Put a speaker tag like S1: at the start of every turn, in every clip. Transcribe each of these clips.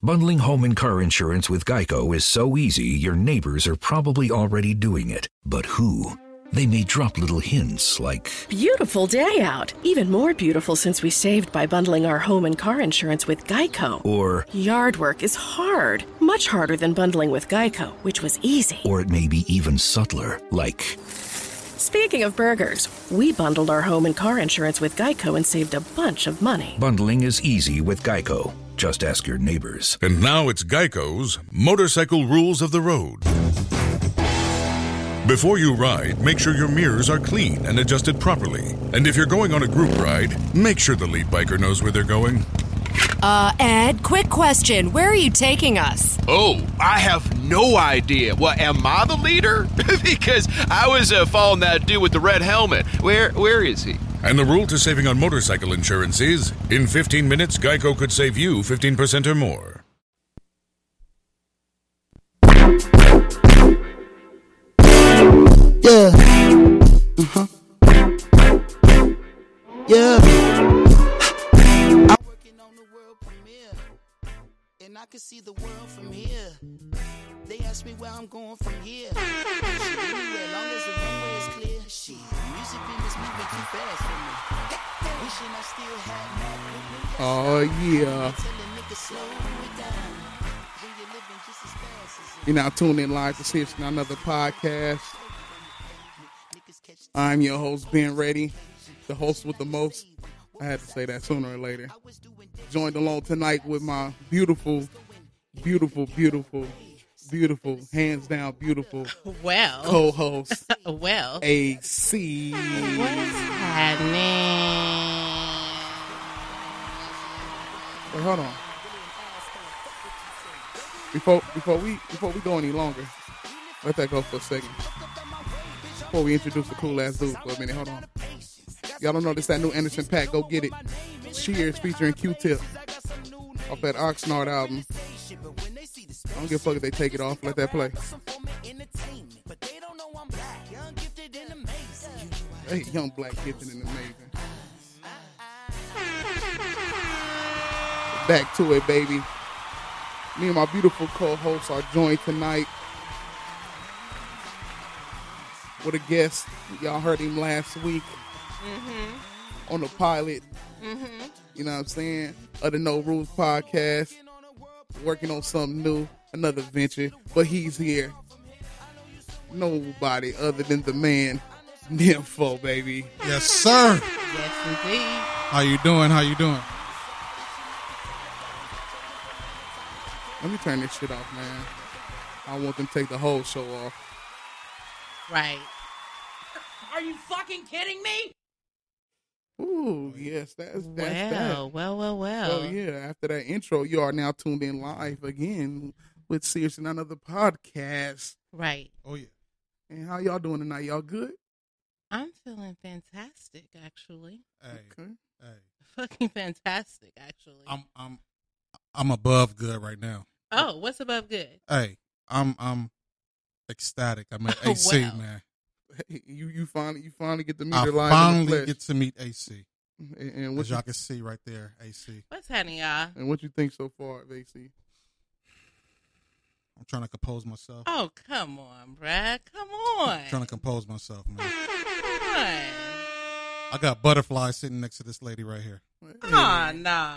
S1: Bundling home and car insurance with Geico is so easy, your neighbors are probably already doing it. But who? They may drop little hints like,
S2: Beautiful day out. Even more beautiful since we saved by bundling our home and car insurance with Geico.
S1: or,
S2: Yard work is hard, much harder than bundling with Geico, which was easy.
S1: or it may be even subtler, like,
S2: Speaking of burgers, we bundled our home and car insurance with Geico and saved a bunch of money.
S1: bundling is easy with Geico. Just ask your neighbors.
S3: And now it's Geico's Motorcycle Rules of the Road. Before you ride, make sure your mirrors are clean and adjusted properly. And if you're going on a group ride, make sure the lead biker knows where they're going.
S4: Uh, Ed, quick question. Where are you taking us?
S5: Oh, I have no idea. Well, am I the leader? because I was uh, following that dude with the red helmet. Where Where is he?
S3: And the rule to saving on motorcycle insurance is in 15 minutes, Geico could save you 15% or more.
S6: Yeah. Uh-huh. Yeah. I'm working on the world premiere. And I can see the world from here. They ask me where I'm going from here. Shit, anywhere, long as the runway is clear. Shit, music business moving too fast for me. Wishing I still had Mac with me.
S7: Oh yeah.
S6: Telling niggas slow it down. When you're living just as fast as
S7: You're now tuned in live to see us on another podcast. I'm your host, Ben Reddy, the host with the most. I had to say that sooner or later. Joined along tonight with my beautiful, beautiful, beautiful, beautiful, hands down beautiful
S8: Well,
S7: co-host,
S8: well,
S7: AC.
S8: what's happening?
S7: Wait, hold on. Before before we before we go any longer, let that go for a second. Before we introduce the cool ass dude for a minute, hold on. Y'all don't notice that new Anderson Pack? Go get it. Cheers featuring Q-Tip off that Oxnard album. I don't give a fuck if they take it off. Let that play. Hey, young black gifted and amazing. Back to it, baby. Me and my beautiful co-hosts are joined tonight with a guest. Y'all heard him last week on the pilot. You know what I'm saying? Other No Rules podcast. Working on something new, another venture. But he's here. Nobody other than the man, Nympho, baby.
S9: Yes, sir.
S8: Yes, indeed.
S9: How you doing? How you doing?
S7: Let me turn this shit off, man. I want them to take the whole show off.
S8: Right.
S7: Ooh, yes, that's that's that.
S8: Well, well, well, well.
S7: Oh yeah! After that intro, you are now tuned in live again with Sears and another podcast.
S8: Right.
S9: Oh yeah.
S7: And how y'all doing tonight? Y'all good?
S8: I'm feeling fantastic, actually.
S9: Hey,
S7: Okay.
S9: hey.
S8: Fucking fantastic, actually.
S9: I'm I'm I'm above good right now.
S8: oh, what's above good?
S9: Hey, I'm I'm ecstatic. I'm at AC,
S8: Wow.
S9: man.
S7: Hey, you you finally you finally get to meet
S9: I
S7: her live in the
S9: finally
S7: flesh.
S9: get to meet AC.
S7: and, and what
S9: As
S7: you,
S9: y'all can see right there, AC.
S8: What's happening, y'all?
S7: and what you think so far, Vacy?
S9: I'm trying to compose myself.
S8: Oh, come on, bruh. Come on.
S9: I'm trying to compose myself, man.
S8: Come on.
S9: I got butterflies sitting next to this lady right here.
S8: Aw, nah.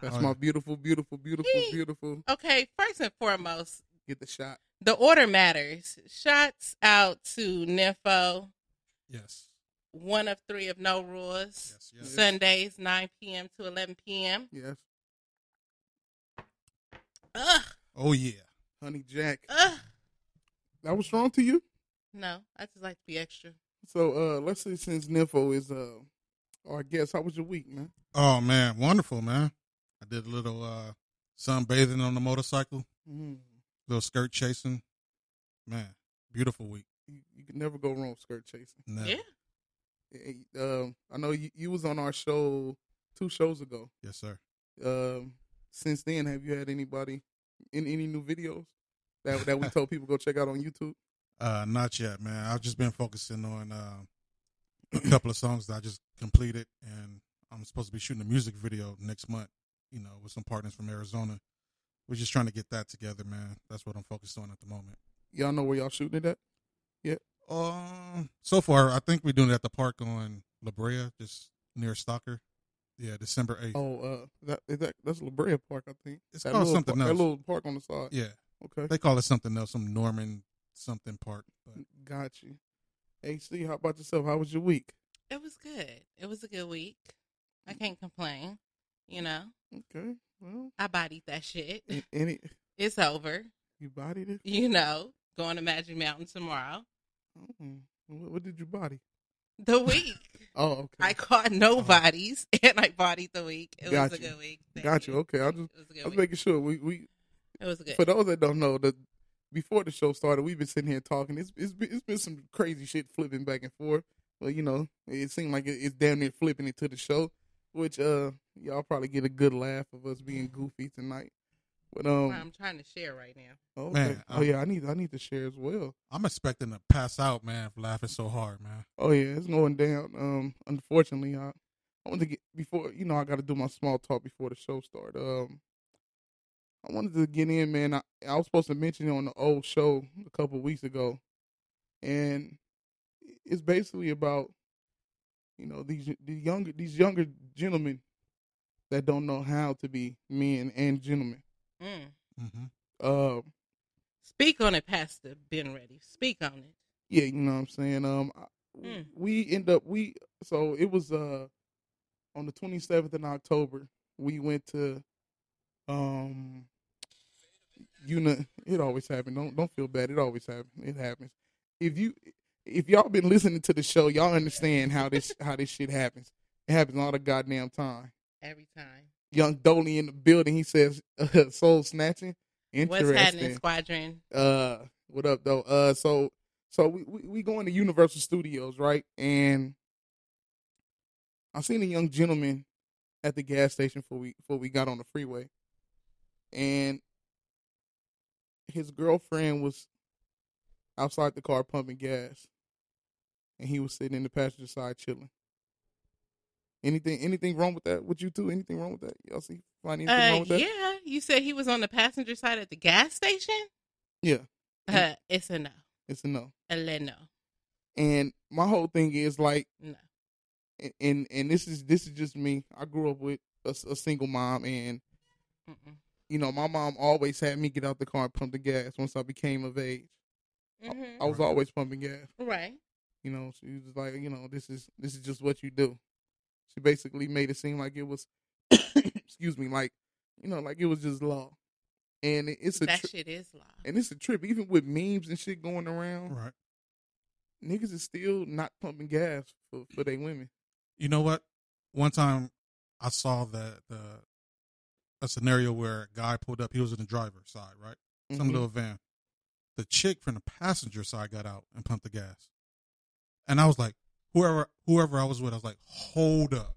S7: That's
S9: Oh,
S7: my
S9: yeah.
S7: beautiful, beautiful, beautiful,
S8: Yee.
S7: beautiful.
S8: Okay, first and foremost,
S7: Get the shot.
S8: the order matters. Shouts out to Nympho,
S9: Yes.
S8: one of three of No Rules,
S9: Yes, yes.
S8: Sundays, 9 p.m. to 11 p.m.
S7: Yes,
S8: Ugh,
S9: Oh yeah.
S7: Honey Jack.
S8: ugh.
S7: That was strong to you.
S8: No, I just like to be extra.
S7: So uh let's see. Since Nympho is uh our guest, how was your week, man?
S9: Oh man, wonderful, man. I did a little uh sunbathing on the motorcycle,
S7: Mm,
S9: little skirt chasing. Man, beautiful week.
S7: you, you can never go wrong with skirt chasing.
S9: Never.
S8: Yeah.
S7: Hey, um, I know you, you was on our show two shows ago.
S9: Yes, sir.
S7: Um, since then, have you had anybody in any new videos that that we told people go check out on YouTube?
S9: Uh, not yet, man. I've just been focusing on uh, a couple of songs that I just completed, and I'm supposed to be shooting a music video next month. You know, with some partners from Arizona, We're just trying to get that together, man. That's what I'm focused on at the moment.
S7: Y'all know where y'all shooting it at?
S9: Um, so far, I think we're doing it at the park on La Brea, just near Stalker. Yeah, December eighth.
S7: Oh, uh, that, is that that's La Brea Park, I think.
S9: It's
S7: that
S9: called
S7: little
S9: something
S7: park,
S9: else.
S7: That little park on the side.
S9: Yeah,
S7: Okay,
S9: they call it something else, some Norman something park. But
S7: got you. HC, how about yourself? How was your week?
S8: It was good. It was a good week.
S7: Mm.
S8: I can't complain. You know,
S7: Okay, well,
S8: I bodied that shit.
S7: a- any
S8: It's over.
S7: you bodied it?
S8: You know, going to Magic Mountain tomorrow.
S7: Mm. What, what did you body?
S8: The week.
S7: Oh, okay.
S8: I caught
S7: Oh.
S8: no bodies and I bodied the week. It
S7: Got
S8: was
S7: you.
S8: a good week.
S7: Got you. Okay, I
S8: Thank
S7: just-
S8: you. It was a
S7: I
S8: good
S7: was
S8: week.
S7: making sure we we
S8: It was good.
S7: for those that don't know the before the show started, we've been sitting here talking. It's it's been, it's been some crazy shit flipping back and forth. But you know, it seemed like it, it's damn near flipping into the show, which uh y'all probably get a good laugh of us being goofy tonight. But um,
S8: I'm trying to share right now.
S7: okay.
S9: Man,
S7: oh
S9: uh,
S7: yeah, I need I need to share as well.
S9: I'm expecting to pass out, man, for laughing so hard, man.
S7: Oh yeah, it's going down. Um, unfortunately, I I want to get before you know I got to do my small talk before the show starts. Um, I wanted to get in, man. I, I was supposed to mention it on the old show a couple weeks ago, and it's basically about you know these the younger these younger gentlemen that don't know how to be men and gentlemen.
S8: Mm.
S9: hmm
S7: Um,
S8: Speak on it, Pastor Ben Ready. Speak on it.
S7: Yeah, you know what I'm saying. Um, I-
S8: Mm.
S7: we end up we so it was uh on the 27th in October we went to um you know it always happens. Don't don't feel bad. It always happens. It happens. If you if y'all been listening to the show, y'all understand how this how this shit happens. It happens all the goddamn time.
S8: Every time.
S7: Young Dolly in the building. He says uh, soul snatching.
S8: What's
S7: Interesting
S8: happening, Squadron?
S7: uh what up though uh so so we we, we going to universal studios right and i seen a young gentleman at the gas station before we before we got on the freeway and his girlfriend was outside the car pumping gas and he was sitting in the passenger side chilling anything anything wrong with that with you two anything wrong with that y'all see find anything wrong
S8: Uh,
S7: with that
S8: yeah, you said he was on the passenger side at the gas station.
S7: yeah Mm.
S8: Uh, it's a no,
S7: it's a no
S8: a le no,
S7: and my whole thing is like
S8: no.
S7: and- and and this is this is just me. I grew up with a, s- a single mom, and
S8: Mm-mm.
S7: you know my mom always had me get out the car and pump the gas. Once I became of age,
S8: Mhm.
S7: I was
S9: Right.
S7: always pumping gas.
S8: Right.
S7: You know, she was like, you know, this is this is just what you do. She basically made it seem like it was, excuse me, like you know, like it was just law, and it, it's a
S8: That
S7: tri-
S8: shit is law.
S7: and it's a trip. Even with memes and shit going around,
S9: Right.
S7: niggas is still not pumping gas for for their women.
S9: You know what? One time, I saw that the a scenario where a guy pulled up. He was in the driver's side, right? some
S7: Mhm.
S9: little van. The chick from the passenger side got out and pumped the gas, and I was like, whoever whoever I was with, I was like, hold up,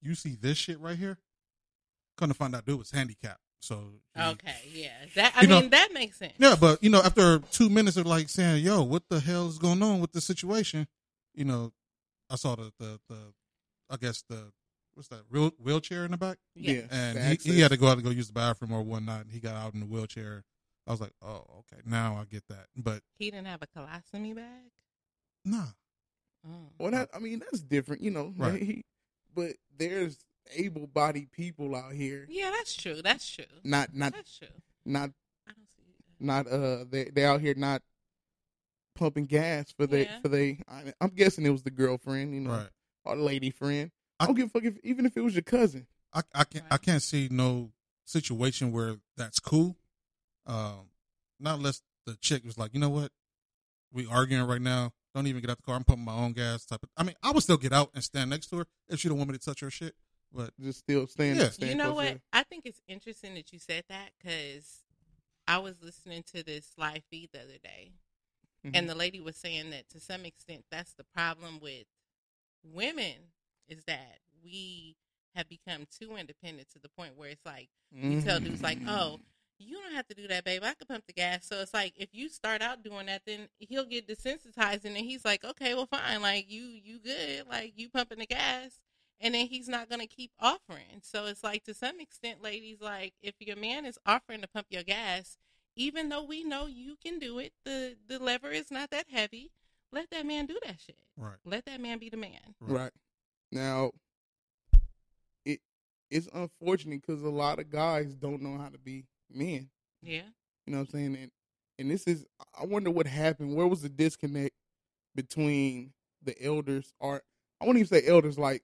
S9: you see this shit right here? Couldn't find out dude was handicapped, so he-
S8: Okay. Yeah. That. I
S9: You know-
S8: mean, that makes sense.
S9: yeah. But you know, after two minutes of like saying, yo, what the hell is going on with the situation? You know, I saw the the, the I guess the what's that real wheelchair in the back
S8: Yeah.
S7: the
S9: and he,
S7: access.
S9: he had to go out and go use the bathroom or whatnot. And he got out in the wheelchair. I was like, oh, okay, now I get that. But
S8: He didn't have a colostomy bag.
S9: nah,
S8: Oh.
S7: Well, that I mean that's different, you know.
S9: Right.
S7: He- but there's able-bodied people out here,
S8: Yeah, that's true. That's true.
S7: not not
S8: that's true.
S7: not
S8: I don't see. That.
S7: not uh they they out here not pumping gas for they
S8: Yeah.
S7: for they. I, I'm guessing it was the girlfriend, you know,
S9: right.
S7: or lady friend. I
S9: I-
S7: don't give a fuck if even if it was your cousin.
S9: I I can't I can't see no situation where that's cool. Um, not unless the chick was like, you know what, we arguing right now. Don't even get out the car. I'm pumping my own gas. Type of. I mean, I would still get out and stand next to her if she don't want me to touch her shit. But
S7: Just still staying.
S9: Yeah.
S7: staying
S8: you know
S7: close
S8: what?
S7: to-
S8: I think it's interesting that you said that because I was listening to this live feed the other day, and the lady was saying that to some extent that's the problem with women is that we have become too independent to the point where it's like we tell dudes like, "Oh, you don't have to do that, babe. I can pump the gas." So it's like if you start out doing that, then he'll get desensitized, and then he's like, "Okay, well, fine. Like you, you good. Like you pumping the gas." and then he's not going to keep offering. So it's like to some extent, ladies, like if your man is offering to pump your gas, even though we know you can do it, the the lever is not that heavy. Let that man do that shit.
S9: Right.
S8: Let that man be the man.
S7: Right. Now, it it's unfortunate because a lot of guys don't know how to be men.
S8: Yeah.
S7: You know what I'm saying? And and this is I wonder what happened. Where was the disconnect between the elders or I wouldn't even say elders like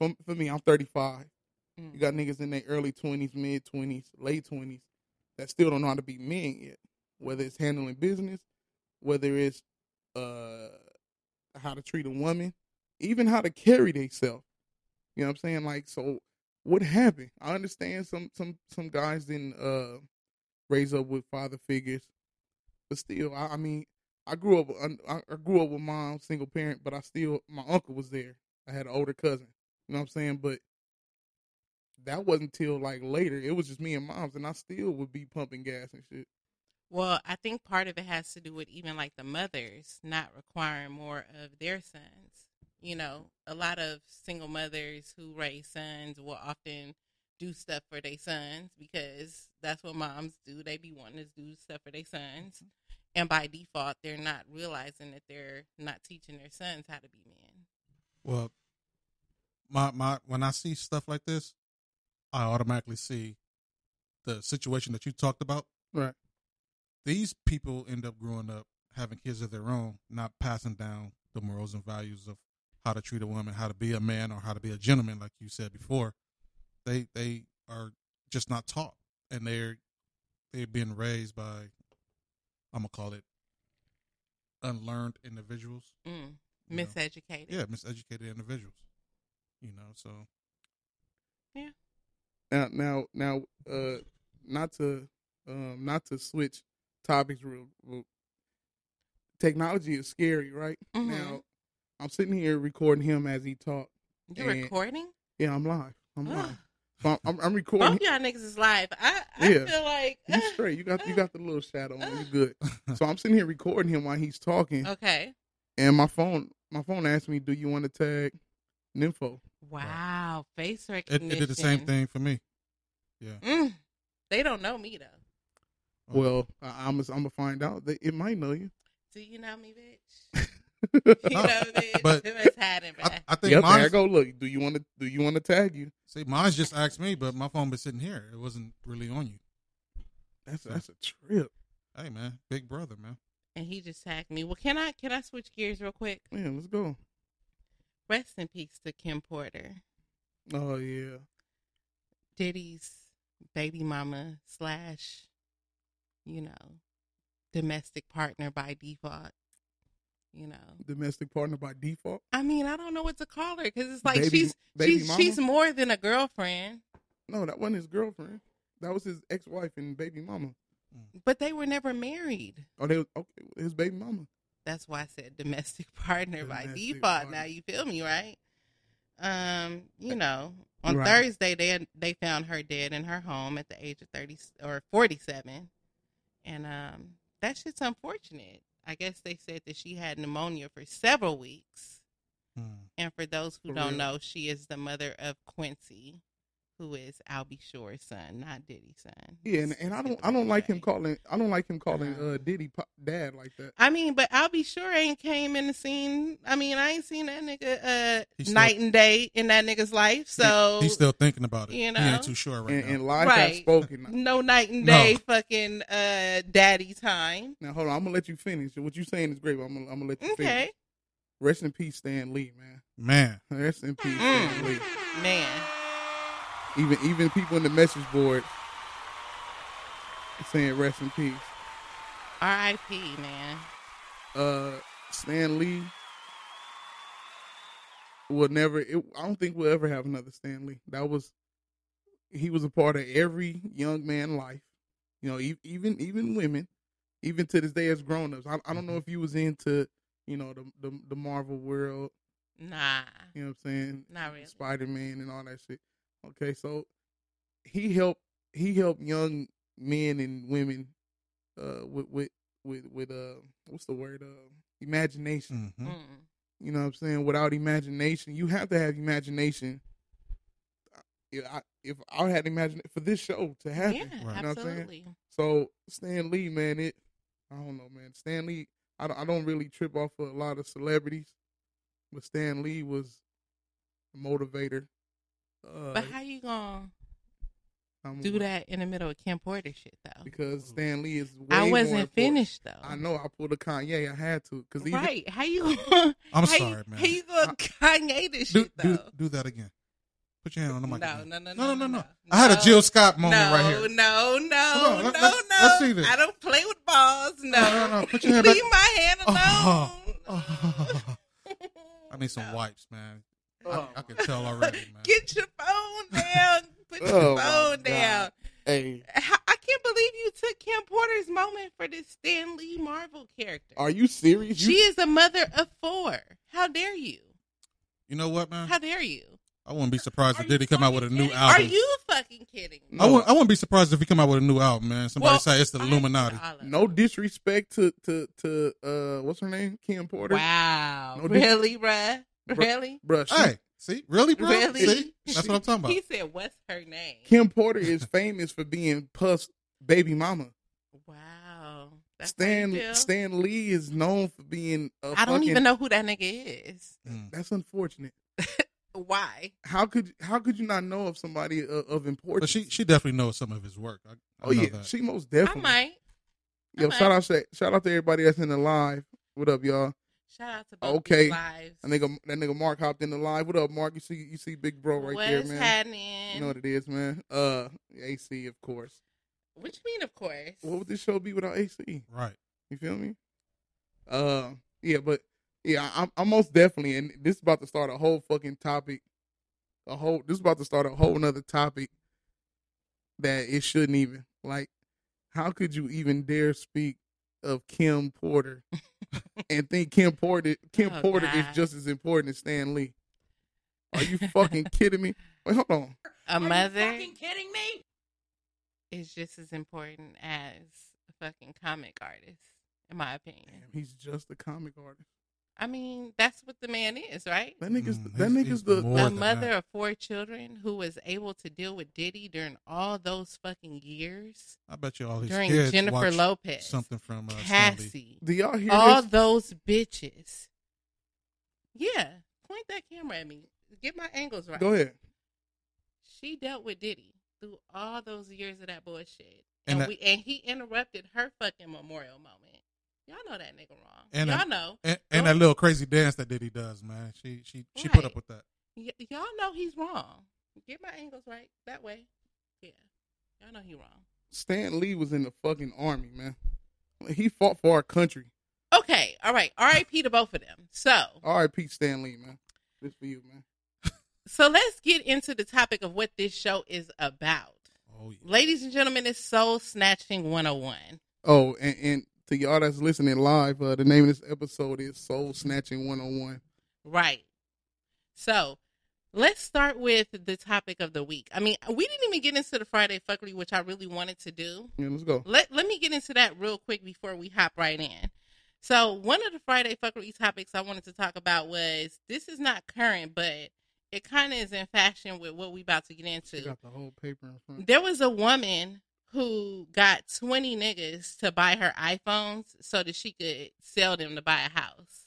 S7: for, for me, I'm 35.
S8: Mm.
S7: You got niggas in their early 20s, mid 20s, late 20s that still don't know how to be men yet. Whether it's handling business, whether it's uh how to treat a woman, even how to carry themselves. You know what I'm saying? Like so what happened? I understand some some some guys didn't uh raised up with father figures, but still, I, I mean, I grew up. I, I grew up with mom, single parent, but I still, my uncle was there. I had an older cousin. You know what I'm saying? But that wasn't till like later. It was just me and mom's, and I still would be pumping gas and shit.
S8: Well, I think part of it has to do with even like the mothers not requiring more of their sons. You know, a lot of single mothers who raise sons will often do stuff for their sons because that's what moms do. They be wanting to do stuff for their sons. And by default, they're not realizing that they're not teaching their sons how to be men.
S9: Well, my my when I see stuff like this, I automatically see the situation that you talked about.
S7: Right.
S9: These people end up growing up having kids of their own, not passing down the morals and values of how to treat a woman, how to be a man, or how to be a gentleman, like you said before. They they are just not taught, and they're they're being raised by I'm gonna call it unlearned individuals.
S8: Mm.
S9: you know?
S8: Miseducated.
S9: yeah, miseducated individuals. You know, so
S7: Now, now, now, uh, not to, um, not to switch topics. Real, real. Technology is scary, right?
S8: Mhm.
S7: Now, I'm sitting here recording him as he talked.
S8: You
S7: And-
S8: recording?
S7: Yeah, I'm live. I'm
S8: Ugh.
S7: live. So I'm, I'm, I'm recording.
S8: Both y'all niggas is live. I, I
S7: Oh, Yeah.
S8: feel like.
S7: You straight. You got you got the little shadow on. You good. So I'm sitting here recording him while he's talking,
S8: Okay.
S7: and my phone my phone asked me, "Do you want to tag Nympho?"
S8: Wow, face
S9: it,
S8: recognition.
S9: it did the same thing for me. Yeah.
S8: Mm, they don't know me though.
S9: Oh.
S7: Well, I, I'm i I'm gonna find out. They, it might know you.
S8: Do you know me, bitch? you know, bitch.
S9: but-
S8: Who is hiding,
S9: I,
S8: bruh?
S9: I think
S7: Yep, there I
S9: mine's,
S7: go. Look, do you want to do you want to tag you?
S9: see, mine's just asked me, but my phone been sitting here. It wasn't really on you.
S7: That's that's a trip.
S9: Hey, man, big brother, man.
S8: And he just tagged me. Well, can I can I switch gears real quick?
S7: Man, let's go.
S8: Rest in peace to Kim Porter,
S7: Oh yeah.
S8: Diddy's baby mama slash, you know, domestic partner by default. You know,
S7: Domestic partner by default.
S8: I mean, I don't know what to call her because it's like
S7: Baby-
S8: she's
S7: baby
S8: she's
S7: mama?
S8: she's more than a girlfriend.
S7: No, that wasn't his girlfriend. That was his ex wife and baby mama.
S8: But they were never married.
S7: Oh, they was, okay, his baby mama.
S8: That's why I said domestic partner by
S7: Domestic
S8: default.
S7: partner.
S8: Now you feel me, right? Um, you know, on
S7: Right.
S8: Thursday they they found her dead in her home at the age of thirty or forty seven, and um, that shit's unfortunate. I guess they said that she had pneumonia for several weeks,
S9: Hmm.
S8: and for those who
S7: For
S8: don't
S7: real.
S8: know, she is the mother of Quincy, who is Albie Shore's son, not Diddy's son.
S7: Yeah, and,
S8: Let's-
S7: and I
S8: let's get
S7: don't
S8: the
S7: I don't
S8: right
S7: like him
S8: way.
S7: calling I don't like him calling
S8: Uh-huh.
S7: uh Diddy pop, dad like that.
S8: I mean, but I'll be sure ain't came in the scene. I mean, I ain't seen that nigga uh,
S9: He's
S8: night and day in that nigga's life. So
S9: He's still thinking about it.
S8: you
S9: he
S8: know.
S9: ain't too sure right
S7: and,
S9: now.
S7: and lies have
S8: Right.
S7: spoken.
S8: no night and
S9: No.
S8: day fucking uh, daddy time.
S7: Now hold on, I'm gonna let you finish. What you saying is great, but I'm gonna, I'm gonna let you finish.
S8: Okay,
S7: Rest in peace, Stan Lee, man.
S9: man,
S7: Rest in peace, Stan Lee.
S8: Mm. man.
S7: Even even people in the message board saying rest in peace.
S8: R.I.P. Man.
S7: Uh, Stan Lee will never. It, I don't think we'll ever have another Stan Lee. That was he was a part of every young man life. You know, e- even even women, even to this day as grown ups. I, I don't know if you was into you know the the, the Marvel world.
S8: Nah,
S7: You know what I'm saying?
S8: Not really.
S7: Spider Man and all that shit. Okay, so he helped he helped young men and women uh with with with with uh what's the word uh imagination.
S9: Mhm.
S8: Mm.
S7: You know what I'm saying? Without imagination, you have to have imagination if I, if I hadn't imagined it for this show to happen.
S8: Yeah,
S9: Right.
S7: know what I'm saying?
S8: absolutely.
S7: So Stan Lee, man, it I don't know, man. Stan Lee, I don't, I don't really trip off of a lot of celebrities, but Stan Lee was a motivator. Uh,
S8: But how you gonna
S7: I'm-
S8: do that in the middle of Kim Porter shit though?
S7: because Stan Lee is. Way
S8: I
S7: more
S8: wasn't
S7: important.
S8: finished though.
S7: I know I pulled a Kanye. I had to because even
S8: Right? How you gonna?
S9: I'm
S8: how
S9: sorry,
S8: you,
S9: man.
S8: How you gonna Kanye this
S9: do,
S8: shit
S9: do,
S8: though?
S9: do that again. Put your hand on the mic.
S8: No,
S9: again.
S8: no, no,
S9: no,
S8: no,
S9: no,
S8: no,
S9: no.
S8: no.
S9: I had a Jill Scott
S8: No,
S9: moment right here.
S8: no, no,
S9: Come on,
S8: no,
S9: let- let's-
S8: no.
S9: let's see this.
S8: I don't play with balls. No,
S9: No, no, no. Put your hand
S8: Leave
S9: back-
S8: my hand alone.
S9: Oh, oh. I need some
S8: No. Oh.
S9: wipes, man. I, I can tell already, man.
S8: Get your phone down. Put your
S7: Oh, my
S8: phone
S7: God.
S8: down.
S7: hey,
S8: How- I can't believe you took Kim Porter's moment for this Stan Lee Marvel character.
S7: are you serious?
S8: she
S7: You,
S8: is a mother of four. How dare you?
S9: you know what, man?
S8: How dare you?
S9: I wouldn't be surprised
S8: Are
S9: if
S8: you
S9: Diddy come out with a
S8: fucking
S9: new
S8: kidding-
S9: album.
S8: Are you fucking kidding? me?
S9: I wouldn't, I wouldn't be surprised if he come out with a new album, man. Somebody
S8: Well,
S9: say it's the
S8: I-
S9: Illuminati.
S8: all of it.
S7: no disrespect to to to uh, what's her name, Kim Porter.
S8: Wow.
S7: No dis-
S8: really, bruh? Really?
S7: Bruh, she-
S9: Hey, see, really, bro?
S8: Really?
S9: See, that's what I'm talking about.
S8: He said, "What's her name?"
S7: Kim Porter is famous for being Puff's baby mama.
S8: wow. That's how you
S7: Stan
S8: feel?
S7: Stan Lee is known for being. I
S8: I don't even know who that nigga is.
S9: Mm.
S7: That's unfortunate.
S8: Why?
S7: How could how could you not know of somebody uh, of, of
S9: But
S7: importance?
S9: she she definitely knows some of his work. I, I
S7: oh
S9: know
S7: yeah,
S9: that.
S7: she most
S8: I
S7: definitely.
S8: might. I
S7: Yo,
S8: might.
S7: shout out to- shout out to everybody that's in the live. What up, y'all?
S8: Shout out to both
S7: Okay.
S8: these lives.
S7: That nigga that nigga Mark hopped in the live. What up, Mark? You see you see Big Bro right
S8: What's
S7: there, man.
S8: happening?
S7: You know what it is, man. Uh, AC of course.
S8: what you mean, of course?
S7: What would this show be without AC?
S9: right.
S7: You feel me? Uh, yeah, but yeah, I'm, I'm most definitely, and this is about to start a whole fucking topic. A whole, this is about to start a whole nother topic that it shouldn't even. Like, how could you even dare speak of Kim Porter and think Kim Porter, Kim
S8: Oh,
S7: Porter
S8: God.
S7: is just as important as Stan Lee? Are you fucking kidding me? Wait, hold on.
S8: a mother
S4: kidding me?
S8: is just as important as a fucking comic artist, in my opinion.
S7: Damn, he's just a comic artist.
S8: I mean, that's what the man is, right?
S7: That nigga's
S9: Mm,
S7: that
S9: he's-
S7: nigga's
S9: he's
S7: the
S9: more-
S8: A
S9: than
S8: mother
S9: that.
S8: of four children who was able to deal with Diddy during all those fucking years
S9: I bet you all his
S8: during
S9: kids
S8: Jennifer
S9: watch
S8: Lopez,
S9: something from uh, Stan Lee.
S8: Cassie,
S7: Do y'all hear
S8: all
S7: this?
S8: those bitches. Yeah, point that camera at me. Get my angles right.
S7: Go ahead.
S8: She dealt with Diddy through all those years of that bullshit,
S9: And
S8: and,
S9: that-
S8: we and he interrupted her fucking memorial moment. Y'all know that nigga wrong.
S9: And
S8: Y'all
S9: that-
S8: know.
S9: And, and that little crazy dance that Diddy does, man. She she she put
S8: Right.
S9: up with that.
S8: Y- y'all know he's wrong. Get my angles right that way. Yeah, y'all know he wrong.
S7: Stan Lee was in the fucking army, man. He fought for our country.
S8: Okay, all right. R.I.P. to both of them. So,
S7: R.I.P. Stan Lee, man. This for you, man.
S8: so let's get into the topic of what this show is about,
S9: Oh yeah.
S8: ladies and gentlemen. It's Soul Snatching One Hundred One.
S7: Oh, and, and to y'all that's listening live, uh, the name of this episode is Soul Snatching 101.
S8: Right. So let's start with the topic of the week. I mean, we didn't even get into the Friday fuckery, which I really wanted to do.
S7: Yeah, let's go.
S8: Let let me get into that real quick before we hop right in. So one of the Friday fuckery topics I wanted to talk about was this is not current, but it kind of is in fashion with what we about to get
S7: She
S8: into.
S7: got the whole paper in front.
S8: There was a woman who got 20 niggas to buy her iPhones so that she could sell them to buy a house.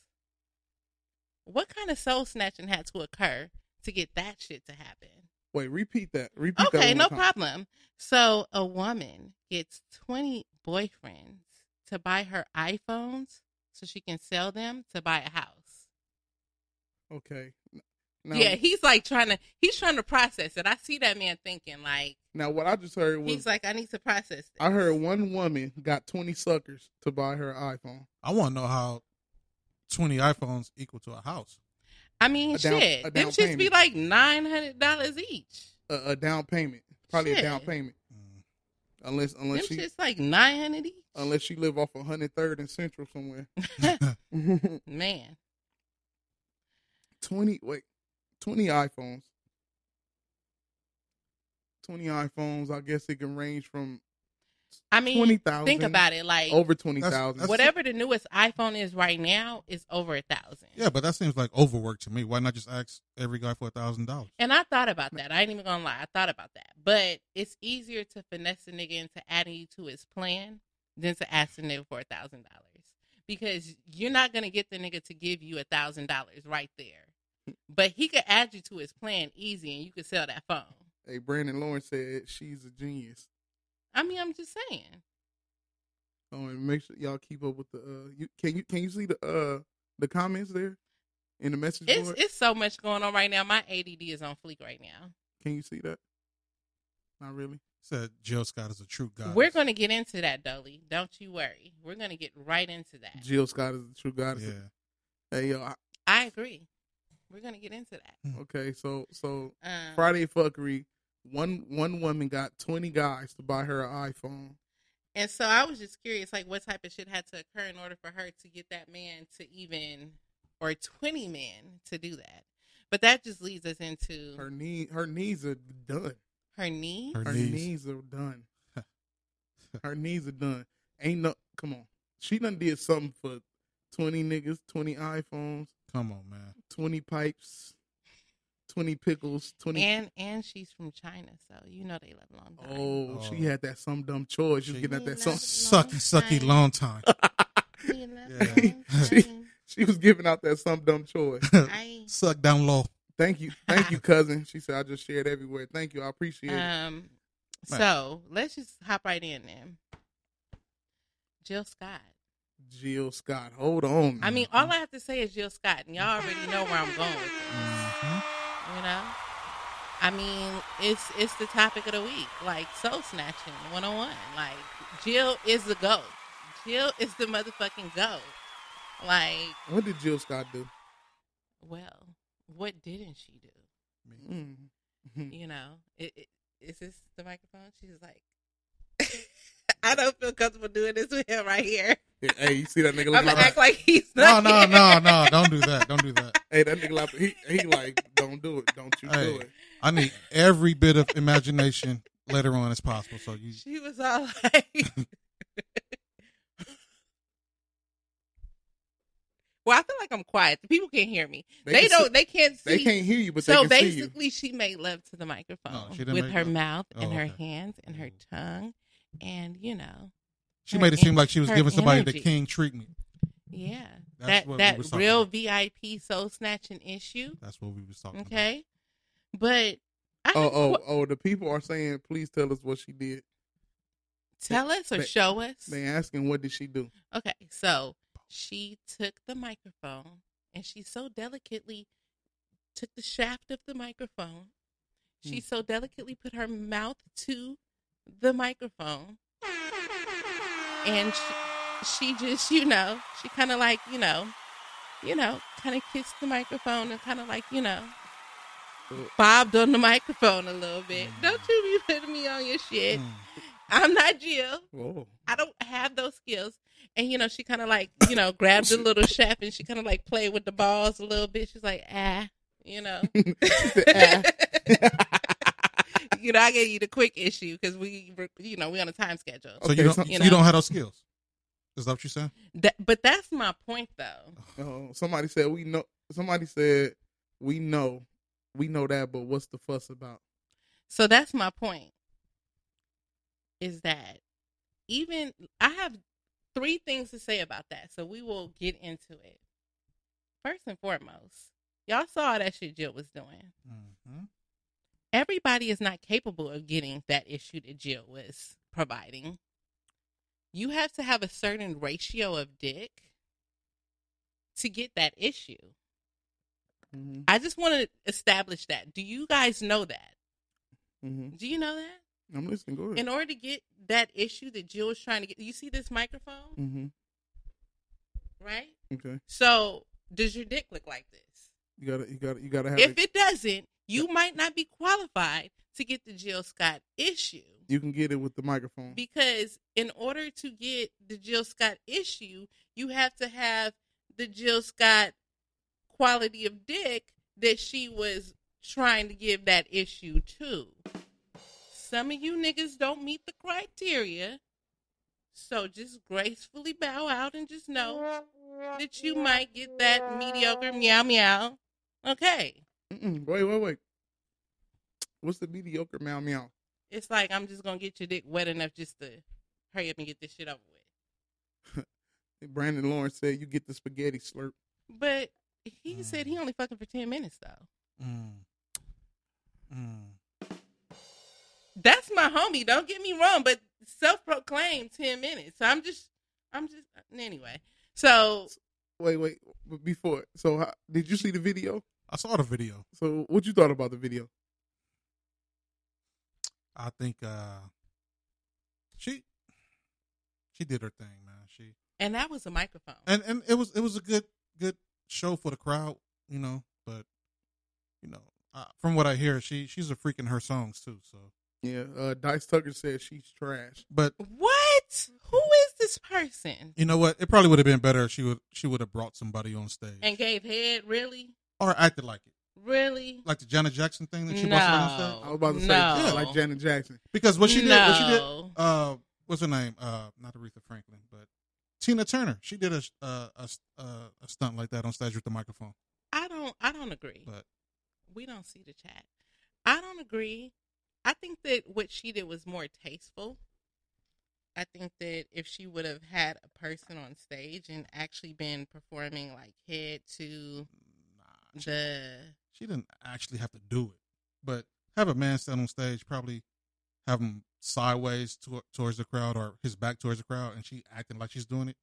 S8: What kind of soul snatching had to occur to get that shit to happen?
S7: Wait, repeat that. Repeat that.
S8: Okay,
S7: one
S8: no
S7: time.
S8: problem. So a woman gets 20 boyfriends to buy her iPhones so she can sell them to buy a house.
S7: Okay. Now,
S8: Yeah, he's like trying to he's trying to process it. I see that man thinking like
S7: now, what I just heard was
S8: he's like I need to process this.
S7: I heard one woman got 20 suckers to buy her iPhone.
S9: I want to know how twenty iPhones equal to a house.
S8: I mean,
S7: A down-
S8: shit.
S7: a
S8: Them
S7: down
S8: shits be
S7: payment.
S8: like nine hundred dollars each.
S7: A, a down payment. Probably a
S8: Shit.
S7: down payment. Unless, unless
S8: Them
S7: she.
S8: shits like nine hundred each.
S7: Unless she live off 103rd and Central somewhere.
S8: Man,
S7: 20 wait 20 iphones 20 iphones i guess it can range from
S8: I mean,
S7: 20,000
S8: think about it. Like
S7: over twenty thousand.
S9: that's-
S8: whatever the newest iPhone is right now is over a thousand.
S9: Yeah, but that seems like overwork to me. Why not just ask every guy for a thousand dollars?
S8: And I thought about that. I ain't even gonna lie. I thought about that. But it's easier to finesse a nigga into adding you to his plan than to ask a nigga for a thousand dollars. Because you're not gonna get the nigga to give you a thousand dollars right there.
S7: Hmm.
S8: But he could add you to his plan easy and you could sell that phone.
S7: Hey, Brandon Lawrence said she's a genius.
S8: I mean, I'm just saying.
S7: Oh, and make sure y'all keep up with the. Uh, you, can you can you see the uh the comments there in the message
S8: It's
S7: board?
S8: it's so much going on right now. My ADD is on fleek right now.
S7: can you see that? Not really.
S9: Said Jill Scott is a true guy.
S8: We're gonna get into that, Dolly. Don't you worry. We're gonna get right into that.
S7: Jill Scott is the true goddess.
S9: Yeah.
S7: Hey yo, I,
S8: I agree. We're gonna get into that.
S7: okay, so so
S8: Um,
S7: Friday fuckery. One one woman got twenty guys to buy her an iPhone.
S8: And so I was just curious, like, what type of shit had to occur in order for her to get that man to even, or 20 men to do that. But that just leads us into
S7: Her
S8: her,
S7: knee her knees are done.
S8: knee.
S9: Her
S7: Her
S9: knees.
S7: knees, are done. her knees are done. Ain't no come on. She done did something for twenty niggas, twenty iPhones,
S9: Come on, man.
S7: twenty pipes, twenty pickles, twenty
S8: and and she's from China, so you know they love long time.
S7: Oh,
S9: Oh.
S7: she had that some dumb choice. She was
S9: She-
S7: getting at that some
S9: Sucky, sucky, long time.
S8: We love
S9: Yeah.
S8: long
S7: She-
S8: time.
S7: she was giving out that some dumb choice.
S8: I-
S9: Suck down low.
S7: Thank you. Thank you, cousin. She said I just shared everywhere. Thank you. I appreciate it.
S8: Um, so let's just hop right in then. Jill Scott.
S7: Jill Scott. Hold on.
S8: I mean, all I have to say is Jill Scott, and y'all already know where I'm going with this. You know, I mean, it's it's the topic of the week, like soul snatching one on one. Like Jill is the goat. Jill is the motherfucking goat. Like,
S7: what did Jill Scott do?
S8: well, what didn't she do?
S7: Mm.
S8: You know, it, it, is this the microphone? She's like, I don't feel comfortable doing this with him right here.
S7: Yeah, Hey, you see that nigga looking
S8: I'm gonna
S7: like
S8: act like he's
S9: No,
S8: not.
S9: no, no,
S8: here.
S9: no. Don't do that. Don't do that.
S7: Hey, that nigga like he he like don't do it. Don't you
S9: Hey.
S7: do it.
S9: I need every bit of imagination later on as possible. So you
S8: She was all like, "Well, I feel like I'm quiet. The people can't hear me.
S7: They
S8: They,
S7: can
S8: don't.
S7: see-
S8: they can't see.
S7: They can't hear you, but
S8: so
S7: they can see you.
S8: basically, she made love to the microphone
S9: No, she didn't
S8: with
S9: make
S8: her
S9: love.
S8: mouth
S9: Oh,
S8: and her
S9: okay.
S8: hands and her tongue, and you know,
S9: she
S8: Her
S9: made it seem
S8: en-
S9: like she was
S8: her
S9: giving somebody
S8: energy.
S9: the king treatment.
S8: yeah,
S9: That's what we
S8: that
S9: was
S8: that
S9: talking
S8: real
S9: about.
S8: VIP soul snatching issue.
S9: That's what we was talking about.
S8: Okay, but I
S7: Oh,
S8: have a
S7: oh,
S8: qu-
S7: oh! The people are saying, "Please tell us what she did."
S8: tell us or
S7: they-
S8: show us.
S7: They asking, "What did she do?"
S8: Okay, so she took the microphone and she so delicately took the shaft of the microphone. She so delicately put her mouth to the microphone. And she, she just, you know, she kind of like, you know, you know, kind of kissed the microphone and kind of like, you know, bobbed on the microphone a little bit. Don't you be putting me on your shit. I'm not Jill.
S7: Oh,
S8: I don't have those skills. And you know, she kind of like you know grabbed the little shaft and she kind of like played with the balls a little bit. She's like, ah, you know, you know, I gave you the quick issue because we, were- you know, we on a time schedule.
S9: So
S7: Okay,
S9: you don't
S7: so-
S9: you,
S8: You know.
S9: don't have those skills. Is that what you're saying?
S8: That, but that's my point though.
S7: oh! Somebody said we know. Somebody said we know. We know that, but what's the fuss about?
S8: So that's my point. Is that even I have three things to say about that. So we will get into it. First and foremost, y'all saw that shit Jill was doing.
S9: Mm-hmm.
S8: everybody is not capable of getting that issue that Jill was providing. You have to have a certain ratio of dick to get that issue.
S7: Mm-hmm.
S8: I just want to establish that. Do you guys know that?
S7: Mm-hmm.
S8: Do you know that?
S7: I'm listening. Go ahead.
S8: In order to get that issue that Jill was trying to get, you see this microphone,
S7: mm-hmm.
S8: right?
S7: Okay.
S8: So, does your dick look like this?
S7: You gotta. You gotta. You gotta have.
S8: If
S7: it,
S8: it doesn't, you might not be qualified to get the Jill Scott issue.
S7: you can get it with the microphone.
S8: because in order to get the Jill Scott issue, you have to have the Jill Scott quality of dick that she was trying to give that issue to. Some of you niggas don't meet the criteria So just gracefully bow out and just know that you might get that mediocre meow meow. Okay.
S7: Mm-mm. Wait, wait, wait. What's the mediocre meow meow?
S8: It's like I'm just gonna get your dick wet enough just to hurry up and get this shit over with.
S7: Brandon Lawrence said you get the spaghetti slurp.
S8: But he said he only fucking for ten minutes though.
S9: Mm. Mm.
S8: That's my homie. Don't get me wrong, but self-proclaimed ten minutes. So I'm just, I'm just anyway. So
S7: Wait, wait. but Before, so how, did you see the video?
S9: I saw the video.
S7: So what you thought about the video?
S9: I think uh, she she did her thing, man. She
S8: and that was a microphone.
S9: and and it was it was a good good show for the crowd, you know. But you know, uh, from what I hear, she she's a freak in her songs too. So,
S7: Yeah, uh, Dice Tucker said she's trash.
S9: but
S8: What? Who is this person?
S9: you know what? It probably would have been better if she would she would have brought somebody on stage
S8: And gave head? Really?
S9: or acted like it,
S8: Really?
S9: like the Janet Jackson thing that she brought somebody on stage.
S7: I was about to say
S8: No.
S7: yeah,
S9: Oh.
S7: like Janet Jackson.
S9: Because what she did, what she
S8: No.
S9: did, uh, what's her name? Uh, not Aretha Franklin, but Tina Turner. She did a uh, a uh, a stunt like that on stage with the microphone.
S8: I don't. I don't agree.
S9: But
S8: we don't see the chat. I don't agree. I think that what she did was more tasteful. I think that if she would have had a person on stage and actually been performing like head to the
S9: she didn't actually have to do it. But have a man stand on stage, probably have him sideways to, towards the crowd or his back towards the crowd, and she acting like she's doing it,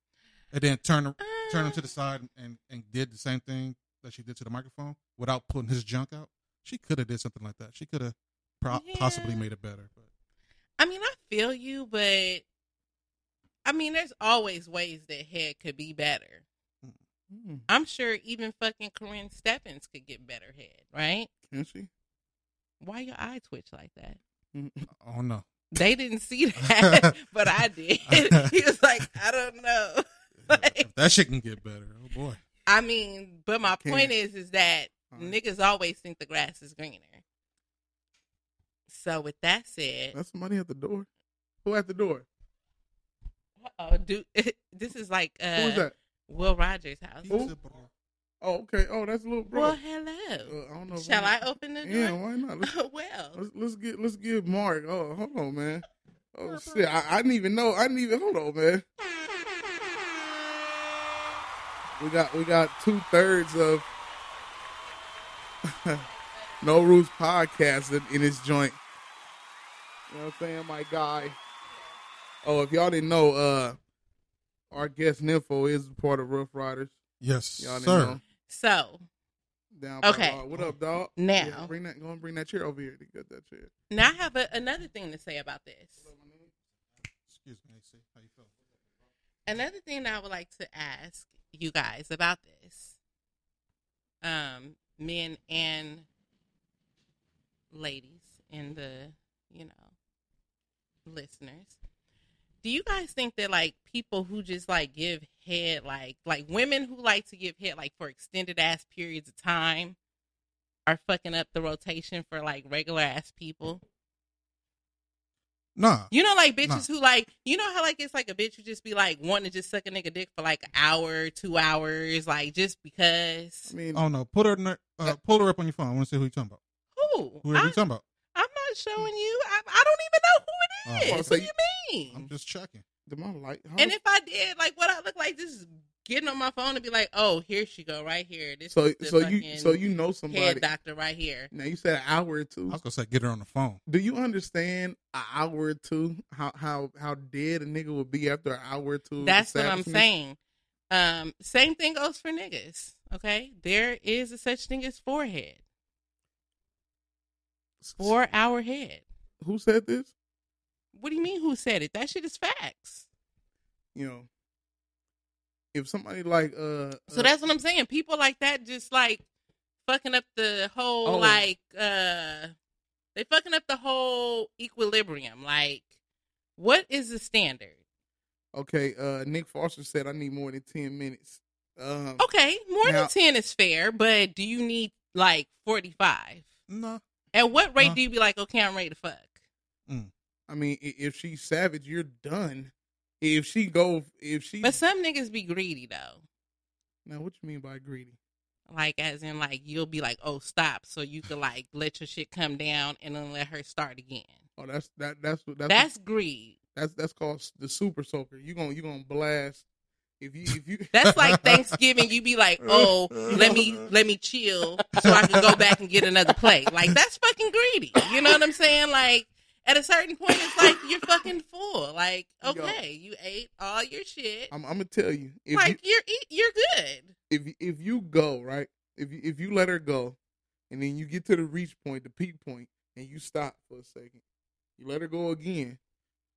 S9: and then turn turn him to the side and and did the same thing that she did to the microphone without putting his junk out. She could have did something like that. She could have pro-
S8: Yeah.
S9: possibly made it better. But
S8: I mean, I feel you, but I mean, there's always ways that head could be better.
S9: Mm-hmm.
S7: Hmm,
S8: I'm sure even fucking Corinne Stephens could get better head, right?
S7: can she?
S8: Why your eye twitch like that?
S9: oh no.
S8: They didn't see that, but I did. he was like, I don't know. Like-
S9: if that shit can get better, oh boy.
S8: I mean, but my
S7: Can't.
S8: point is, is that
S7: All right.
S8: niggas always think the grass is greener. So with that said,
S7: That's somebody at the door. Who at the door?
S8: oh, dude, this is like uh,
S7: Who is that?
S8: Will Rogers' house.
S7: Who? Oh, okay. Oh, that's little bro.
S8: Well,
S7: Uh, I
S8: hello.
S7: don't know if
S8: Shall I
S7: I'm-
S8: open the door?
S7: Yeah, why not? Let's,
S8: well,
S7: let's, let's get let's give Mark. Oh, hold on, man. Oh shit, I, I didn't even know. I didn't even hold on, man. We got we got two thirds of No Rules podcast in, in his joint. You know what I'm saying, my guy. Oh, if y'all didn't know, uh, our guest Nympho is part of Rough Riders.
S9: Yes,
S7: Y'all didn't
S9: sir.
S7: know.
S8: so
S7: Down by
S8: Okay.
S7: Law. what up, dog?
S8: Now.
S7: bring that. Go and bring that chair over here. They got that chair.
S8: now I have a, another thing to say about this.
S9: Excuse me. AC. How you feel?
S8: another thing that I would like to ask you guys about this, um, men and ladies and the, you know, listeners. Do you guys think that like people who just like give head like like women who like to give head like for extended ass periods of time are fucking up the rotation for like regular ass people?
S9: Nah.
S8: You know, like bitches who like, you know how like it's like a bitch who just be like wanting to just suck a nigga dick for like an hour, two hours, like just because.
S7: I mean,
S9: Oh no. Put her. ner- Uh, pull her up on your phone. I want to see who you talking about.
S8: Who?
S9: Who are
S8: I,
S9: you talking about?
S8: I'm not showing you. I, I don't even know who it
S9: Oh.
S8: is.
S7: So
S8: what
S7: you-
S8: do you
S9: I'm
S7: Mm.
S8: mean?
S9: just checking.
S7: did my light? How
S8: And
S7: the-
S8: if I did, like, what I look like, just getting on my phone and be like, oh, here she go, right here. This
S7: so
S8: is the
S7: so you
S8: fucking
S7: so you know
S8: head
S7: somebody.
S8: doctor right here.
S7: Now you said an hour or
S9: I
S7: two.
S9: was gonna say get her on the phone.
S7: Do you understand an hour or two? How how how dead a nigga would be after an hour or two? of
S8: That's what I'm
S7: establishment?
S8: saying. Um, same thing goes for niggas. Okay, there is a such thing as forehead, four hour head.
S7: Who said this?
S8: What do you mean? Who said it? That shit is facts.
S7: You know, if somebody like uh,
S8: So
S7: uh,
S8: that's what I'm saying. People like that just like fucking up the whole
S7: Oh.
S8: like uh they fucking up the whole equilibrium. Like, what is the standard?
S7: okay. Uh, Nick Foster said I need more than ten minutes. Um,
S8: Okay, more
S7: Now-
S8: than ten is fair, but do you need like forty five?
S9: No.
S8: At what rate
S9: Huh?
S8: do you
S9: Mm.
S8: be like, okay, I'm ready to fuck?
S7: I mean, i- if she's savage, you're done. I- If she go, if she
S8: But some niggas be greedy though.
S7: now, what you mean by greedy?
S8: Like as in like you'll be like, oh stop, so you could like let your shit come down and then let her start again.
S7: Oh, that's that. That's what. That's
S8: That's, greed.
S7: that's that's called the super soaker. You gonna you gonna blast if you if you
S8: That's like Thanksgiving. You be like, oh, let me let me chill so I can go back and get another plate. Like that's fucking greedy. You know what I'm saying? Like at a certain point, it's like you're fucking full. Like
S7: Yo.
S8: okay, you ate all your shit.
S7: I'm, I'm gonna tell you if
S8: like you, are eat, you're good.
S7: you if if you go right if you, if you let her go and then you get to the reach point the peak point and you stop for a second you let her go again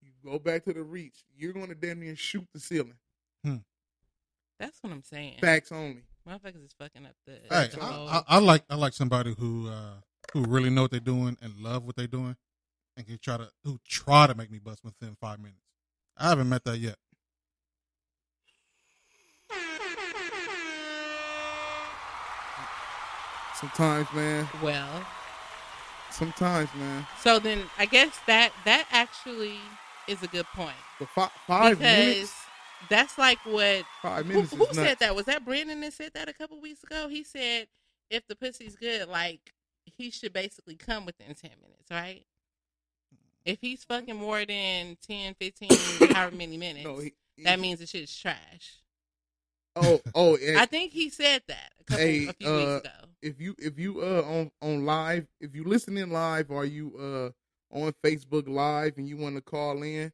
S7: you go back to the reach you're gonna damn near shoot the ceiling
S8: That's what I'm saying.
S7: facts only
S8: Motherfuckers is fucking up the.
S9: Hey,
S8: the
S9: I,
S8: whole-
S9: I, I like I like somebody who uh, who really know what they're doing and love what they're doing, and can try to who try to make me bust within five minutes. I haven't met that yet.
S7: sometimes man
S8: well,
S7: sometimes man
S8: so then I guess that that actually is a good point
S7: the fi- five
S8: because
S7: minutes
S8: that's like what
S7: five
S8: who,
S7: minutes
S8: who
S7: is
S8: said
S7: nuts.
S8: that? Was that Brandon that said that a couple weeks ago? He said if the pussy's good, like he should basically come within ten minutes, right? If he's fucking more than 10, 15, however many minutes,
S7: Mm-hmm. no he,
S8: that
S7: he-
S8: means the shit's trash.
S7: oh oh
S8: I
S7: yeah.
S8: think he said that a couple
S7: Hey,
S8: a few
S7: uh,
S8: weeks ago.
S7: if you if you uh on on live if you listening live or you uh on Facebook live and you want to call in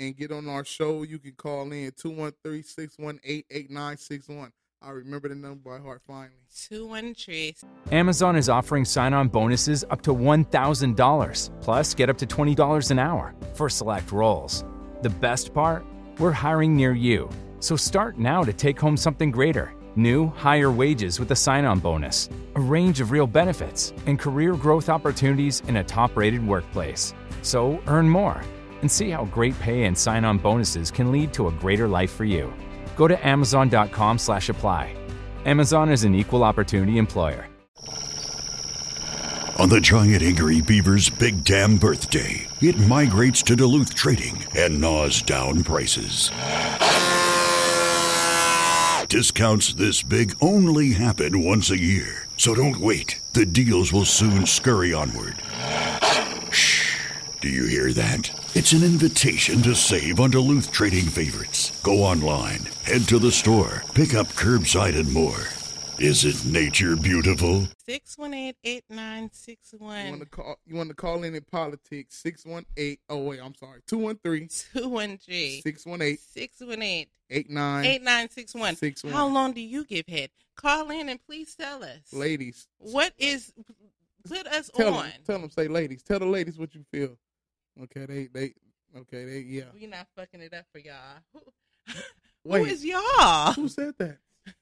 S7: and get on our show you can call in 213-618-8961 I remember the number by heart finally
S8: Two one three
S10: Amazon is offering sign on bonuses up to $1,000, plus get up to $20 an hour for select roles. The best part? We're hiring near you. So start now to take home something greater new, higher wages with a sign on bonus, a range of real benefits, and career growth opportunities in a top rated workplace. So earn more and see how great pay and sign on bonuses can lead to a greater life for you. Go to amazon.com slash apply. Amazon is an equal opportunity employer.
S11: On the giant angry beaver's big damn birthday, it migrates to Duluth Trading and gnaws down prices. Discounts this big only happen once a year, so don't wait. The deals will soon scurry onward. Shh, do you hear that? It's an invitation to save on Duluth Trading favorites. Go online, head to the store, pick up curbside and more. Isn't nature beautiful?
S8: six one eight eight nine six
S7: you want to
S8: one
S7: call you want to call in in politics 618 oh wait I'm sorry 213
S8: two one three
S7: 618
S8: six one eight
S7: 89
S8: eight nine six one.
S7: Six one.
S8: How long do you give head? Call in and please tell us.
S7: ladies
S8: What is put us
S7: tell
S8: on?
S7: them tell them say ladies tell the ladies what you feel okay they they okay they yeah
S8: we not fucking it up for y'all. Who, who
S7: Wait.
S8: is y'all?
S7: who said that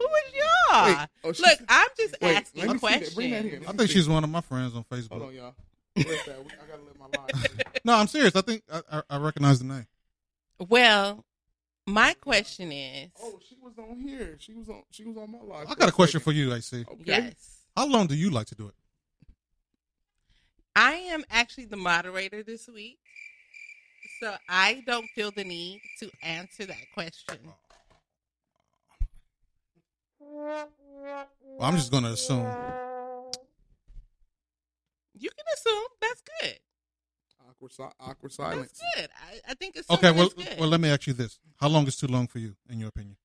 S8: Who is y'all?
S7: Wait, oh, she-
S8: Look, I'm just
S7: Wait,
S8: asking
S7: let me see that.
S8: questions.
S7: Bring that here.
S9: I think she's one of my friends on
S7: Hold on,
S9: Facebook.
S7: y'all. Where's that? I gotta let my line.
S9: No, I'm serious. I think I, I, I recognize the name.
S8: Well, my question is
S7: Oh, she was on here. She was on. She was on my live.
S9: I got a question for you, AC.
S7: Okay.
S8: yes.
S9: How long do you like to do it?
S8: I am actually the moderator this week. So I don't feel the need to answer that question.
S9: Uh-huh. Well, I'm just gonna assume.
S8: You can assume that's good.
S7: Awkward, si- awkward
S8: That's
S7: silence.
S8: good. I, I think it's
S9: Okay, well,
S8: good.
S9: well, let me ask you this: How long is too long for you, in your opinion?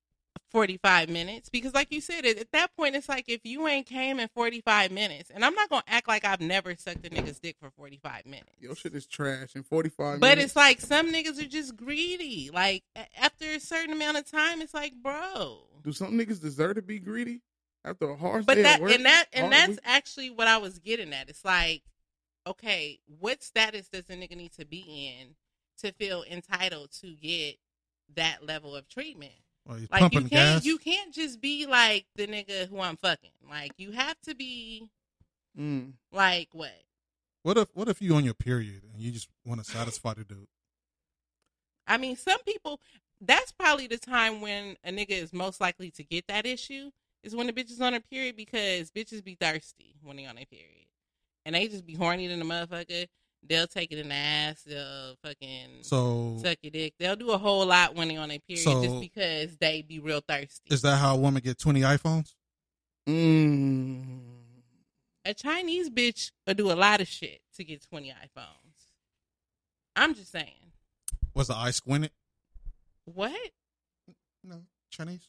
S8: 45 minutes because like you said at at that point it's like if you ain't came in 45 minutes and i'm not gonna act like i've never sucked a nigga's dick for 45 minutes
S7: Your shit is trash. In forty five.
S8: but it's like some niggas are just greedy like a- after a certain amount of time it's like bro
S7: do some niggas deserve to be greedy after a harsh
S8: but
S7: day
S8: that
S7: at work?
S8: and that and
S7: Hard
S8: that's
S7: week?
S8: actually what i was getting at it's like okay what status does a nigga need to be in to feel entitled to get that level of treatment
S9: Are you
S8: Like you
S9: pumping
S8: can't
S9: gas?
S8: you can't just be like the nigga who I'm fucking. Like you have to be
S7: Mm.
S8: like what?
S9: What if what if you on your period and you just want to satisfy the dude?
S8: I mean, some people that's probably the time when a nigga is most likely to get that issue is when the bitch is on her period because bitches be thirsty when they on their period. And they just be horny than a motherfucker They'll take it in the ass. They'll fucking
S9: So-
S8: suck your dick. They'll do a whole lot when they on their period
S9: So-
S8: just because they be real thirsty.
S9: Is that how a woman get twenty iPhones?
S7: Mm.
S8: A Chinese bitch will do a lot of shit to get twenty iPhones. I'm just saying.
S9: Was the eye squinted?
S8: What?
S9: No, Chinese.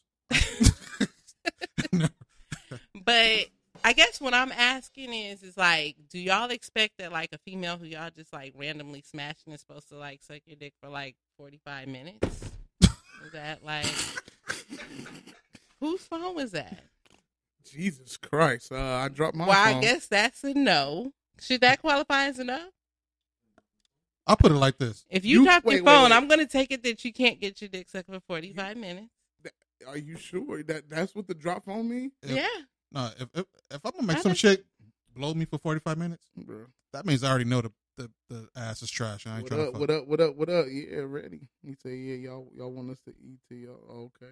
S8: But I guess what I'm asking is, is like, do y'all expect that like a female who y'all just like randomly smashing is supposed to like suck your dick for like 45 minutes? Is that like, whose phone was that?
S7: Jesus Christ. Uh, I dropped my
S8: well, I
S7: phone.
S8: guess that's a no. Should that qualify as a no?
S9: I'll put it like this.
S8: If you,
S7: You-
S8: dropped
S7: wait,
S8: your
S7: wait,
S8: phone,
S7: wait.
S8: I'm gonna take it that you can't get your dick sucked for 45 minutes.
S7: Are you sure that that's what the drop phone mean?
S9: If-
S8: yeah,
S9: No, if, if if I'm gonna make
S8: I
S9: some
S8: just-
S9: chick blow me for forty five minutes,
S7: Bruh.
S9: that means I already know the the, the ass is trash. I ain't
S7: What
S9: trying
S7: up?
S9: to fuck.
S7: What up? What up? What up? Yeah, ready. He say, yeah, y'all, y'all want us to eat to y'all? Okay.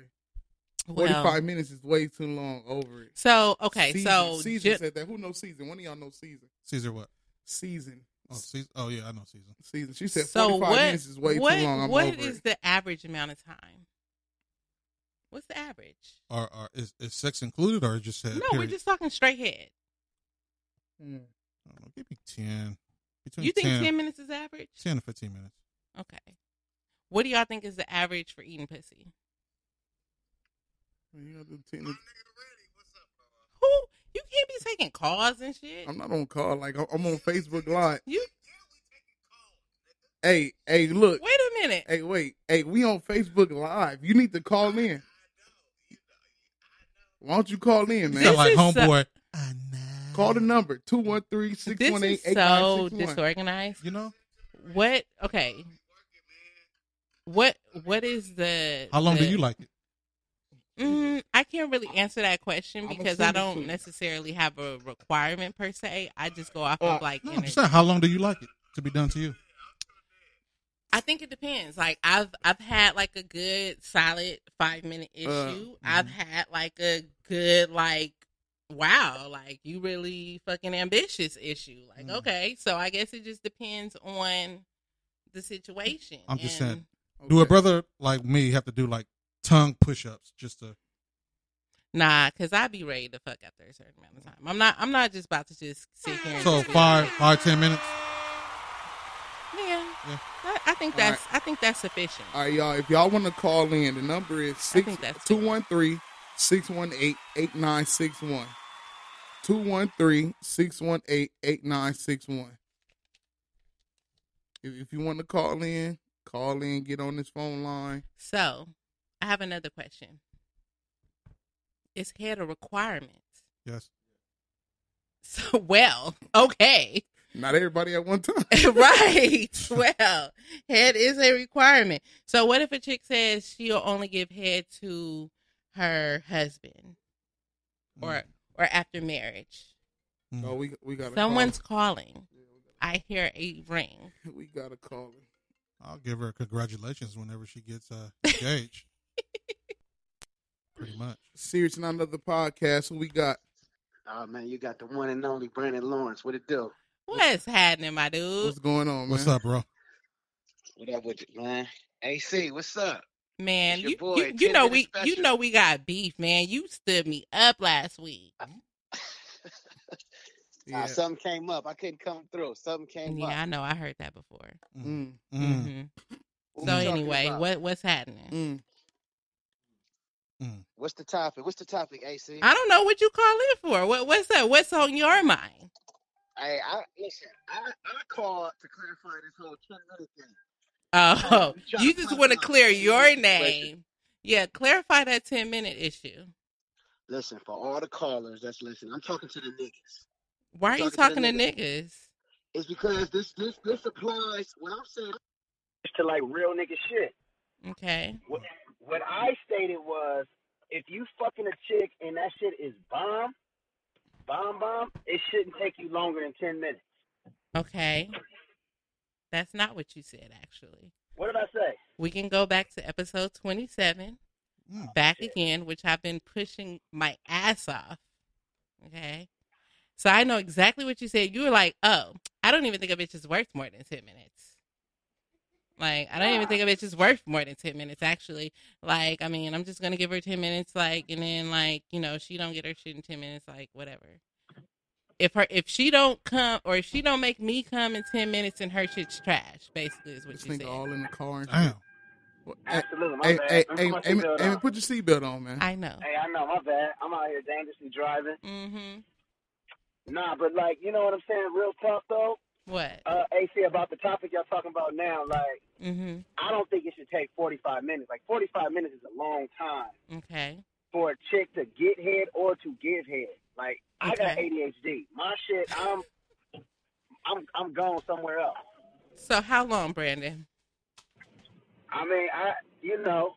S7: Forty-five
S8: Well,
S7: minutes is way too long. Over it.
S8: So okay,
S7: Season,
S8: so
S7: season
S8: ju-
S7: said that. Who knows season? One of y'all know season.
S9: Caesar what?
S7: Season.
S9: Oh, Caesar. Oh yeah, I know Caesar.
S7: Season. She said
S8: so
S7: forty-five
S8: what,
S7: minutes is way
S8: what,
S7: too long. I'm
S8: what
S7: over
S8: is
S7: it.
S8: the average amount of time? What's the average?
S9: Or, or is, is sex included or just said?
S8: no, we're
S9: period?
S8: just talking straight head.
S7: Mm.
S9: I don't know, give me ten. Between
S8: You think
S9: 10,
S8: 10 minutes is average?
S9: 10 to fifteen minutes?
S8: Okay. What do y'all think is the average for eating pussy?
S7: Man, you got them ten-
S8: Who? You can't be taking calls and shit.
S7: I'm not on call. Like I'm- I'm on Facebook Live.
S8: You
S7: Hey, hey, look.
S8: Wait a minute.
S7: Hey, wait. Hey, we on Facebook Live. You need to call in. Why don't you call in, man?
S9: Sound like
S8: is so-
S9: homeboy.
S7: Call the number 213
S8: This
S7: 618
S8: is so disorganized.
S9: you know
S8: What? Okay. What? What is the?
S9: how long do
S8: the-
S9: you like it?
S8: Mm, I can't really answer that question
S7: I'ma
S8: because
S7: send
S8: I
S7: it to
S8: don't
S7: you.
S8: necessarily have a requirement per se. I just go off
S7: Uh,
S8: of like.
S9: No, I'm
S8: energy.
S9: just saying, how long do you like it to be done to you?
S8: I think it depends. Like I've I've had like a good solid five minute
S9: Uh,
S8: issue. I've
S9: mm-hmm.
S8: had like a good like wow, like you really fucking ambitious issue. Like
S9: Mm.
S8: okay, so I guess it just depends on the situation.
S9: I'm just
S8: And
S9: saying. Do a brother like me have to do like tongue push ups just to?
S8: Nah, cause I'd be ready to fuck after a certain amount of time. I'm not. I'm not just about to just sit here. And
S9: So five, five, ten minutes.
S8: yeah,
S9: Yeah.
S8: I, I think
S7: All
S8: that's. I think that's sufficient.
S7: All right, y'all. If y'all want to call in, the number is
S8: I
S7: 6,
S8: think that's it.
S7: 213 618 8961. 213 618 8961. If if you want to call in, call in, get on this phone line.
S8: So, I have another question. Is head a requirement?
S9: Yes.
S8: So, well, okay,
S7: Not everybody at one time.
S8: right. Well, head is a requirement. So, what if a chick says she'll only give head to her husband
S7: Mm.
S8: or or after marriage?
S9: Mm.
S7: No, Oh, we we got
S8: Someone's calling. I hear a ring.
S7: We got to call it.
S9: I'll give her congratulations whenever she gets uh, engaged. Pretty much.
S7: Serious not another podcast. Who we got?
S12: Oh man, you got the one and only Brandon Lawrence. What it do?
S8: What's happening, my dude?
S7: What's going on, Oh, man?
S9: What's up, bro?
S12: What up with you, man? AC, what's up?
S8: Man,
S12: It's your
S8: you,
S12: boy,
S8: you,
S12: 10
S8: you know
S12: minute
S8: we you
S12: special.
S8: know we got beef, man. You stood me up last week.
S12: Ah,
S7: Yeah.
S12: something came up. I couldn't come through. Something came
S8: Yeah, I
S12: up.
S8: know. I heard that before.
S9: Mm.
S7: Mm,
S9: Mm.
S8: Mhm.
S12: What
S8: So
S12: we talking
S8: anyway,
S12: about?
S8: what what's happening?
S7: mm.
S12: What's the topic? What's the topic, AC?
S8: I don't know what you call in for. What what's that? What's on your mind?
S12: Hey, I listen. I, I called to clarify this whole Trent Leonard thing.
S8: Oh,
S12: we trying
S8: you
S12: to
S8: just
S12: find
S8: want to
S12: out.
S8: clear
S12: See
S8: your
S12: what's the
S8: name.
S12: situation.
S8: Yeah, clarify that ten minute issue.
S12: Listen, for all the callers that's listening, I'm talking to the niggas.
S8: Why are you
S12: Talking to
S8: talking to
S12: niggas.
S8: niggas?
S12: It's because this this this applies. What I'm saying is to like real nigga shit.
S8: Okay.
S12: What, what I stated was, if you fucking a chick and that shit is bomb, bomb, bomb, it shouldn't take you longer than ten minutes.
S8: Okay. That's not what you said actually.
S12: What did I say?
S8: We can go back to episode twenty seven.
S9: Mm.
S7: Oh,
S8: back again, which I've been pushing my ass off. Okay. So I know exactly what you said. You were like, oh, I don't even think a bitch is worth more than 10 minutes. Like, I don't even think a bitch is worth more than 10 minutes, actually. Like, I mean, I'm just going to give her 10 minutes, like, and then, like, you know, she don't get her shit in 10 minutes, like, whatever. If her, if she don't come, or if she don't make me come in 10 minutes and her shit's trash, basically, is what
S7: This
S8: you said.
S7: nigga all in the car. And
S9: Damn.
S12: Absolutely, my
S7: Hey,
S12: bad.
S7: hey,
S12: Let me
S7: hey,
S12: put my
S7: Amy,
S12: seatbelt
S7: Amy,
S12: on.
S7: put your seatbelt on, man.
S8: I know.
S12: Hey, I know, my bad. I'm out here dangerously driving.
S8: Mm-hmm.
S12: Nah, but like, you know what I'm saying? Real talk though.
S8: What?
S12: Uh, AC about the topic y'all talking about now. Like,
S8: Mm-hmm.
S12: I don't think it should take 45 minutes. Like, 45 minutes is a long time
S8: Okay.
S12: for a chick to get head or to give head. Like, I got
S8: Okay.
S12: ADHD. My shit, I'm, I'm, I'm gone somewhere else.
S8: So how long, Brandon?
S12: I mean, I, you know,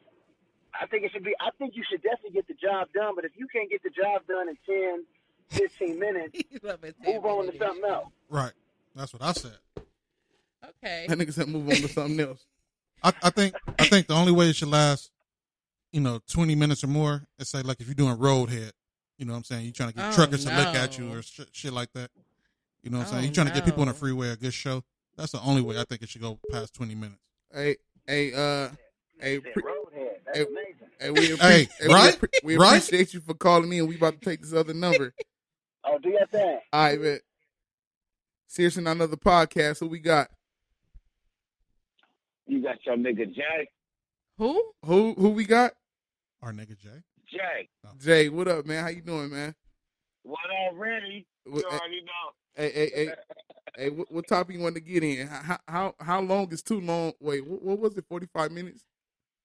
S12: I think it should be. I think you should definitely get the job done. But if you can't get the job done in 10, 15 minutes, move on to something else.
S9: Right. That's what I said.
S8: Okay.
S7: That nigga said move on to something else.
S9: I, I think I think the only way it should last, you know, twenty minutes or more, is say like if you're doing road head, you know what I'm saying? You're trying to get
S8: Oh,
S9: truckers to look at
S8: no.
S9: you or sh- shit like that. You know what I'm
S8: Oh,
S9: saying? You're trying to get people on the
S8: no.
S9: freeway a good show. That's the only way I think it should go past twenty minutes.
S7: Hey, hey, uh, hey, pre-
S12: Roadhead. That's
S7: hey,
S12: amazing.
S7: hey, we, appre-
S9: Hey,
S7: we
S9: right?
S7: appre- we
S9: Right?
S7: appreciate you for calling me, and we about to take this other number.
S12: Oh, do your thing.
S7: All right, man. Seriously, not another podcast. Who we got?
S13: You got your nigga Jay.
S8: Who?
S7: Who? Who we got?
S9: Our nigga Jay.
S13: Jay,
S9: Oh.
S7: Jay, what up, man? How you doing, man?
S13: what already? You
S7: What-
S13: already know.
S7: Hey, hey, hey, hey what, what topic you want to get in? How, how, how long is too long? Wait, what, what was it? Forty five minutes?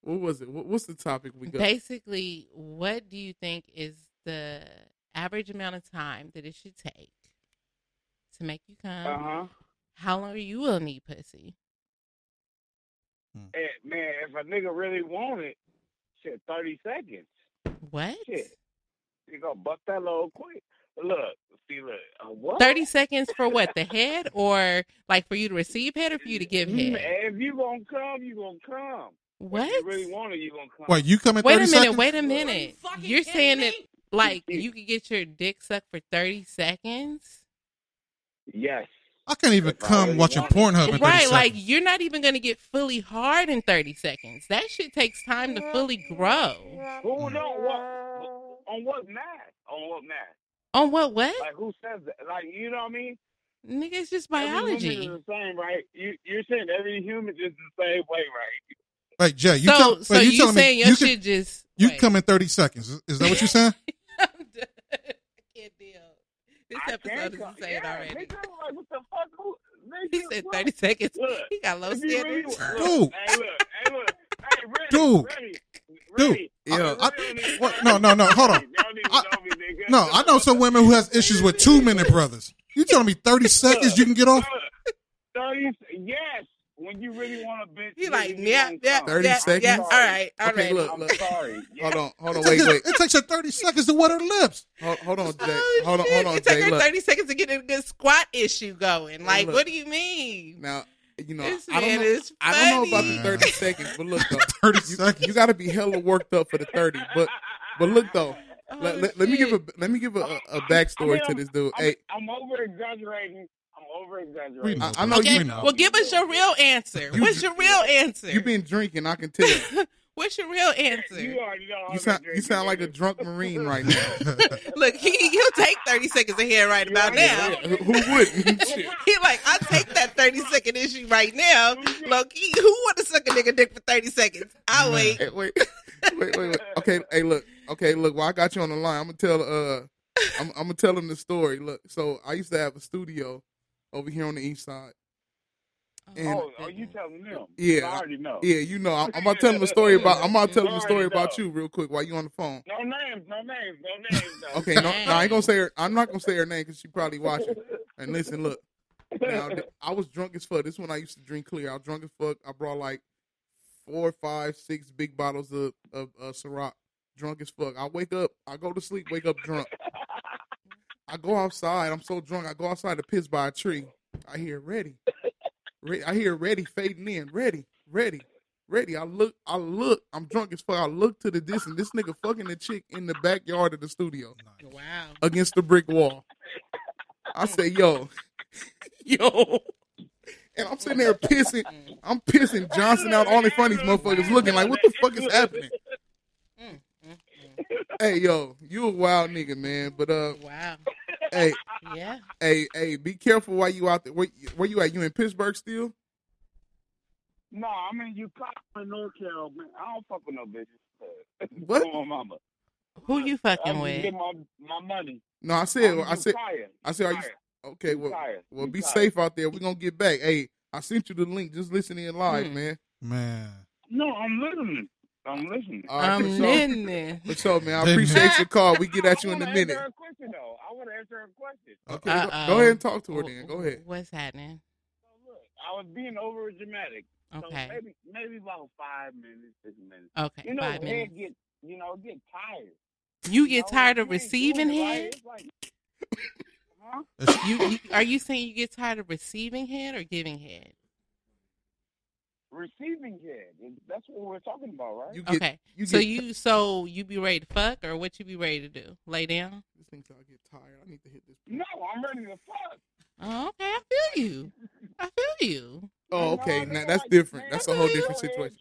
S7: What was it? What, what's the topic we got?
S8: Basically, what do you think is the average amount of time that it should take to make you come?
S13: Uh-huh.
S8: How long you will need pussy?
S13: Eh, man, if a nigga really want it, shit, 30 seconds.
S8: What?
S13: Shit. You gonna buck that low quick. Look, see, look. uh, what?
S8: Thirty seconds for what? The head, or like for you to receive head, or for you to give
S12: Mm-hmm.
S13: Mm,
S8: head?
S13: If you gonna come, you gonna come.
S8: What?
S13: If you really want it, you gonna come.
S9: Wait, you come in
S8: Wait a
S9: 30
S8: minute.
S9: seconds?
S8: Wait a minute. You're saying that like you could get your dick sucked for thirty seconds?
S13: Yes.
S9: I can't even come watching Pornhub in 30
S8: right,
S9: seconds.
S8: like you're not even gonna get fully hard in 30 seconds. That shit takes time to fully grow.
S13: Who don't what? On what math? On what math?
S8: On what? What?
S13: Like who says that? Like you know what I mean?
S8: Nigga, it's just
S13: Every
S8: biology.
S13: human is the same, right? You you're saying every human is the same way, right?
S9: Wait, Jay, you
S8: so,
S9: tell, wait,
S8: so you,
S9: telling me
S8: saying your
S9: you
S8: shit
S9: could-
S8: just
S9: you
S8: wait.
S9: come in thirty seconds? Is, is that what you're saying?
S8: Can't deal. This episode is
S13: come-
S8: insane
S13: yeah,
S8: already.
S13: Nigga, I'm like what the fuck? Who, nigga,
S8: He said
S13: what?
S8: 30 seconds.
S13: Look,
S8: he got low
S13: if you really want-
S8: standards.
S9: Dude.
S13: look, Hey, look, hey, look, hey, ready,
S9: Dude.
S13: ready,
S9: Dude,
S13: ready.
S7: Yeah.
S13: uh,
S9: I, what, no, no, no. Hold on.
S13: Y'all need to
S9: I-
S13: know me, nigga.
S9: No, I know some women who has issues with two minute brothers. You telling me thirty seconds you can get off?
S13: Look, Thirty. Yes, when you really want a bitch.
S8: He
S13: nigga,
S8: like,
S13: you
S8: yeah,
S13: gonna
S8: yeah,
S13: come.
S7: Thirty
S8: yeah,
S7: seconds?
S8: yeah. All right, all right.
S7: Okay, look,
S13: I'm
S7: look.
S13: sorry. Yeah.
S7: Hold on, hold on,
S9: It
S7: wait,
S9: takes,
S7: wait,
S9: it takes her thirty seconds to wet her lips.
S7: hold, hold on, Jay,
S8: Oh,
S7: hold on,
S8: shit.
S7: hold on,
S8: It took
S7: Jay.
S8: her
S7: Look,
S8: 30 seconds to get a good squat issue going. Like,
S7: look.
S8: what do you mean?
S7: now you know
S8: This
S7: I don't
S8: man
S7: know,
S8: is
S7: I don't know about the
S9: funny.
S7: thirty seconds, but look though,
S9: Thirty
S7: you,
S9: seconds.
S7: you got to be hella worked up for the thirty. But but look though,
S8: Oh,
S7: let, let, let me
S8: shit.
S7: give a let me give a, a, a backstory
S13: I mean,
S7: to this dude.
S13: I'm,
S7: Hey,
S13: I'm over exaggerating. I'm over exaggerating.
S9: We know,
S7: I- I know
S9: bro.
S7: you-
S9: We know.
S8: Well, give us your real answer.
S9: You-
S8: What's your real answer?
S7: you've been drinking, I can tell.
S8: What's your real answer?
S13: You already know. I'm
S7: You sound you
S13: exaggerating.
S7: sound like a drunk marine right now.
S8: Look, he he'll take thirty seconds ahead right about now.
S7: Yeah, who wouldn't? Shit.
S8: He like I take that thirty second issue right now. Look, he, who want to suck a nigga dick for thirty seconds? I
S9: Man.
S8: wait.
S7: Hey, wait, wait, wait, wait. Okay, hey, look. Okay, look. Well, I got you on the line. I'm gonna tell. Uh, I'm, I'm gonna tell them the story. Look, so I used to have a studio over here on the east side. And
S13: Oh, are you telling them?
S7: Yeah,
S13: I already know.
S7: yeah, you know, I'm, I'm about to tell them a story about. I'm about to tell them a
S13: Alright,
S7: story about
S13: though.
S7: you real quick while you on the phone.
S13: No names, no names, no names. though.
S7: Okay, no, no, I ain't gonna say her. I'm not gonna say her name because she probably watching. And listen, look. Now, th- I was drunk as fuck. This is when I used to drink clear. I was drunk as fuck. I brought like four, five, six big bottles of of uh, Ciroc. Drunk as fuck. I wake up. I go to sleep. Wake up drunk. I go outside. I'm so drunk. I go outside to piss by a tree. I hear ready. Re- I hear ready fading in. Ready, ready, ready. I look. I look. I'm drunk as fuck. I look to the distance. This nigga fucking the chick in the backyard of the studio
S8: Wow.
S7: against the brick wall. I said, yo, yo. And I'm sitting there pissing. I'm pissing Johnson out all in front of these motherfuckers looking like, what the fuck is happening? hey, yo, you a wild nigga, man. But, uh,
S8: wow.
S7: hey,
S8: Yeah.
S7: hey, hey, be careful while you out there. Where, where you at? You in Pittsburgh still?
S13: No, I mean you cop in North Carolina. man. I don't fuck with no bitches.
S7: What?
S13: Come on, mama.
S8: Who you
S13: I
S8: fucking
S13: just
S8: with?
S13: Get my my money.
S7: No, I said,
S13: I'm
S7: I said,
S13: retired.
S7: I said, are you,
S13: Retired.
S7: okay, well,
S13: Retired.
S7: well, be
S13: Retired.
S7: safe out there. We're going to get back. Hey, I sent you the link. Just listen in live,
S13: Hmm.
S7: man.
S9: Man.
S13: No, I'm listening. I'm listening.
S7: All right,
S8: Um,
S7: for sure.
S8: there.
S7: For sure, man. I
S9: Amen.
S7: appreciate your call. We get at you in a
S13: I
S7: minute.
S13: Answer a question though. I want to answer a question.
S7: Okay, go- go ahead and talk to her then. Go ahead.
S8: What's happening?
S13: I was being over dramatic.
S8: Okay.
S13: So maybe maybe about five minutes, six minutes.
S8: Okay,
S13: You know,
S8: five
S13: men
S8: minutes.
S13: get you know get tired.
S8: You get
S13: know,
S8: tired of
S13: you ain't
S8: receiving
S13: doing it right.
S8: head?
S13: It's like,
S8: You, you are you saying you get tired of receiving head or giving head?
S13: receiving head. That's what we're talking about, right?
S8: okay. so you so you be ready to fuck or what you be ready to do? Lay down?
S7: This thing's I get tired. I need to hit this.
S13: No, I'm ready to fuck.
S8: Oh, okay, I feel you. I feel you.
S7: Oh, okay. Now, that's different. That's a whole different situation.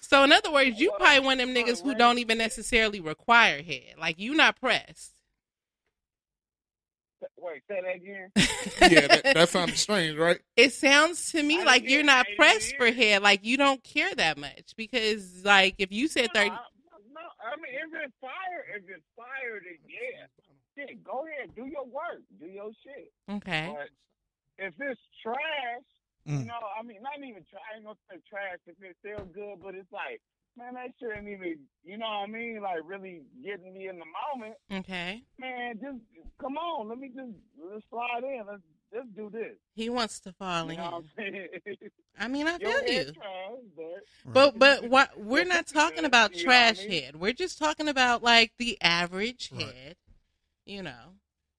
S8: So in other words, you probably one of them niggas who don't even necessarily require head. Like you not pressed.
S13: Wait, say that again.
S7: yeah, that, that sounds strange, right?
S8: It sounds to me like you're not
S13: didn't
S8: pressed for head. Like you don't care that much because like if you said thirty,
S13: No, I mean if it's fire, if it's fire, then yeah. Shit, go ahead, do your work, do your shit.
S8: okay,
S13: But if it's trash, you
S8: Mm.
S13: know, I mean, not even trash. I ain't gonna say trash if it's still good, but it's like, man, that shit ain't even, you know what I mean? Like really getting me in the moment.
S8: okay,
S13: Man, just come on, let me just let's slide in. Let's let's do this.
S8: he wants to fall
S13: You
S8: in.
S13: know what I'm saying?
S8: I mean, I
S13: Your
S8: feel you.
S13: head trash, but
S8: But but what we're not talking about
S13: You know what I
S8: trash
S13: mean?
S8: head. We're just talking about like the average head, you know,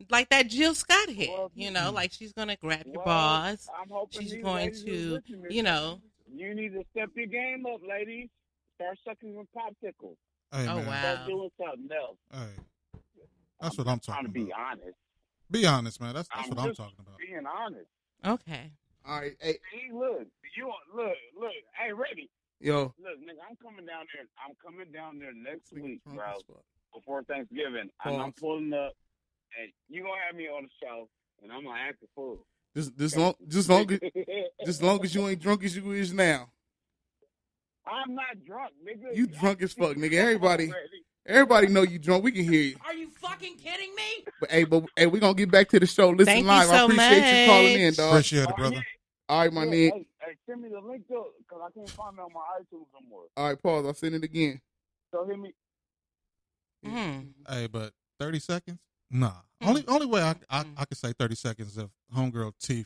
S8: like that Jill Scott head. you know, like she's gonna grab your
S13: Well,
S8: balls.
S13: I'm hoping
S8: She's
S13: these
S8: going
S13: ladies is
S8: to,
S13: listening
S8: you know.
S13: You need to step your game up, ladies. Start sucking some popsicles.
S9: Hey,
S8: Oh
S9: man.
S8: wow.
S13: Start doing something else.
S9: Hey. That's what I'm
S13: I'm
S9: talking
S13: to
S9: about.
S13: be honest.
S9: Be honest, man. That's, that's
S13: I'm
S9: what I'm
S13: just
S9: talking about.
S13: Being honest.
S8: Okay.
S7: All right. Hey,
S13: See, look, you want- look, look. Hey, ready?
S7: yo.
S13: Look, nigga, I'm coming down there. I'm coming down there next week,
S7: drunk
S13: bro,
S7: as fuck.
S13: before Thanksgiving, and I'm
S7: Pause.
S13: pulling up, and you gonna have me on the show, and I'm gonna act a fool.
S7: Just, just long, just long, as- just long as you ain't drunk as you is now.
S13: I'm not drunk, nigga.
S7: You drunk as fuck, nigga. Everybody, everybody know you drunk. We can hear you.
S4: Are you fucking kidding me?
S7: But hey, but hey, we gonna get back to the show. Listen
S8: Thank you
S7: live. I
S8: so
S7: appreciate you calling
S8: much.
S7: in, dog.
S9: Appreciate it, brother.
S7: All right, my
S13: Yeah,
S7: nigga.
S13: Hey, hey, send me the link though, cause I can't find it on my iTunes no more.
S7: All right, pause. I'll send it again.
S13: So hit me.
S8: Mm.
S9: Hey, but 30 seconds? Nah. Only only way I, I,
S8: Mm.
S9: I could say 30 seconds if Homegirl Teeth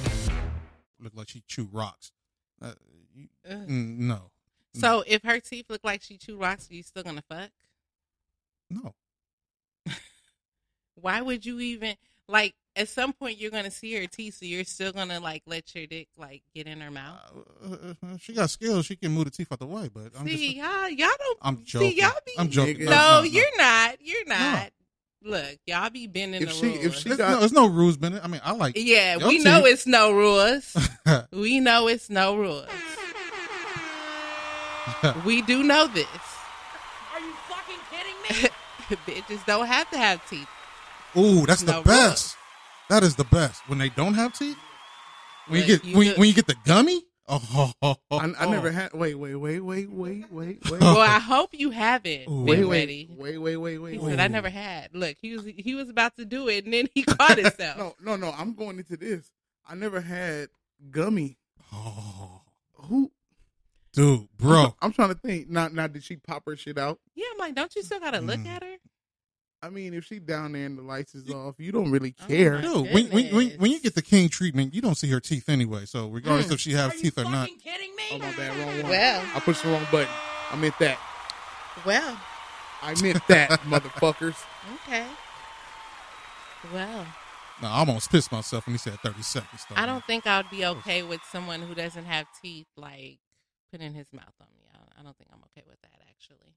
S9: looked like she chewed rocks. Uh, you- mm, no.
S8: So if her teeth look like she chew rocks, are you still gonna fuck?
S9: No.
S8: Why would you even like? At some point, you're gonna see her teeth, so you're still gonna like let your dick like get in her mouth.
S9: Uh, uh, she got skills. She can move the teeth out the way, but I'm
S8: see,
S9: just.
S8: y'all, y'all don't.
S9: I'm joking.
S8: See, y'all be.
S9: I'm joking.
S8: No, you're not. You're not. Look, y'all be bending the rules.
S9: There's no, there's no rules, Bennett. I mean, I like.
S8: yeah,
S9: your
S8: we know
S9: teeth.
S8: it's no rules. we know it's no rules. we do know this.
S4: Are you fucking kidding me?
S8: Bitches don't have to have teeth.
S9: Ooh, that's
S8: No
S9: the best. That is the best. When they don't have teeth, when you
S7: Look,
S9: get
S7: you
S9: when,
S7: look-
S9: when you get the gummy. Oh,
S7: I, I never had. Wait, wait, wait, wait, wait, wait, wait.
S8: Well, I hope you haven't.
S7: Ooh.
S8: Big
S7: Wait, wait,
S8: Reddy.
S7: wait, wait, wait, wait.
S8: He said I never had. Look, he was he was about to do it, and then he caught himself.
S7: no, no, no. I'm going into this. I never had gummy. Oh, who?
S9: dude, bro.
S7: I'm trying to think. Not, not. Did she pop her shit out?
S8: Yeah, I'm like, don't you still gotta look
S7: Mm.
S8: at her?
S7: I mean, if she down there and the lights is off, you don't really care.
S8: Oh,
S9: Dude, when, when, when, when you get the king treatment, you don't see her teeth anyway. So regardless
S8: Hmm.
S7: Mm.
S9: if she has teeth or not,
S8: Kidding me?
S7: Oh my bad, wrong one.
S8: Well.
S7: I pushed the wrong button. I meant that.
S8: Well,
S7: I meant that, motherfuckers.
S8: okay. Well,
S9: no, I almost pissed myself when he said thirty seconds. Though.
S8: I don't think I would be okay with someone who doesn't have teeth like putting his mouth on me. I- I don't think I'm okay with that actually.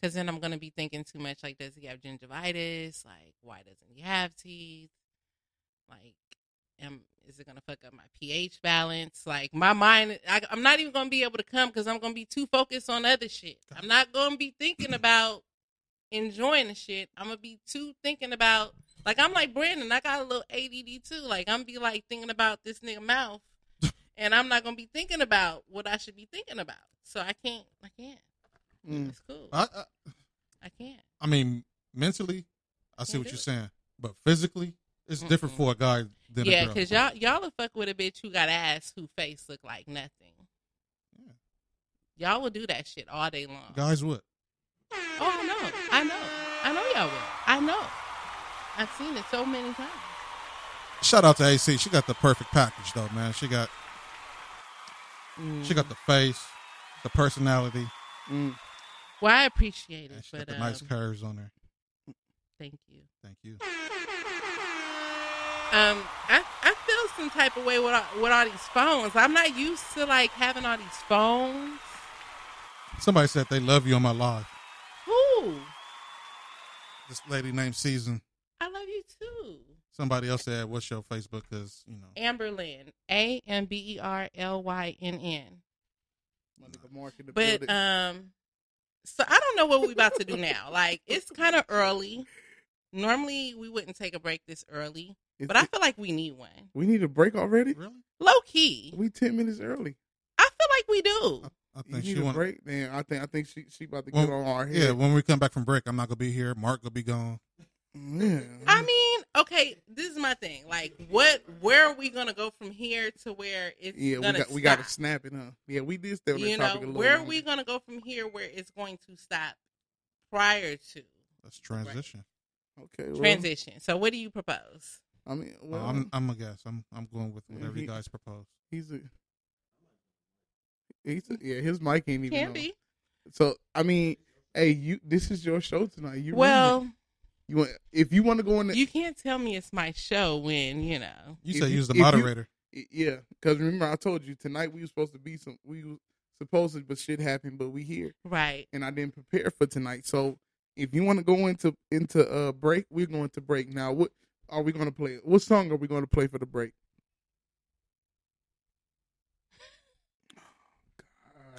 S8: Because then I'm gonna be thinking too much. Like, does he have gingivitis? Like, why doesn't he have teeth? Like, am is it gonna fuck up my pH balance? Like, my mind, I, I'm not even gonna be able to come because I'm gonna be too focused on other shit. I'm not gonna be thinking about enjoying the shit. I'm gonna be too thinking about like I'm like Brandon. I got a little ADD too. Like I'm be like thinking about this nigga mouth, and I'm not gonna be thinking about what I should be thinking about. So I can't. I can't.
S9: Mm.
S8: It's cool.
S9: I, I,
S8: I can't.
S9: I mean, mentally, I see
S8: Can't
S9: what
S8: do
S9: you're
S8: it.
S9: saying, but physically, it's different for a guy than
S8: Yeah,
S9: a girl.
S8: cause y'all y'all will fuck with a bitch who got ass who face look like nothing. Y'all will do that shit all day long.
S9: guys would.
S8: Oh, I know. I know. I know y'all will. I know. I've seen it so many times.
S9: Shout out to AC. She got the perfect package though, man. She got she
S8: Mm.
S9: got the face, the personality,
S8: Well, I appreciate it,
S9: got
S8: but
S9: the
S8: um,
S9: nice curves on her.
S8: thank you.
S9: Thank you.
S8: um, I, I feel some type of way with all, with all these phones. I'm not used to like having all these phones.
S9: Somebody said they love you on my live.
S8: Who?
S9: This lady named Season.
S8: I love you too.
S9: Somebody else said, "What's your Facebook?" Because you know,
S8: Amberlynn. A M B E R L Y N N.
S7: Market
S8: But um, so I don't know what we're about to do now. Like it's kind of early. Normally we wouldn't take a break this early, but I feel like we need one.
S7: we need a break already.
S9: Really?
S8: Low key.
S7: We ten minutes early.
S8: I feel like we do.
S9: I
S7: think you
S9: she
S7: need a
S9: wanna-
S7: break. Man, I think I think she she about to
S9: When-
S7: get on our head.
S9: yeah, when we come back from break, I'm not gonna be here. Mark gonna be gone.
S7: Uh, mm.
S8: I mean, okay, this is my thing. Like, what? Where are we gonna go from here to where it's
S7: yeah, we
S8: gonna
S7: got we
S8: stop?
S7: got to snap it, huh? Yeah, we did stay on that
S8: you know,
S7: topic a little.
S8: where are
S7: longer.
S8: we gonna go from here where it's going to stop prior to
S9: Let's transition.
S7: Okay, well,
S8: transition? So, what do you propose?
S7: I mean,
S9: Uh,
S7: well,
S9: I'm I'm a guess. I'm I'm going with whatever
S7: he-
S9: you guys propose.
S7: he's a, he's a, yeah, his mic ain't even
S8: Can
S7: on.
S8: be.
S7: So I mean, hey, you this is your show tonight. You
S8: Well-
S7: running it. you want if you want to go in, the,
S8: You can't tell me it's my show when you know.
S9: You
S7: If
S9: said you was the
S7: if you-
S9: moderator.
S7: y- yeah, because remember I told you tonight we were supposed to be some we was supposed to, but shit happened, but we here,
S8: Right.
S7: and I didn't prepare for tonight. So if you want to go into into uh break, we're going to break now. What are we going to play? What song are we going to play for the break?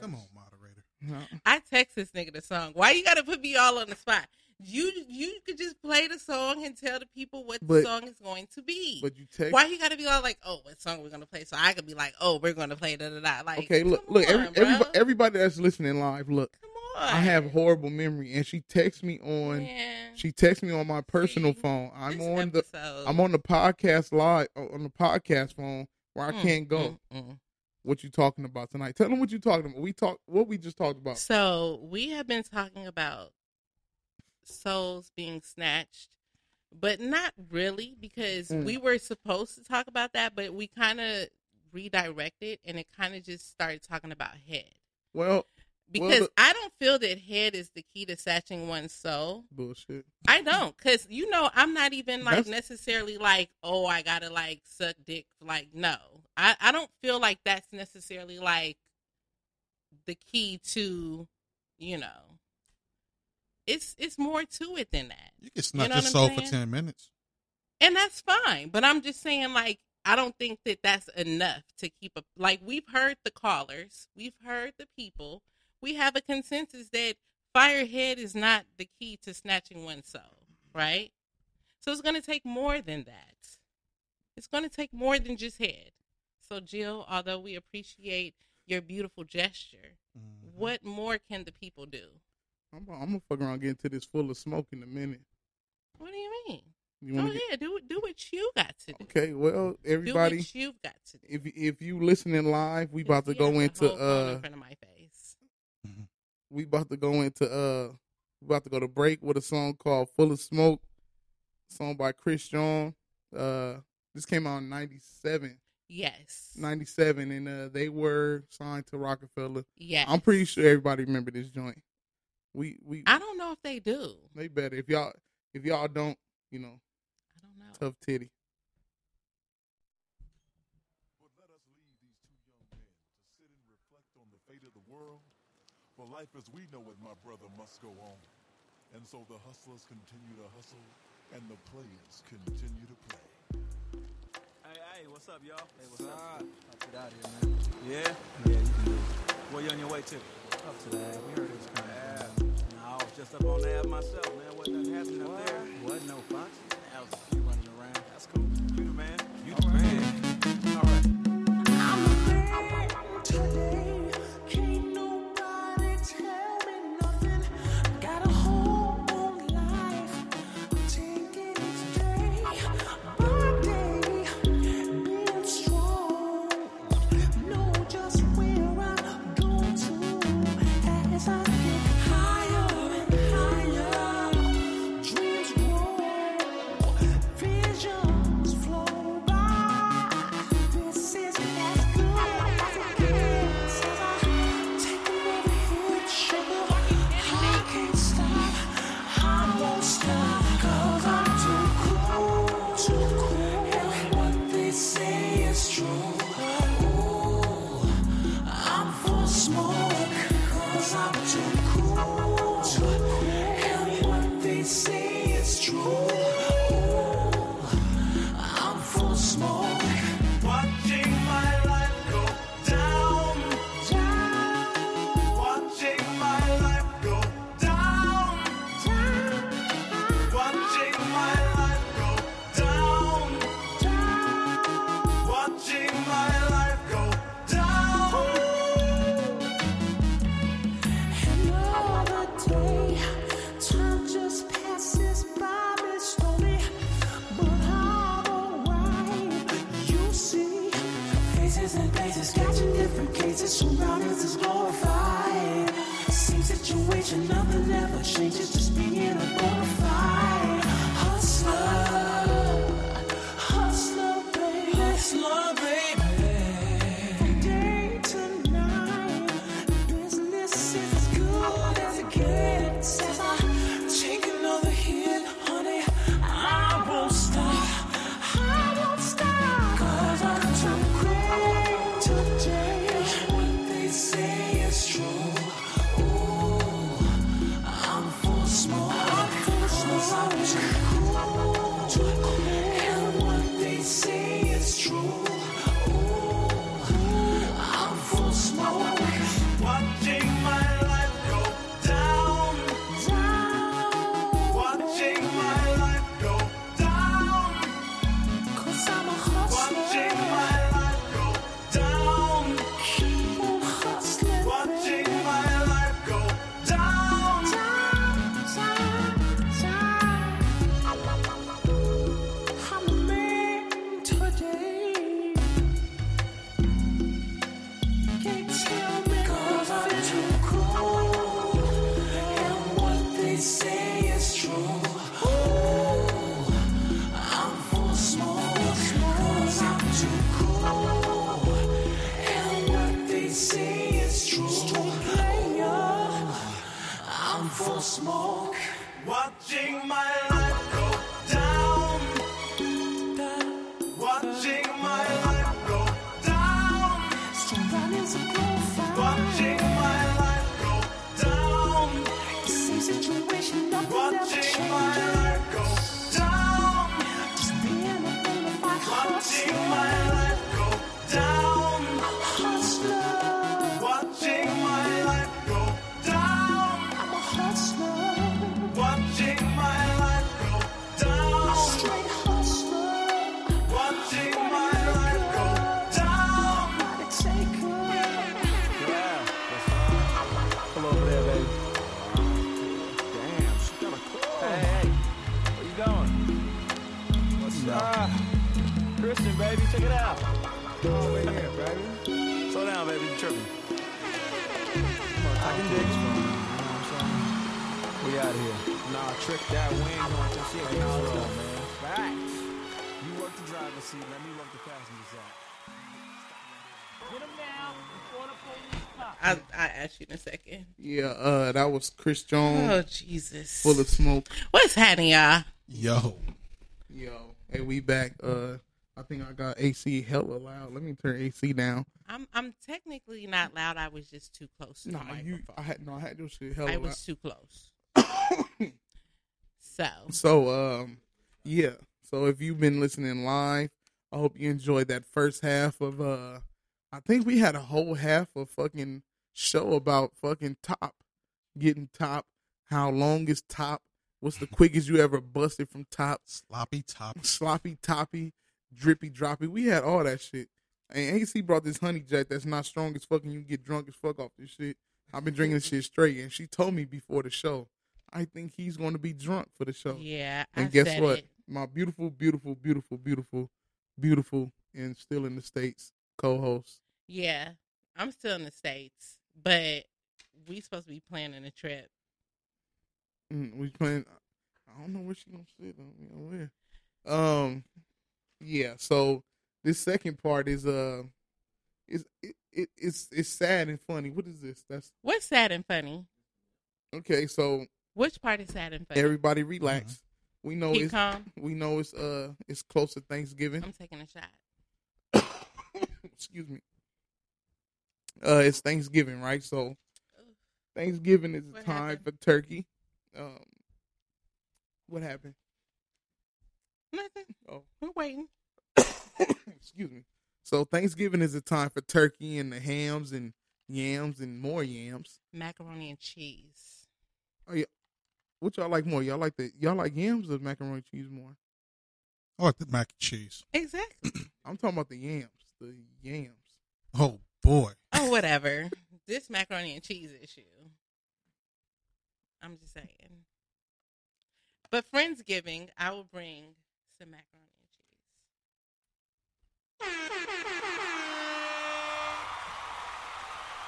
S9: Come on, moderator.
S8: I text this nigga the song. Why you gotta put me all on the spot? You you could just play the song and tell the people what the
S7: But-
S8: song is going to be.
S7: But you text.
S8: Why you gotta be all like, oh, what song we're gonna play? So I could be like, oh, we're gonna play da da da. Like,
S7: Okay, look,
S8: come
S7: look,
S8: on,
S7: every,
S8: bro.
S7: everybody, everybody that's listening live, look. I have horrible memory, and she texts me on.
S8: Man.
S7: She texts me on my personal phone. I'm on the.
S8: episode.
S7: I'm on the podcast live uh, on the podcast phone where I
S8: Mm,
S7: can't go.
S8: mm, mm.
S7: What you talking about tonight? Tell them what you talking about. We talk what we just talked about.
S8: So we have been talking about souls being snatched, but not really because
S14: Mm.
S8: we were supposed to talk about that, but we kind of redirected and it kind of just started talking about head
S7: well,
S8: because
S7: well, the-
S8: I don't feel that head is the key to snatching one's soul.
S7: bullshit.
S8: I don't, cause you know I'm not even like
S7: That's-
S8: necessarily like, oh, I gotta like suck dick. Like, no, I I don't feel like that's necessarily like the key to, you know, it's it's more to it than that.
S9: You can snatch
S8: know
S9: your
S8: what I'm
S9: soul for
S8: saying?
S9: ten minutes.
S8: and that's fine. But I'm just saying, like, I don't think that that's enough to keep up. Like, we've heard the callers, we've heard the people. We have a consensus that firehead is not the key to snatching one's soul, right? So it's going to take more than that. It's going to take more than just head. So, Jill, although we appreciate your beautiful gesture,
S7: Mm-hmm.
S8: what more can the people do?
S7: I'm, gonna- I'm gonna fuck around get into this full of smoke in a minute.
S8: What do you mean?
S7: You
S8: Go
S7: wanna
S8: ahead, do do what you got to Oh, do.
S7: Okay, well, everybody,
S8: do what you've got to.
S7: if if you listening live, we about to go into
S8: phone
S7: uh,
S8: in front of my face.
S7: we about to go into uh, we about to go to break with a song called "Full of Smoke," song by Chris John. Uh, this came out in '97.
S8: Yes.
S7: 97 and uh they were signed to Rockefeller.
S8: Yes.
S7: I'm pretty sure everybody remember this joint. We we
S8: I don't know if they do.
S7: they better if y'all if y'all don't, you know.
S8: I don't know.
S7: Tough titty.
S14: on the fate of the world, for life as we know it, my brother, must go on. And so the hustlers continue to hustle, and the players continue to play.
S15: Hey, hey, what's up, y'all? Hey, what's up? Let's get out of here, man. Yeah? Yeah, you can do it. Where you on your way to? Up to the ad. We heard it was coming. Yeah. Nah, I was just up on the ad myself, man. What nothing happened up there? What? No fox? That was a few running around. That's cool. You the man. You the man. All right.
S16: Visions flow by. This is as good as it gets. As I take another hit, sugar, I can't stop. I won't stop. 'cause I'm too cool, too cool. And what they say is true. Ooh, I'm full of smoke. 'cause I'm too cool, too cool. And what they say is true. Ooh, I'm full of smoke. Watching my life go down. Watching my life go down. Watching my life go down. Watching my life go down. Another day, time just passes by me slowly. But all right, you see faces and faces, catching different cases. Surroundings is glorified. Same situation, nothing ever changes. Just being a bona fide hustler, hustler, baby, hustler, baby. From day to night, business is as good as it gets. As I take another hit, honey, I won't stop. I won't stop. 'Cause I'm too great to change. What they say is true. Ooh, I'm full of smoke. I'm full of smoke. I'm too cool. Too cool. And what they say is true. Ooh, I'm full of smoke. Watching my life go down. Watching my life go down. Cause I'm a hustler. Watching my life go down. Keep on hustling. Watching my life go down. I'm a man today. Can't tell me 'cause I'm too cool. And what they say is true. Ooh, I'm full of smoke 'cause I'm too cool. And what they say is true. Player, I'm full of smoke. Watching my life go down. Watching my life go down. Surroundings are glorified. Watching my life go down. The same situation, nothing ever changes. my life go down. Just being a bona fide Watching my life go down. Hustler. Watching my life go down. I'm a hustler. Watching my life go down. A straight hustler. Watching
S15: out. Christian, baby, check it out. Oh, wait here, baby. Slow down, baby. You tripping. I can dig. You know what I'm saying? We out of here. Nah, trick that. We ain't going to shit. Hey, hold on, man. Facts. You work the driver's seat. Let me work the passenger side. Get him now before the police come.
S8: I I ask you in a second.
S7: Yeah, uh, that was Chris Jones.
S8: Oh, Jesus.
S7: Full of smoke.
S8: What's happening, y'all?
S7: Yo. Yo. Hey, we back. Uh, I think I got AC hella loud. Let me turn AC down.
S8: I'm I'm technically not loud. I was just too close. To
S7: Nah,
S8: the microphone.
S7: you. I had no. I had your shit hella
S8: I
S7: loud.
S8: was too close. so
S7: So, um, yeah. So if you've been listening live, I hope you enjoyed that first half of uh I think we had a whole half of fucking show about fucking top. Getting top. How long is top? What's the quickest you ever busted from top?
S9: Sloppy top.
S7: Sloppy toppy. Drippy droppy. We had all that shit. And AC brought this honey jack that's not strong as fucking you can get drunk as fuck off this shit. I've been drinking this shit straight and she told me before the show. I think he's going to be drunk for the show.
S8: Yeah, I
S7: And guess
S8: said
S7: what?
S8: it.
S7: My beautiful, beautiful, beautiful, beautiful, beautiful, and still in the states co-host.
S8: yeah, I'm still in the states, but we supposed to be planning a trip.
S7: Mm, we playing. I don't know where she gonna sit. I don't know where. Um, yeah. So this second part is uh, is it, it it's it's sad and funny. What is this? That's
S8: What's sad and funny?
S7: okay. So
S8: Which part is sad and funny?
S7: everybody relax. We know
S8: He Um,
S7: it's
S8: calm?
S7: we know it's uh it's close to Thanksgiving.
S8: I'm taking a shot.
S7: excuse me. Uh, it's Thanksgiving, right? So Thanksgiving is a
S8: What
S7: time
S8: happened?
S7: for turkey. Um, what happened?
S8: Nothing.
S7: Oh.
S8: We're waiting.
S7: Excuse me. So Thanksgiving is a time for turkey and the hams and yams and more yams.
S8: Macaroni and cheese.
S7: Oh yeah. What y'all like more? Y'all like the y'all like yams or macaroni and cheese more?
S9: I like the mac and cheese.
S8: Exactly.
S7: I'm talking about the yams. The yams.
S9: Oh boy.
S8: Oh, whatever. this macaroni and cheese issue. I'm just saying. But Friendsgiving, I will bring some macaroni and cheese.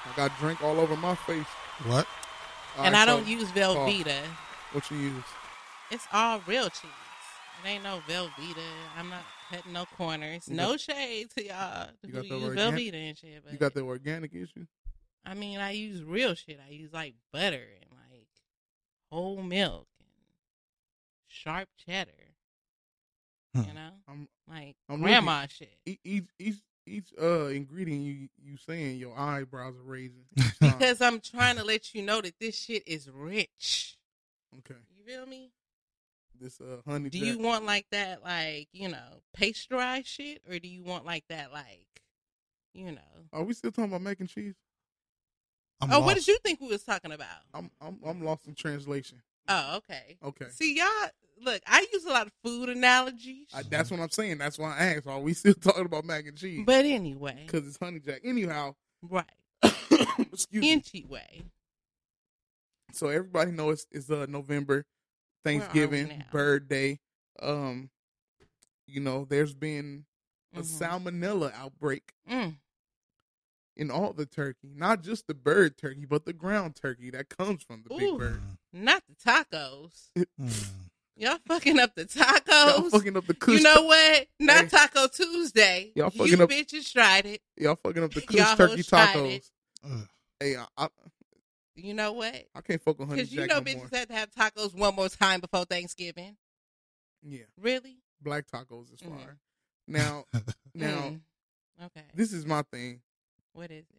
S7: I got drink all over my face.
S9: What?
S8: and I don't use Velveeta.
S7: What you use?
S8: It's all real cheese. It ain't no Velveeta. I'm not cutting no corners.
S7: You
S8: no
S7: got-
S8: shade to y'all
S7: You
S8: who
S7: got the
S8: use
S7: organic-
S8: Velveeta and shit. But
S7: You got the organic issue.
S8: I mean, I use real shit. I use like butter and like whole milk and sharp cheddar.
S9: Hmm.
S8: You know,
S7: I'm
S8: like
S7: I'm
S8: grandma
S7: looking-
S8: shit.
S7: e- Each each each uh ingredient you you saying your eyebrows are raising.
S8: Because I'm trying to let you know that this shit is rich.
S7: Okay.
S8: You feel me?
S7: This uh honey.
S8: Do
S7: jack.
S8: you want like that, like you know, pasteurized shit, or do you want like that, like you know?
S7: Are we still talking about mac and cheese?
S8: oh, what did you think we was talking about?
S7: I'm I'm I'm lost in translation.
S8: Oh, okay.
S7: Okay.
S8: See, y'all, look, I use a lot of food analogies,
S7: I, that's what I'm saying. That's why I asked. Are we still talking about mac and cheese?
S8: but anyway,
S7: Because it's honey jack. Anyhow,
S8: right?
S7: excuse me.
S8: Anyway,
S7: So everybody knows it's, it's uh November,
S8: Where are we
S7: Thanksgiving,
S8: now?
S7: Bird Day. Um, you know, there's been a
S8: Mm-hmm.
S7: salmonella outbreak
S8: Mm,
S7: in all the turkey, not just the bird turkey, but the ground turkey that comes from the
S8: Ooh.
S7: big bird.
S8: not the tacos.
S9: Mm.
S8: Y'all fucking up the tacos.
S7: Y'all fucking up the
S8: Oh, You
S7: Coos-
S8: know what? Not Taco Tuesday.
S7: Y'all fucking
S8: you
S7: up-
S8: bitches tried it.
S7: Y'all fucking up the Coos
S8: Y'all
S7: turkey
S8: hoes tried it.
S7: tacos.
S9: Hmm.
S7: Hey, I, I
S8: You know what?
S7: I can't fuck with honey
S8: Because
S7: jack
S8: you know
S7: no
S8: bitches
S7: more.
S8: had to have tacos one more time before Thanksgiving.
S7: Yeah,
S8: Really?
S7: black tacos is
S8: Mm.
S7: fire. Now, now
S8: Mm. Okay.
S7: this is my thing.
S8: What is it?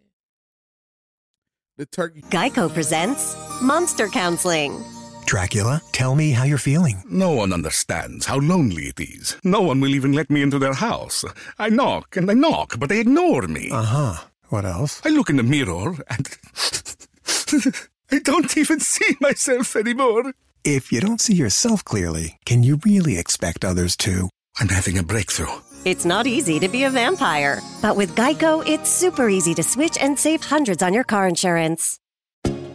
S7: The turkey.
S13: Geico presents Monster Counseling.
S17: Dracula, tell me how you're feeling.
S18: No one understands how lonely it is. No one will even let me into their house. I knock and I knock, but they ignore me. Uh
S3: Uh-huh.
S18: huh.
S17: What else?
S18: I look in the mirror and I don't even see myself anymore.
S17: If you don't see yourself clearly, can you really expect others to?
S18: I'm having a breakthrough.
S13: It's not easy to be a vampire,
S19: but
S13: with Geico, it's super easy to switch and save hundreds on your car insurance.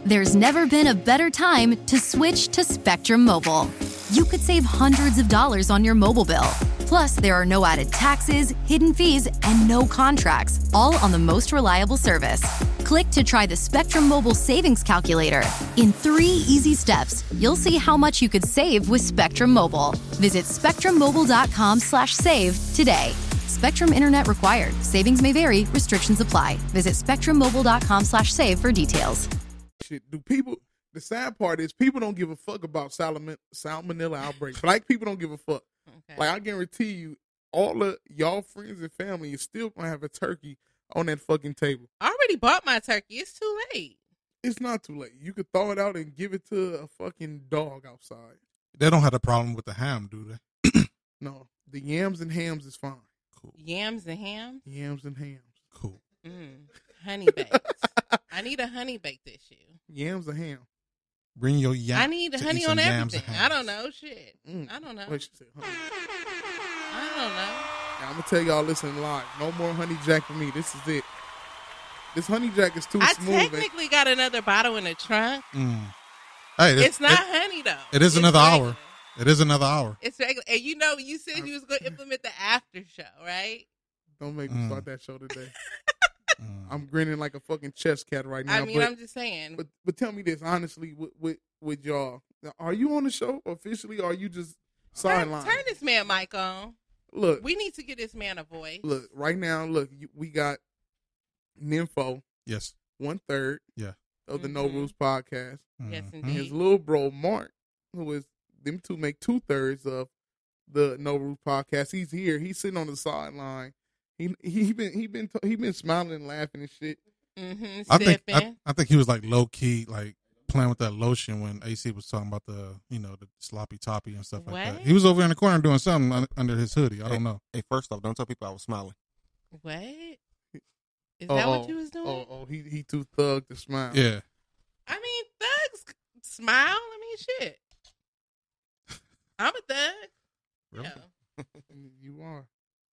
S19: There's never been a better time to switch to Spectrum Mobile. You could save hundreds of dollars on your mobile bill.
S1: Plus, there are no added taxes, hidden fees, and no contracts, all on the most reliable service. Click to try the Spectrum Mobile Savings Calculator. In three easy steps, you'll see how much you could save with Spectrum Mobile. Visit spectrummobile.com slash save today. Spectrum Internet required. Savings may vary. Restrictions apply. Visit spectrummobile.com slash save for details.
S7: Shit, do people? The sad part is people don't give a fuck about salmon, salmonella outbreaks. Black people don't give a fuck. Like I guarantee you, all of y'all friends and family is still gonna have a turkey on that fucking table.
S8: I already bought my turkey. It's too late.
S7: It's not too late. You could thaw it out and give it to a fucking dog outside.
S9: They don't have a problem with the ham, do they?
S7: No, the yams and hams is fine.
S8: Yams and ham,
S7: Yams and hams.
S8: mm, honey baked. I need a honey baked issue.
S7: Yams and ham.
S9: Bring your yam.
S8: I need
S9: to
S8: honey
S9: eat some
S8: on
S9: yams
S8: everything.
S9: and
S8: I
S9: ham.
S8: don't know shit. I don't know.
S7: Mm. What she said, honey.
S8: I don't know.
S7: Now, I'm gonna tell y'all, listen live. No more honey jack for me. This is it. This honey jack is too
S8: I
S7: smooth. and-
S9: eh?
S8: technically got another bottle in the trunk.
S9: Mm. Hey, it-
S8: it's not
S9: it-
S8: honey though.
S9: It is
S8: It's
S9: another
S8: regular.
S9: hour. It is another hour.
S8: It's regular. And you know, you said you was going to implement the after show, right?
S7: Don't make me start that show today. I'm grinning like a fucking chess cat right now.
S8: I mean,
S7: but,
S8: I'm just saying.
S7: but but tell me this honestly, with with, with y'all, Now, are you on the show officially? or Are you just sidelined?
S8: Turn this man mic on.
S7: Look.
S8: we need to get this man a voice.
S7: Look, right now, look, you, we got Nympho.
S9: Yes.
S7: One third.
S9: Yeah.
S7: Of the No
S8: Mm-hmm.
S7: Rules podcast.
S9: Mm-hmm.
S8: Yes, Mhm.
S7: And His
S8: indeed.
S7: little bro Mark, who is them two make two thirds of the No Rules podcast. He's here. He's sitting on the sideline. He he been he been he been smiling and laughing and shit.
S8: Mm-hmm.
S9: I think I, I think he was like low key, like playing with that lotion when AC was talking about the you know the sloppy toppy and stuff like that.
S8: What?
S9: He was over in the corner doing something un- under his hoodie. I don't know.
S2: Hey, first off, don't tell people I was smiling.
S8: What? Is that what you was doing?
S7: Oh, oh, he he too thug to smile.
S9: Yeah.
S8: I mean, thugs c- smile. I mean, shit. I'm a thug. Yeah.
S7: you are.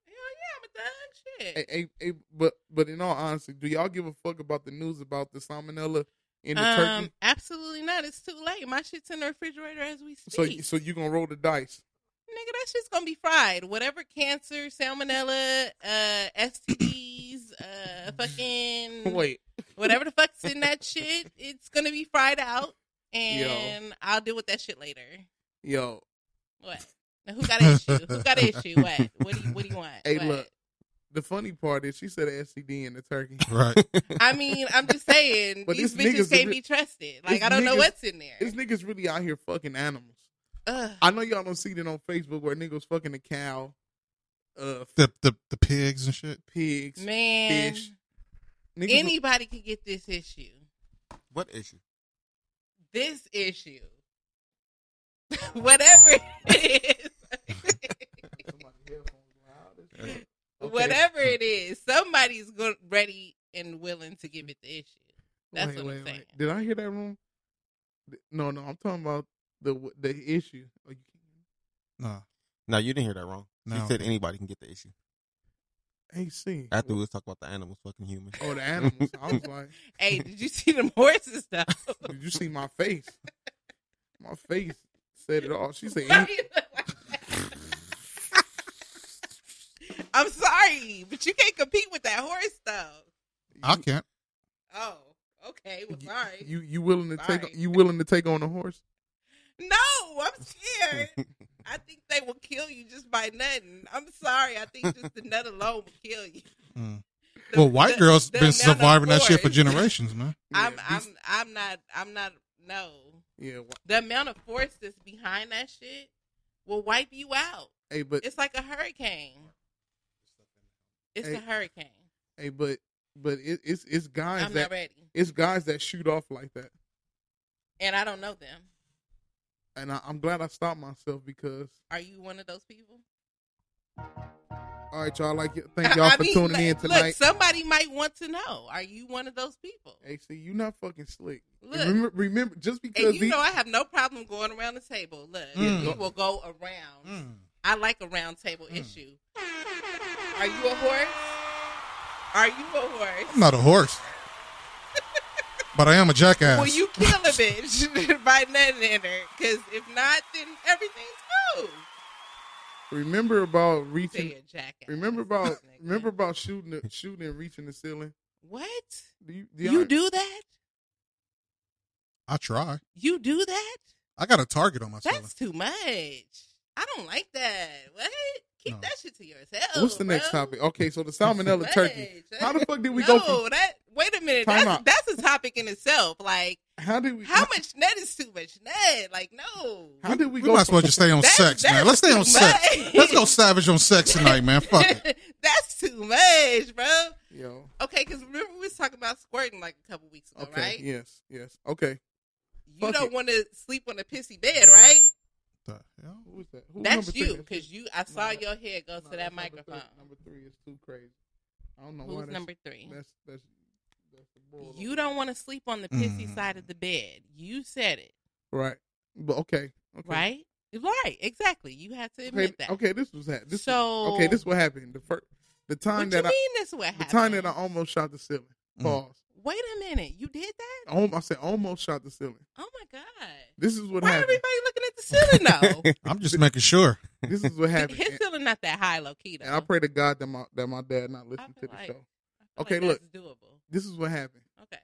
S8: Hell yeah, I'm a thug. Shit.
S7: Hey, hey, hey, but but in all honesty, do y'all give a fuck about the news about the salmonella in the turkey?
S8: Um, Absolutely not. It's too late. My shit's in the refrigerator as we speak.
S7: So you- so you gonna roll the dice?
S8: Nigga, that shit's gonna be fried. Whatever cancer, salmonella, uh, STDs, uh, fucking
S7: Wait.
S8: whatever the fuck's in that shit, it's gonna be fried out, and I'll deal with that shit later.
S7: Yo,
S8: What? Now, who got an issue? Who got an issue? What? What do you What do you want?
S7: Hey,
S8: What?
S7: look. The funny part is she said STD in the turkey.
S9: Right.
S8: I mean, I'm just saying
S7: But
S8: these
S7: these niggas
S8: bitches can't
S7: are re-
S8: be trusted. Like,
S7: This
S8: I don't know
S7: niggas-
S8: what's in there.
S7: This nigga's really out here fucking animals.
S8: Ugh.
S7: I know y'all don't see it on Facebook where niggas fucking a cow, uh,
S9: The the the pigs and shit.
S7: pigs,
S8: Man,
S7: fish. Niggas will-
S8: anybody can get this issue.
S2: What issue?
S8: This issue, whatever it is, whatever it is, somebody's go- ready and willing to give it the issue.
S7: Wait,
S8: That's what I'm
S7: wait,
S8: saying.
S7: wait. Did I hear that wrong? Th- No, no, I'm talking about the the issue. Oh, you
S9: No.
S2: No, you didn't hear that wrong. She
S9: No.
S2: said anybody can get the issue.
S7: can't- AC.
S2: After we was talking about the animals, fucking humans.
S7: Oh, the animals. I was like,
S8: Hey, did you see them horses though?
S7: Did you see my face? My face said it all. She said,
S8: Why you look like that? I'm sorry, but you can't compete with that horse though.
S9: I can't.
S8: Oh, okay. Well, sorry.
S7: "You you willing to take
S8: Sorry.
S7: you willing to take on a horse?"
S8: No, I'm scared. I think they will kill you just by nothing. I'm sorry. I think just the nut alone will kill you.
S7: Hmm.
S9: Mm.
S8: The-
S9: well, white
S8: the-
S9: girls
S8: the
S9: been
S8: amount of
S9: surviving that shit for
S8: force.
S9: generations, man.
S8: I'm, I'm, I'm not, I'm not. No,
S7: Yeah. wh-
S8: the amount of force that's behind that shit will wipe you out.
S7: Hey, but
S8: It's like a hurricane. It's
S7: Hey,
S8: a hurricane.
S7: Hey, but but it, it's it's guys
S8: I'm not
S7: that
S8: ready.
S7: it's guys that shoot off like that,
S8: and I don't know them.
S7: and I, I'm glad I stopped myself because
S8: Are you one of those people?
S7: all right, y'all like it. thank y'all
S8: I
S7: for
S8: mean,
S7: tuning in
S8: look,
S7: tonight.
S8: Look, somebody might want to know. Are you one of those people?
S7: hey, see, you not fucking slick. And
S8: Look.
S7: remember, remember, just because
S8: And you
S7: he-
S8: know I have no problem going around the table. Look,
S7: Mm.
S8: we will go around. I like a round table issue. Are you a horse? Are you a horse?
S9: I'm not a horse, but I am a jackass.
S8: Will you kill a bitch by nothing in her? Because if not, then everything's cool.
S7: Remember about
S8: Say
S7: reaching.
S8: a jackass.
S7: Remember about remember about shooting the, shooting and reaching the ceiling.
S8: What?
S7: Do you,
S8: You do that?
S9: I try.
S8: You do that?
S9: I got a target on my ceiling.
S8: That's too much. I don't like that. What? Keep that shit to yourself.
S7: What's the next
S8: bro.
S7: topic? Okay, so the salmonella
S8: Much.
S7: turkey. How the fuck did we go
S8: No,
S7: from?
S8: that. Wait a minute.
S7: Time
S8: That's,
S7: out.
S8: that's a topic in itself. Like,
S7: how did we?
S8: How much nut is too much nut? Like, no.
S7: How did we
S9: We
S7: go?
S9: might as well
S7: from-
S9: just stay on sex, man. Let's stay on sex. Let's go savage on sex tonight, man. Fuck it.
S8: that's too much, bro.
S7: Yo.
S8: Okay, because remember we was talking about squirting like a couple weeks ago,
S7: Okay.
S8: right?
S7: Yes. Yes. Okay.
S8: You don't want to sleep on a pissy bed, right?
S7: Who was that? Who number
S8: That's
S7: three?
S8: you, because you. I saw your head go to that microphone.
S7: Number three is too crazy. I don't know
S8: Who's
S7: why. that's-
S8: number three?
S7: That's that's that's the boy.
S8: You don't want to sleep on the pissy
S7: Mm-hmm.
S8: side of the bed. You said it,
S7: Right. But okay. okay.
S8: right? Right, exactly. You have to admit
S7: Okay,
S8: that.
S7: okay, this was that. This
S8: So-
S7: okay, this what happened. The first, the time
S8: What
S7: that I
S8: you mean this what
S7: the time that
S8: happened?
S7: I almost shot the ceiling.
S9: Mm.
S7: Pause.
S8: Wait a minute. You did that?
S7: Alm- I said almost shot the ceiling.
S8: Oh my god.
S7: This is what
S8: Why
S7: happened.
S8: everybody looking at the ceiling though?
S9: I'm just making sure.
S7: This is what happened.
S8: His ceiling not that high, low key though.
S7: And I pray to God that my that my dad not listen to the
S8: like-
S7: show.
S8: I feel
S7: Okay,
S8: like
S7: look.
S8: that's doable.
S7: This is what happened.
S8: Okay.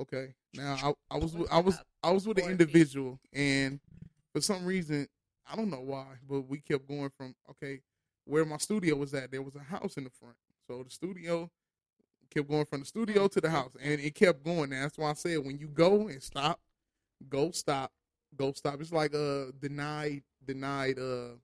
S7: Okay. Now I I was with, I was I was with an individual and for some reason I don't know why, but we kept going from okay where my studio was at. There was a house in the front, so the studio kept going from the studio to the house, and it kept going. And that's why I said when you go and stop, go stop, go stop. It's like uh denied denied uh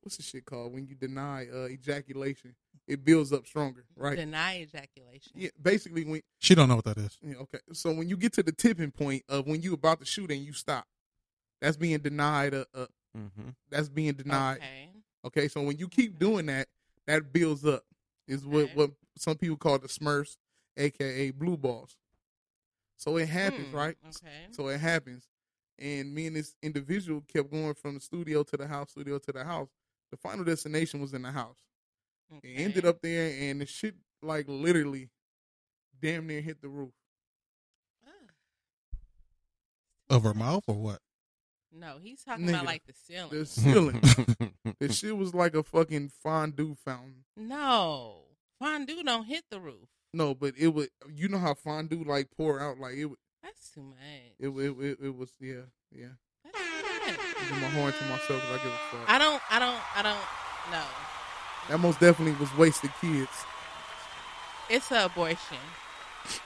S7: what's the shit called when you deny uh ejaculation, it builds up stronger, right?
S8: Deny ejaculation.
S7: Yeah, basically when
S9: She don't know what that is.
S7: yeah, okay. So when you get to the tipping point of when you about to shoot and you stop, that's being denied. A, a
S2: Mhm.
S7: that's being denied.
S8: Okay. Mm-hmm.
S7: Okay, So when you keep doing that, that builds up. Is what what some people call the Smurfs, aka blue balls. So it happens,
S8: Hmm,
S7: right?
S8: okay.
S7: So it happens, and me and this individual kept going from the studio to the house, studio to the house. The final destination was in the house. It ended up there, and the shit like literally, damn near hit the roof.
S9: Of her mouth or what?
S8: No, he's talking
S7: Nigga,
S8: about like the ceiling.
S7: The ceiling. the shit was like a fucking fondue fountain.
S8: No. Fondue don't hit the roof.
S7: No, but it would. You know how fondue like pour out like it. would-
S8: That's too much.
S7: It it it, it was yeah yeah. I give my horn to myself 'cause I give a fuck.
S8: I don't I don't I don't no.
S7: that most definitely was wasted kids.
S8: It's an abortion. Um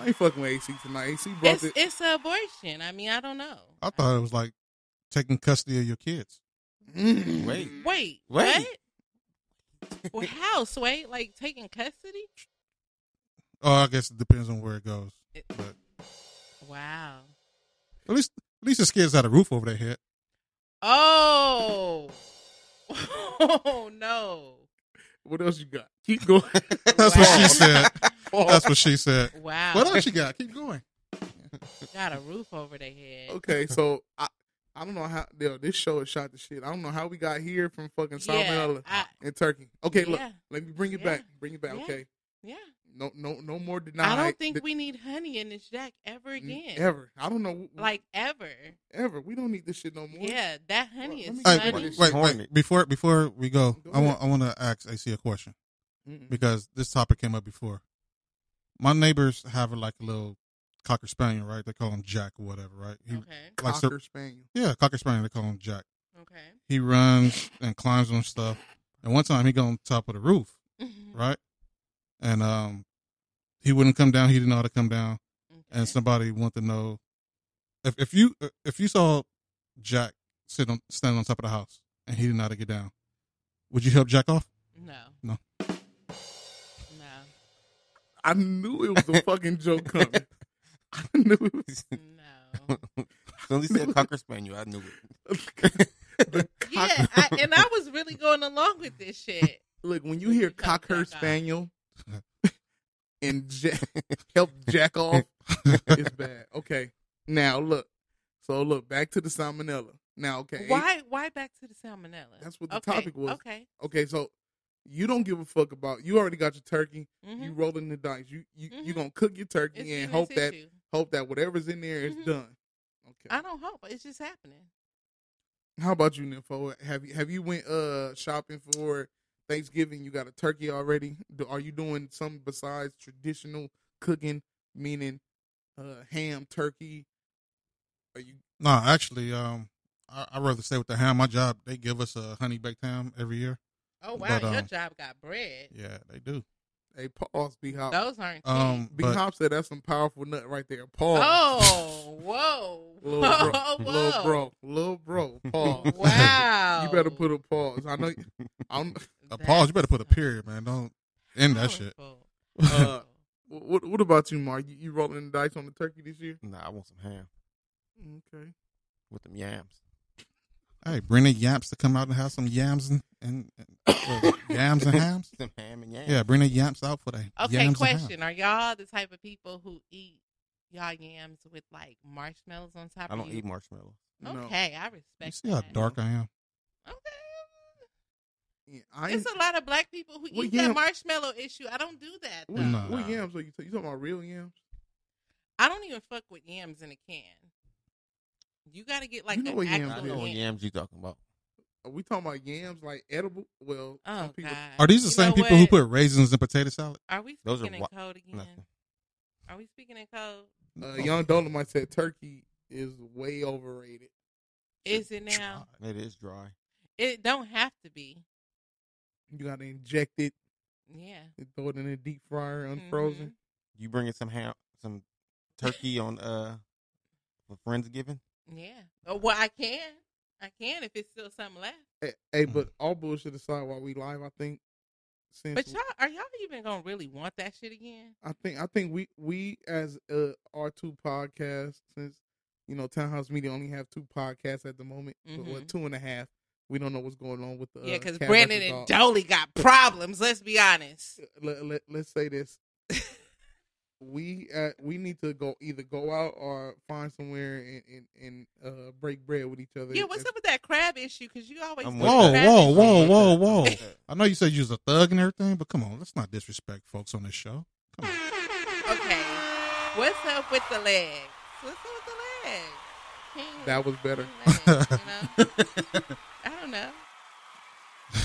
S7: I ain't fucking with AC tonight. AC brought
S8: it's,
S7: it.
S8: it's an abortion. I mean, I don't know.
S9: I thought it was like taking custody of your kids.
S2: Wait.
S8: Wait, what? Well, how, Sway? Like taking custody?
S9: Oh, I guess it depends on where it goes. But
S8: Wow.
S9: at least at least this kid's had a roof over their head.
S8: Oh. Oh no.
S7: What else you got? Keep going.
S9: That's what she said. That's what she said.
S8: Wow.
S9: What else you got? Keep going.
S8: Got a roof over their head.
S7: Okay, so I I don't know how yo, this show is shot to shit. I don't know how we got here from fucking
S8: Yeah,
S7: salmonella
S8: I-
S7: and Turkey. Okay, look,
S8: Yeah.
S7: let me bring it
S8: Yeah.
S7: back. Bring it back.
S8: Yeah.
S7: Okay.
S8: Yeah.
S7: No no no more denied.
S8: I don't think
S7: th-
S8: we need honey in this jack ever again.
S7: ever. I don't know
S8: Like ever.
S7: ever. We don't need this shit no more.
S8: Yeah, that honey is
S9: Hey,
S8: funny.
S9: wait, wait, wait. Before before we go, I want I want to ask AC a question
S7: Mm-mm.
S9: because this topic came up before. My neighbors have like a little cocker spaniel, right? They call him Jack or whatever, right? He
S8: Okay.
S9: likes to-
S7: Cocker spaniel.
S9: Yeah, cocker spaniel. They call him Jack.
S8: Okay.
S9: He runs and climbs on stuff. And one time he got on top of the roof,
S8: Mhm.
S9: right? And um, he wouldn't come down. He didn't know how to come down. And somebody wanted to know if if you uh, if you saw Jack sit on standing on top of the house and he didn't know how to get down, would you help Jack off?
S8: No.
S9: No.
S8: No.
S7: I knew it was a fucking joke coming. I knew it was
S2: No. When he said cocker spaniel, I knew it.
S8: Yeah, I, and I was really going along with this shit.
S7: Look, when you hear cocker spaniel and ja- help jack off, it's bad. Okay. Now look. So look back to the salmonella. Now okay.
S8: Why? Why back to the salmonella?
S7: That's what the
S8: Okay,
S7: topic was.
S8: Okay.
S7: Okay. So you don't give a fuck about. You already got your turkey.
S8: Mhm.
S7: You rolling the dice. You you you
S8: Mhm.
S7: gonna cook your turkey
S8: It's Mm-hmm. in
S7: and
S8: the
S7: hope that
S8: tissue.
S7: hope that whatever's in there is
S8: Mhm.
S7: done.
S8: I don't hope it's just happening.
S7: How about you, Nympho? Have you have you went uh shopping for Thanksgiving? You got a turkey already? Do, are you doing something besides traditional cooking, meaning uh ham, turkey? Are you
S9: No, actually, um, I, I'd rather stay with the ham. My job, they give us a honey baked ham every year.
S8: Oh wow,
S9: But,
S8: your
S9: um,
S8: job got bread.
S9: Yeah, they do.
S7: Hey, pause, B Hop.
S8: Those aren't cheap.
S9: Um,
S7: B
S9: but-
S7: Hop said that's some powerful nut right there. Pause.
S8: Oh, whoa,
S7: Little bro,
S8: whoa, whoa.
S7: little bro, little bro. Pause.
S8: Wow.
S7: you better put a pause. I know. I'm.
S9: A pause. You better put a period, man. Don't end
S8: Oh,
S9: that shit.
S7: Uh, what What about you, Mark? You, you rolling the dice on the turkey this year?
S2: Nah, I want some ham
S7: Okay.
S2: with them yams.
S9: Hey, bring the yams to come out and have some yams and, and, and uh, yams and hams.
S2: Some ham and yams.
S9: Yeah, bring the yams out for the yams and
S8: Okay,
S9: ham.
S8: question: Are y'all the type of people who eat y'all yams with like marshmallows on top?
S2: I
S8: of
S2: don't
S8: you?
S2: eat marshmallows.
S7: No.
S8: Okay, I respect.
S9: See how
S8: that.
S9: dark I am.
S7: Yeah, I
S8: It's
S7: ain't-
S8: a lot of black people who
S7: Well,
S8: eat
S7: yeah.
S8: that marshmallow issue. I don't do that.
S7: What,
S8: though.
S9: No.
S7: what yams are you? ta- You talking about real yams?
S8: I don't even fuck with yams in a can. You gotta get like
S7: You know
S8: an
S7: what yams
S2: I
S8: actual
S2: know what
S8: yam.
S2: yams you talking about.
S7: Are we talking about yams like edible? Well, some
S8: Oh
S7: people.
S8: God.
S9: Are these the
S8: You
S9: same
S8: know
S9: people who
S8: what?
S9: put raisins in potato salad?
S8: Are we
S2: Those are
S8: speaking in
S2: wa-
S8: code again?
S2: nothing.
S8: Are we speaking in code?
S7: Uh, Young Dolomite said turkey is way overrated.
S8: Is it now?
S2: It is dry.
S8: It don't have to be.
S7: You got to inject it,
S8: Yeah.
S7: and throw it in a deep fryer, unfrozen.
S2: You bringing some ham, some turkey on uh for Friendsgiving?
S8: Yeah. Oh, well, I can. I can if it's still something left.
S7: Hey, hey, but all bullshit aside, while we live, I think since
S8: But y'all, are y'all even gonna really want that shit again?
S7: I think I think we we as uh, our two podcasts since you know Townhouse Media only have two podcasts at the moment, but well,
S8: Mhm.
S7: two and a half. We don't know what's going on with the
S8: yeah,
S7: uh,
S8: because
S7: Cat
S8: Brandon
S7: versus
S8: and
S7: Dog.
S8: Dolly got problems. Let's be honest.
S7: Let, let, let's say this: we uh, we need to go either go out or find somewhere and and, and uh, break bread with each other.
S8: Yeah, what's up with that crab issue? Because you always
S2: I'm
S8: do
S2: with
S8: the
S9: Whoa,
S8: crab
S9: whoa,
S8: issue.
S9: whoa, whoa, whoa! I know you said you was a thug and everything, but come on, let's not disrespect folks on this show.
S8: Okay, what's up with the legs? What's up with the legs? King-
S7: That was better.
S8: king legs, you know? I don't know.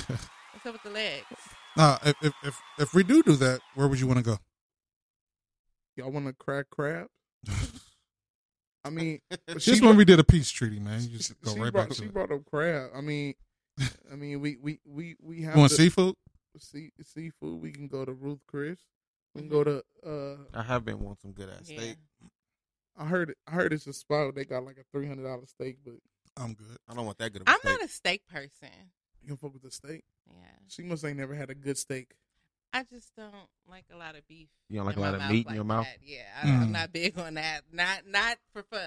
S8: What's up with the legs?
S9: Nah, if if if, if we do do that, where would you want to go?
S7: Y'all want to crack crab? I mean,
S9: Just when we did a peace treaty, man. You just go
S7: she
S9: right
S7: brought,
S9: back to
S7: she
S9: it.
S7: brought up crab. I mean, I mean, we we we we have
S9: You want
S7: to-
S9: seafood?
S7: Sea, seafood. We can go to Ruth Chris. We can go to. uh
S2: I have been wanting some good ass
S8: Yeah.
S2: steak.
S7: I heard I heard it's a spot where they got like a three hundred dollar steak, but
S9: I'm good.
S2: I don't want that good of a
S8: I'm
S2: steak.
S8: not a steak person.
S7: you don't fuck with the steak.
S8: Yeah.
S7: She must ain't never had a good steak.
S8: I just don't like a lot of beef.
S2: You don't like a
S8: in
S2: lot
S8: my
S2: of
S8: mouth
S2: meat in your mouth?
S8: that. Yeah, I, I'm
S2: Mm.
S8: not big on that. Not not for fun.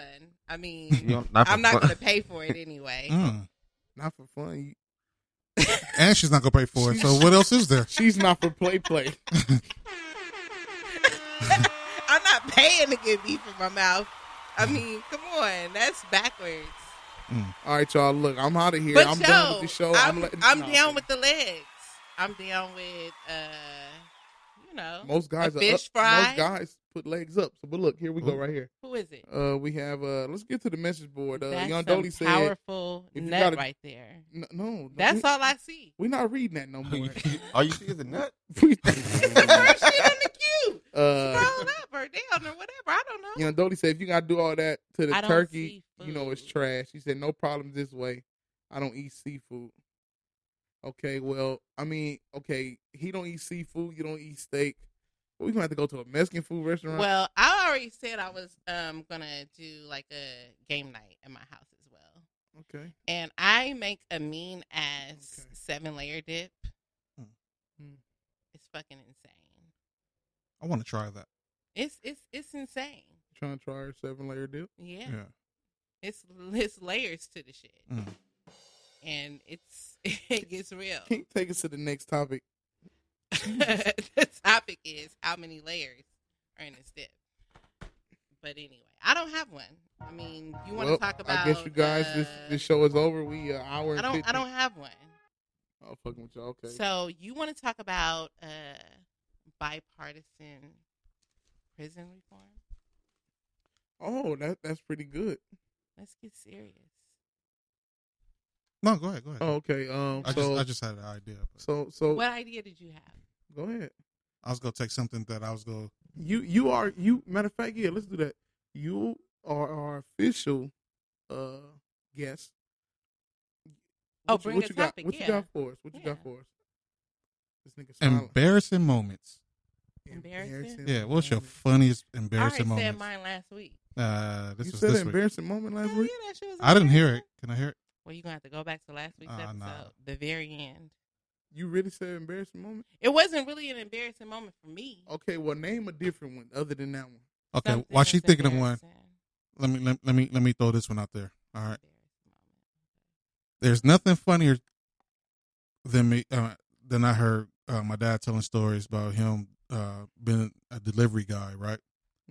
S8: I
S2: You
S8: mean,
S2: don't- not for
S8: I'm not
S2: fun.
S8: going to pay for it anyway.
S9: Mm.
S7: Not for fun. You-
S9: And she's not gonna pay for it. So what else is there?
S7: She's not for play play.
S8: I'm not paying to get beef in my mouth. I mean, come on, that's backwards.
S7: All right, y'all. Look, I'm out of here.
S8: but
S7: I'm
S8: yo,
S7: done with the show.
S8: I'm,
S7: I'm, letting-
S8: I'm
S7: nah,
S8: down with the legs. I'm down with, uh, you know,
S7: most guys.
S8: a
S7: Are
S8: fish
S7: up,
S8: fry.
S7: Most guys put legs up. So, but look, here we go
S8: Ooh.
S7: right here.
S8: Who is it?
S7: Uh, we have. uh Let's get to the message board. Uh,
S8: that's
S7: Young
S8: some
S7: Dolly said.
S8: powerful
S7: if you
S8: nut
S7: gotta-
S8: right there.
S7: No, no
S8: That's
S7: we-
S8: all I see.
S7: We're not reading that no more.
S2: All you see is a nut.
S8: She in the queue.
S7: Uh,
S8: Scroll up or down or whatever. I don't know.
S7: You know, Dodie said if you gotta do all that to the
S8: I don't
S7: turkey, you know it's trash. She said no problems this way. I don't eat seafood. Okay, well, I mean, okay, he don't eat seafood. You don't eat steak. We're gonna have to go to a Mexican food restaurant.
S8: Well, I already said I was um gonna do like a game night at my house as well,
S7: okay,
S8: and I make a mean ass seven layer dip.
S7: Mm.
S8: It's fucking insane.
S9: I want to try that.
S8: It's it's it's insane.
S7: trying to try our seven layer dip.
S8: Yeah. It's it's layers to the shit,
S9: Mm.
S8: and it's it gets real.
S7: Can you take us to the next topic?
S8: the topic is how many layers are in this dip. But anyway, I don't have one. I mean, you want to
S7: Well,
S8: talk about?
S7: I guess you guys, this
S8: uh,
S7: this show is over. We uh, hour.
S8: I
S7: and
S8: don't.
S7: 50.
S8: I don't have one.
S7: Oh, fucking with y'all. Okay.
S8: So you want to talk about uh, bipartisan prison reform?
S7: oh, that that's pretty good.
S8: Let's get serious.
S9: No, go ahead. Go ahead.
S7: Oh, okay. Um,
S9: I
S7: so-
S9: just I just had an idea.
S7: So so
S8: what idea did you have?
S7: go ahead.
S9: I was gonna take something that I was gonna.
S7: You you are you matter of fact, yeah, let's do that. You are our official uh guest.
S8: Oh,
S7: What you-
S8: bring
S7: what
S8: a
S7: you got-
S8: topic,
S7: what you
S8: yeah.
S7: got for us? What you got for us? This nigga silent.
S9: Embarrassing moments.
S8: Embarrassing.
S9: Yeah, what's your funniest
S8: I already
S9: embarrassing
S8: said
S9: moment?
S8: mine last week.
S9: Uh, this
S7: You
S9: was
S7: said
S9: this week.
S7: embarrassing moment last week?
S8: Yeah, that shit was
S9: I didn't hear it. Can I hear it?
S8: Well, you're gonna have to go back to last week's
S9: Uh,
S8: episode,
S9: nah.
S8: the very end.
S7: You really said embarrassing moment?
S8: It wasn't really an embarrassing moment for me.
S7: Okay, well name a different one other than that one.
S9: Okay, while she's thinking of one, let me let, let me let me throw this one out there. All right. There's nothing funnier than me uh, than I heard uh, my dad telling stories about him uh, being a delivery guy. Right.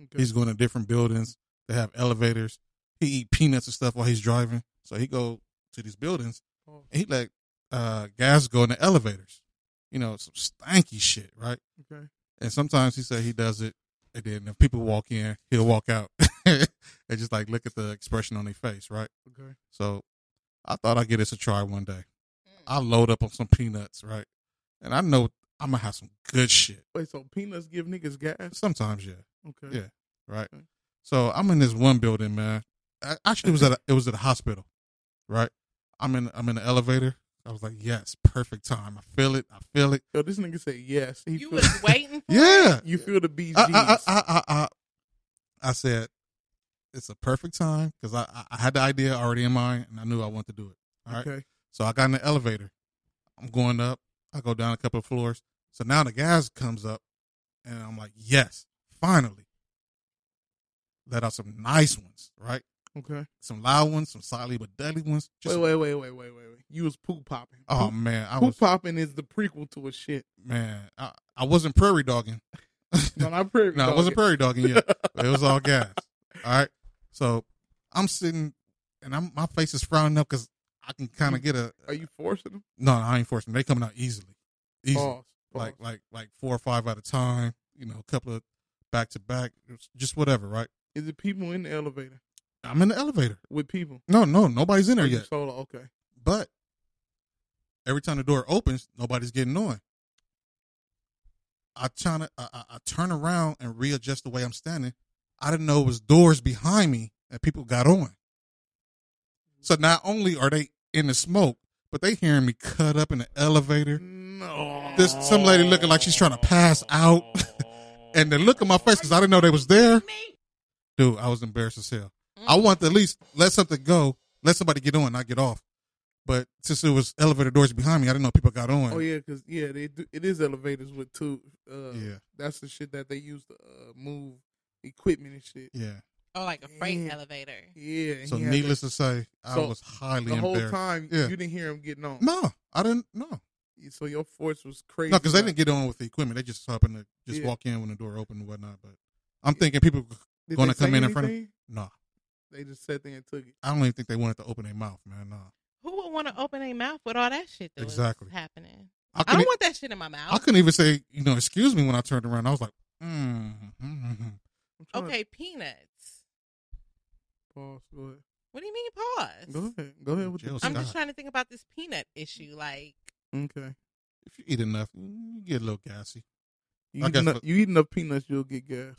S7: Okay.
S9: He's going to different buildings. They have elevators. He eat peanuts and stuff while he's driving. So he go to these buildings.
S7: Oh.
S9: And he let uh, guys go in the elevators. You know, some stanky shit, right?
S7: Okay.
S9: And sometimes he said he does it, and then if people walk in, he'll walk out and just like look at the expression on their face, right?
S7: Okay. Mm.
S9: So I thought I'd give this a try one day. I load up on some peanuts, right? And I know I'm gonna have some good shit.
S7: Wait, so peanuts give niggas gas?
S9: Sometimes, yeah.
S7: Okay.
S9: Yeah. Right. So I'm in this one building, man. A- Actually, it was at a, it was at a hospital, right? I'm in I'm in the elevator. I was like, yes, perfect time. I feel it. I feel it.
S7: Yo, this nigga said yes. He
S8: you was waiting for
S9: Yeah.
S7: You feel the BGs.
S9: I, I, I, I, I, I said, it's a perfect time because I, I- I had the idea already in mind and I knew I wanted to do it. All right.
S7: Okay.
S9: So I got in the elevator. I'm going up. I go down a couple of floors. So now the gas comes up and I'm like, yes, finally. Let out some nice ones, right?
S7: Okay.
S9: Some loud ones, some solid but deadly ones.
S7: wait, wait, wait, wait, wait, wait, wait. You was poop popping.
S9: Oh, man. I
S7: poop
S9: was,
S7: popping is the prequel to a shit.
S9: man, I, I wasn't prairie dogging.
S7: No, not prairie.
S9: No, it wasn't prairie dogging yet. But it was all gas. All right. So I'm sitting and I'm my face is frowning up because I can kind of get a
S7: Are you forcing them?
S9: no, no, I ain't forcing. They coming out easily, easily,
S7: Pause, pause.
S9: like like like four or five at a time. You know, a couple of back to back, just whatever, right?
S7: Is it people in the elevator
S9: I'm in the elevator.
S7: with people?
S9: No, no, nobody's in there
S7: Are you
S9: yet.
S7: Solo. Okay.
S9: But every time the door opens, nobody's getting on. I trying to, I, I, I turn around and readjust the way I'm standing. I didn't know it was doors behind me and people got on. So not only are they in the smoke, but they hearing me cut up in the elevator.
S7: No.
S9: This
S8: Oh,
S9: some lady
S7: Oh.
S9: looking like she's trying to pass out, and the look on my face because I didn't know they was there. Dude, I was embarrassed as hell.
S7: Mm.
S9: I want to at least let something go, let somebody get on, not get off. But since it was elevator doors behind me, I didn't know people got on.
S7: Oh yeah, because yeah, they do, it is elevators with two. Uh,
S9: Yeah.
S7: That's the shit that they use to uh, move equipment and shit.
S9: Yeah.
S8: Oh, like a freight
S7: Yeah.
S8: elevator.
S7: Yeah. and
S9: So
S7: he had
S9: needless to say, I was highly
S7: the whole
S9: embarrassed.
S7: time.
S9: Yeah.
S7: You didn't hear him getting on.
S9: No, I didn't. No,
S7: So your force was crazy.
S9: no, because they didn't get on with the equipment. They just happened to just
S7: Yeah.
S9: walk in when the door opened and whatnot. But I'm thinking people
S7: Did
S9: going
S7: they
S9: to come
S7: say
S9: in in front of.
S7: anything?
S9: No,
S7: They just sat there and took it.
S9: I don't even think they wanted to open their mouth, man. No,
S8: Who would want to open their mouth with all that shit? That
S9: Exactly.
S8: Was happening.
S9: I
S8: I,
S9: couldn't-
S8: don't want that shit in my mouth.
S9: I couldn't even say, you know, excuse me when I turned around. I was like, mm, mm, mm.
S8: Okay, peanuts.
S7: Pause. Go ahead.
S8: What do you mean pause?
S7: Go ahead. Go ahead with
S9: Jill
S7: the
S8: I'm
S9: Scott.
S8: just trying to think about this peanut issue. Like,
S7: Okay.
S9: if you eat enough, you get a little gassy.
S7: You
S9: I
S7: eat,
S9: guess
S7: enough,
S9: what-
S7: you eat enough peanuts, you'll get gas.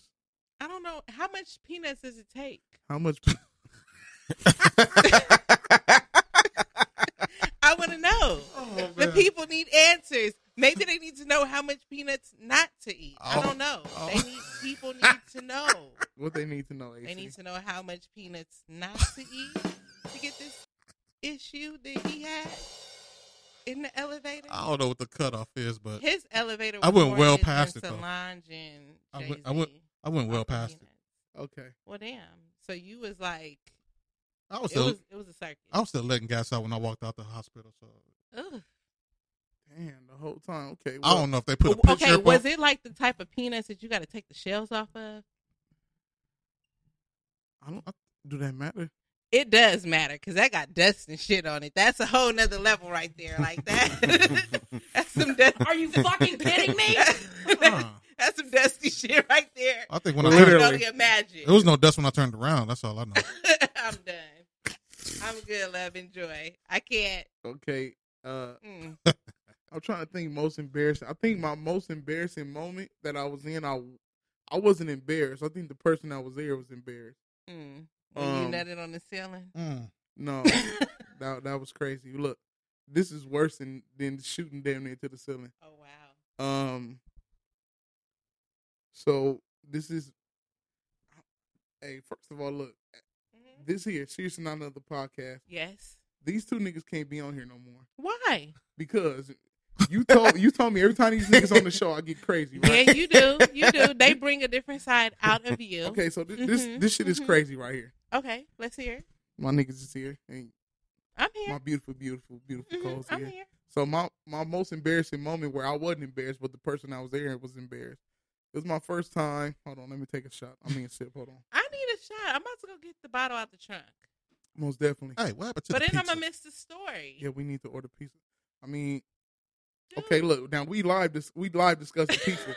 S8: I don't know how much peanuts does it take.
S7: How much?
S8: I want to know. the
S9: man.
S8: people need answers. Maybe they need to know how much peanuts not to eat. I
S7: Oh.
S8: don't know.
S7: Oh.
S8: They need people need to know.
S7: what they need to know. AC.
S8: They need to know how much peanuts not to eat to get this issue that he had in the elevator.
S9: I don't know what the cutoff is, Oh, but
S8: His elevator.
S9: I
S8: was
S9: went
S8: more
S9: well
S8: than
S9: past it, though.
S8: Solange and
S9: I
S8: Jay-Z.
S9: went, I went, I went well
S8: Open
S9: past it.
S7: Okay.
S8: Well, damn. So you was like,
S9: I was
S8: it
S9: still,
S8: was, it was a circus.
S9: I was still letting gas out when I walked out the hospital. So
S8: Ugh.
S7: Damn, the whole time. Okay.
S9: I don't know if they put a
S8: Well,
S9: picture.
S8: okay,
S9: up
S8: was
S9: on-
S8: it like the type of peanuts that you got to take the shells off of?
S7: I don't. Do that matter?
S8: It does matter because that got dust and shit on it. That's a whole nother level right there. Like that. That's some dust. Are you fucking kidding me? That's some dusty shit right there.
S9: I think when
S8: I
S9: I
S8: can
S9: turned,
S8: only imagine.
S9: it was no dust when I turned around. That's all I know.
S8: I'm done. I'm good, love and joy. I can't.
S7: Okay. Uh,
S8: Mm.
S7: I'm trying to think most embarrassing. I think my most embarrassing moment that I was in, I I wasn't embarrassed. I think the person that was there was embarrassed.
S8: Mm. When
S7: Um,
S8: you nutted on the ceiling.
S9: Mm.
S7: No, that that was crazy. Look, this is worse than than shooting damn near to the ceiling.
S8: Oh
S7: wow. Um. So this is. Hey, first of all, look.
S8: Mm-hmm.
S7: This here, seriously, not another podcast.
S8: Yes.
S7: These two niggas can't be on here no more
S8: Why?
S7: because you told you told me every time these niggas on the show I get crazy. Right?
S8: Yeah, you do. You do. They bring a different side out of you.
S7: Okay, so this this,
S8: Mhm,
S7: this shit is
S8: mhm.
S7: crazy right here.
S8: Okay, let's hear. it.
S7: My niggas is here. And
S8: I'm here.
S7: My beautiful, beautiful, beautiful
S8: Mhm,
S7: co's
S8: I'm
S7: here.
S8: here.
S7: So my my most embarrassing moment where I wasn't embarrassed, but the person I was there was embarrassed. It was my first time. Hold on, let me take a shot. I mean, sip. Hold on.
S8: I need a shot. I'm about to go get the bottle out the trunk.
S7: Most definitely. Hey, what happened
S8: But then I'm gonna miss the story.
S7: Yeah, we need to order pizza. I mean, okay, look now we live this we live discussing pizza.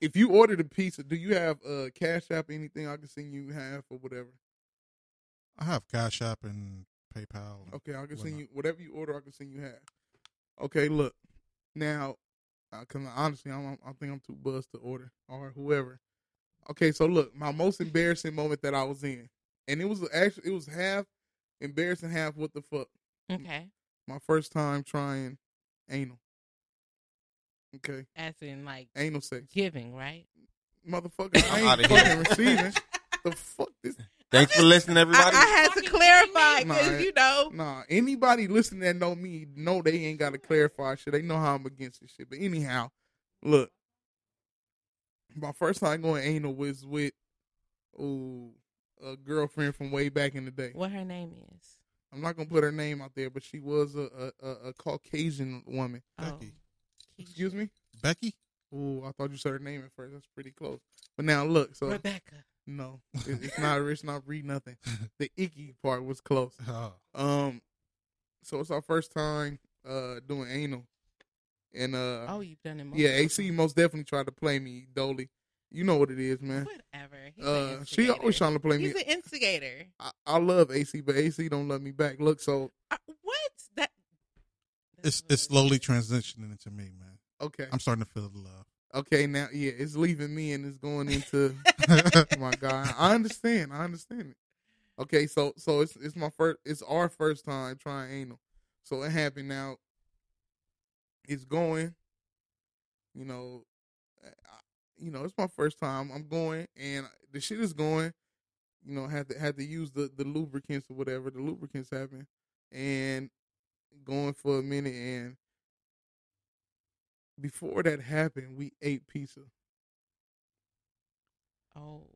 S7: if you order the pizza, do you have uh, cash app? Anything I can send you half or whatever.
S9: I have Cash App and PayPal. and
S7: Okay, I can send
S9: whatnot.
S7: you whatever you order. I can send you half. Okay, look now, because honestly, I'm, I'm- I think I'm too buzzed to order or whoever. Okay, so look, my most embarrassing moment that I was in, and it was actually it was half embarrassing, half what the fuck.
S8: Okay.
S7: My first time trying anal. Okay.
S8: As in, like,
S7: Anal sex.
S8: Giving, right?
S7: Motherfucker, I
S2: I'm
S7: ain't
S2: outta here.
S7: fucking receiving. The fuck this
S2: Thanks for listening, everybody.
S8: I had to clarify because
S7: Nah,
S8: you know.
S7: Nah, anybody listening that know me know they ain't gotta clarify shit. They know how I'm against this shit. But anyhow, look. My first time going anal was with ooh, a girlfriend from way back in the day.
S8: What her name is?
S7: I'm not gonna put her name out there, but she was a a, a, a Caucasian woman.
S8: Becky.
S7: Excuse me?
S9: Becky?
S7: Ooh, I thought you said her name at first. That's pretty close. But now look, so
S8: Rebecca.
S7: No. It- it's not it's not read nothing. The icky part was close.
S9: Uh,
S7: Um so it's our first time uh doing anal. And uh
S8: Oh, you've done it
S7: Yeah,
S8: multiple
S7: AC most definitely tried to play me, Dolly. You know what it is, man.
S8: Whatever. He's an
S7: Uh, she always trying to play
S8: He's
S7: me.
S8: an instigator.
S7: I, I love AC, but AC don't love me back. Look, so
S8: Uh, What? That
S9: It's it's slowly transitioning into me, man.
S7: Okay.
S9: I'm starting to feel the love.
S7: Okay, now yeah, it's leaving me and it's going into my God. I understand. I understand it. Okay, so so it's it's my first it's our first time trying anal. So it happened now. It's going. You know, eh, I, you know, it's my first time. I'm going and the shit is going. You know, had to had to use the the lubricants or whatever. The lubricants happen and going for a minute and before that happened, we ate pizza.
S8: Oh,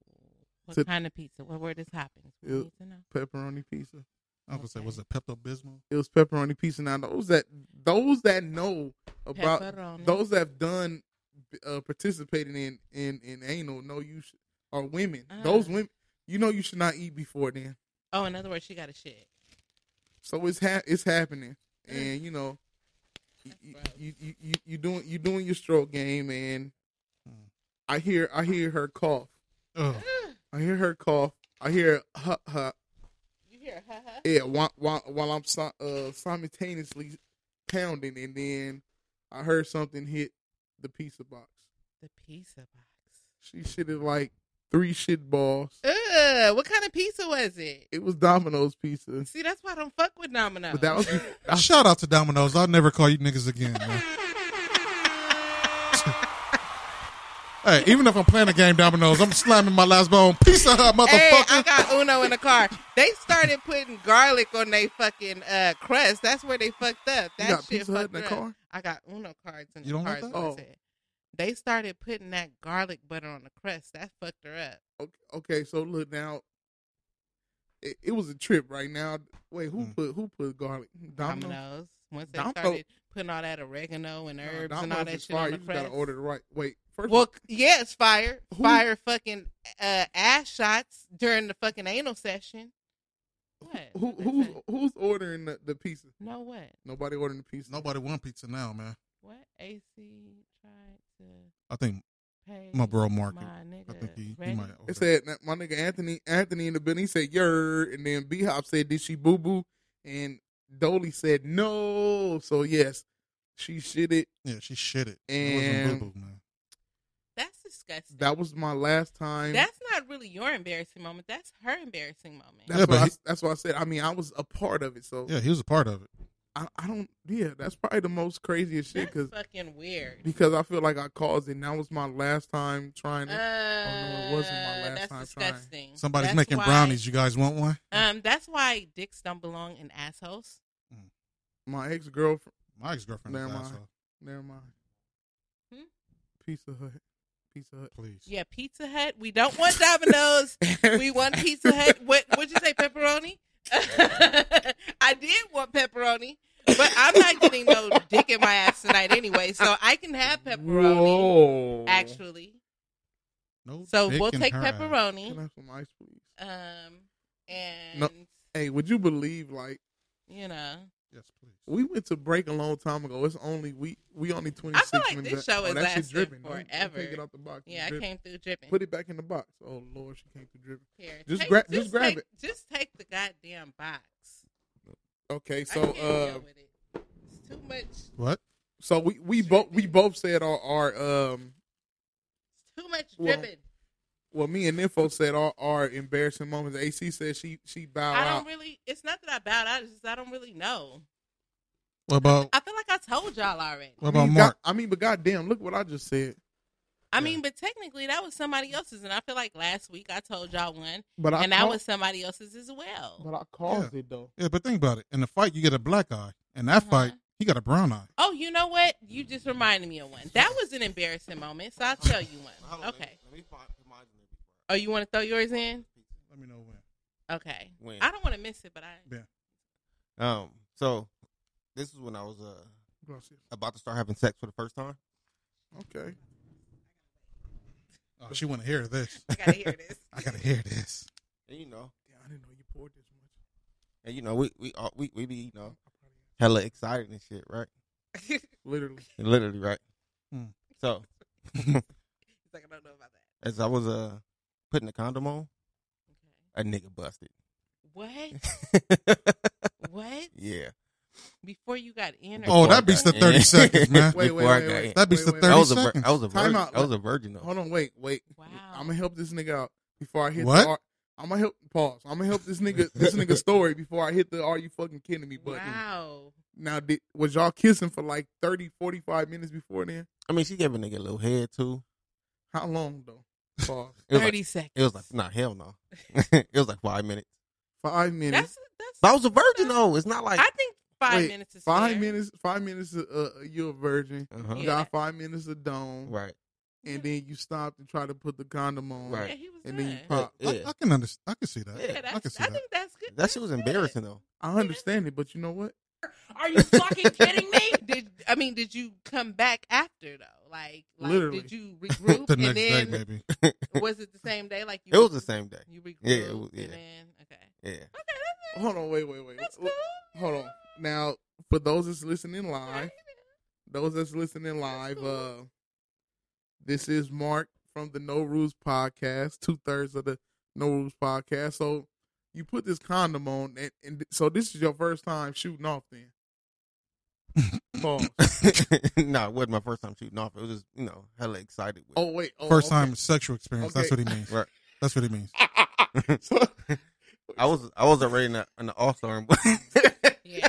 S8: what
S7: So-
S8: kind of pizza? What where this happens? We
S7: It-
S8: need to know.
S7: pepperoni pizza.
S9: I was gonna say, was it Pepto Bismol?
S7: It was pepperoni pizza. Now those that those that know about
S9: Pepperoni.
S7: those that have done uh, participated in in in anal know you sh- are women. Those
S8: Ah.
S7: women, you know you should not eat before then.
S8: Oh, in other words, she got a shit.
S7: So it's ha- it's happening, and you know, you you, you, you you doing you doing your stroke game, and I hear I hear her cough. I hear her cough. I hear her, her
S8: You hear? Huh? huh?
S7: Yeah, while while, while I'm si- uh, simultaneously pounding, and then I heard something hit the pizza box.
S8: The pizza box.
S7: She shitted like three shit balls.
S8: Ugh, what kind of pizza was it?
S7: It was Domino's pizza.
S8: See, that's why I don't fuck with Domino's.
S7: But that was
S9: Ah, Shout out to Domino's. I'll never call you niggas again, man. hey, even if I'm playing a game, Domino's, I'm slamming my last bone. Piece of her, motherfucker.
S8: Hey, I got Uno in the car. They started putting garlic on their fucking uh, crust. That's where they fucked up. That
S7: got
S8: shit
S7: Pizza Hut
S8: fucked
S7: in the
S8: up.
S7: car? Oh.
S8: I got Uno cards in
S7: You don't
S8: the
S7: like
S8: cars.
S7: that?
S8: what I said. They started putting that garlic butter on the crust. That fucked her up.
S7: Okay, so look now. It, it was a trip right now. Wait, who put who put garlic? Domino's.
S8: Domino's. Once they
S7: Domino-
S8: started putting all that oregano and
S7: Nah,
S8: herbs and all
S7: Domino's
S8: that
S7: is
S8: shit on
S7: fire.
S8: the
S7: You just gotta
S8: crust.
S7: order the right. Wait, first.
S8: Well, yes, fire, fire, fucking uh, ass shots during the fucking anal session. What?
S7: who who's who's ordering the, the pizza?
S8: No, what?
S7: Nobody ordering the pizza.
S9: Nobody want pizza now, man.
S8: What AC tried to?
S9: I think
S8: pay
S9: my bro Mark.
S8: My
S9: I
S8: nigga,
S9: think he, he
S8: Randy?
S9: might.
S7: It said that my nigga Anthony Anthony in the building. He said yer, and then B Hop said, "Did she boo boo?" and Dolly said no. So yes, she shit it.
S9: Yeah, she shit it.
S7: And
S9: boo-boo,
S8: That's disgusting.
S7: that was my last time.
S8: That's not really your embarrassing moment. That's her embarrassing moment.
S7: That's, what I, that's what I said. I mean, I was a part of it. So
S9: Yeah, he was a part of it.
S7: I, I don't. Yeah, that's probably the most craziest shit because
S8: Fucking weird.
S7: because I feel like I caused it. and That was my last time trying.
S8: Uh,
S7: To, it wasn't my last time
S8: that's
S7: trying.
S8: disgusting.
S9: Somebody's
S8: That's
S9: making
S8: why-
S9: brownies. You guys want one?
S8: Um, that's why dicks don't belong in assholes.
S7: my ex girlfriend.
S9: My ex girlfriend.
S7: Never
S9: Never
S7: mind. Never mind.
S8: Hmm?
S7: Pizza Hut. Pizza Hut.
S9: Please.
S8: Yeah, Pizza Hut. We don't want Domino's. we want Pizza Hut. What would you say, pepperoni? I did want pepperoni, but I'm not getting no dick in my ass tonight anyway, so I can have pepperoni.
S7: Whoa.
S8: Actually,
S9: No
S8: so
S7: dick
S8: we'll
S7: in
S8: take
S7: her ass.
S8: pepperoni.
S7: Can I have some ice, please?
S8: Um, and
S7: No. Hey, would you believe like
S8: you know,
S7: we went to break a long time ago? It's only we we only twenty
S8: I
S7: six
S8: feel like
S7: minutes.
S8: this
S7: in.
S8: show
S7: Oh,
S8: is
S7: that shit
S8: lasting
S7: dripping. Don't- don't
S8: forever.
S7: Take it out the box. It's
S8: Yeah, I
S7: dripping.
S8: came through dripping.
S7: Put it back in the box. Oh lord, she came through dripping.
S8: Here,
S7: just
S8: take-
S7: grab, just, grab
S8: take-
S7: it.
S8: Just take the goddamn box.
S7: Okay,
S8: I
S7: so
S8: can't deal
S7: uh,
S8: with it. It's too much.
S9: What?
S7: So we we both we both said our our um
S8: Too much
S7: Well,
S8: dripping.
S7: well me and Info said our our embarrassing moments. AC said she she bowed
S8: I
S7: out.
S8: don't really. It's not that I bowed out. It's just I don't really know.
S9: What about
S8: I feel like I told y'all already.
S7: What about I mean, Mark? I mean, but goddamn, look what I just said.
S8: I mean, but technically that was somebody else's, and I feel like last week I told y'all one,
S7: But I
S8: and that
S7: called-
S8: was somebody else's as well.
S7: But I caused it though.
S9: Yeah, but think about it. In the fight, you get a black eye. In that fight, he got a brown eye.
S8: Oh, you know what? You just reminded me of one. That was an embarrassing moment, so I'll tell you one. Okay. Oh, you want to throw yours in?
S9: Let me know when.
S8: Okay.
S2: When?
S8: I don't want to miss it, but I.
S2: Um, so this is when I was uh
S7: Gracias.
S2: about to start having sex for the first time.
S7: Okay.
S9: Oh, she want to hear this.
S8: I gotta hear this.
S9: I gotta hear this.
S2: And, you know,
S7: Damn, I didn't know you poured this much.
S2: and you know, we we all, we we be you know hella excited and shit, right?
S7: Literally.
S2: Literally, right?
S9: Hmm.
S2: So
S8: Like, I don't know about that.
S2: as I was uh putting the condom on, a nigga busted.
S8: What? what?
S2: Yeah.
S8: Before you got in? Or
S9: Oh, that
S2: Before I
S9: beats the
S2: got
S9: 30
S2: in.
S9: seconds, man.
S7: Wait, wait,
S2: Before I
S7: wait,
S2: got
S7: wait,
S2: in.
S9: That beats the
S7: wait, wait,
S9: third. 30
S2: I was a vir-
S9: seconds.
S2: I was a
S7: Time
S2: virgin.
S7: out.
S2: I was a virgin. though.
S7: Hold on, wait, wait. I'm gonna help this nigga out before I hit
S2: What?
S7: the. I'm gonna help. Pause. I'm gonna help this nigga. this nigga story before I hit the. Are you fucking kidding me? Button.
S8: Wow.
S7: Now, did, was y'all kissing for like 30, 45 minutes before then?
S2: I mean, she gave a nigga a little head too.
S7: How long though? Pause.
S2: It was like-
S8: seconds.
S2: It was like, nah, hell no. it was like five minutes.
S7: Five minutes.
S2: But I was a virgin though. It's not like
S8: I think five
S7: Wait,
S8: minutes is
S7: Five
S8: fair.
S7: minutes. Five minutes. Of, uh, you're a virgin.
S2: Uh-huh.
S7: You
S8: Yeah.
S7: got five minutes of dome,
S2: right.
S7: and then you stopped and tried to put the condom on,
S2: Right. Yeah,
S8: he was
S7: and then you
S8: done.
S7: pop.
S2: Yeah, yeah.
S9: I can understand. I can see that.
S8: Yeah, that's,
S9: I
S8: I,
S9: can see that.
S8: think that's good.
S2: That shit was embarrassing though.
S7: I understand it, but you know what?
S8: Are you fucking kidding me? Did I mean? Did you come back after though? Like, like
S2: Literally.
S8: did you regroup
S2: The
S8: and
S2: next day,
S8: then
S2: maybe.
S8: was it the same day? Like you
S2: It was the same day.
S8: You regrouped
S2: Yeah, it was- yeah.
S8: and then okay.
S2: Yeah.
S7: Hold on, wait, wait, wait. L- Hold on. Now, for those that's listening live, those that's listening live, uh, this is Mark from the No Rules podcast, two thirds of the No Rules podcast. So you put this condom on, and, and so this is your first time shooting off. Then Pause.
S2: no, it wasn't my first time shooting off. It was just, you know, hella excited. With
S7: Oh, wait. Oh,
S9: First
S7: okay.
S9: time sexual experience. That's what
S7: Okay.
S9: he means.
S2: Right.
S9: That's what he means.
S2: I was I was already in the, in the all star.
S8: yeah.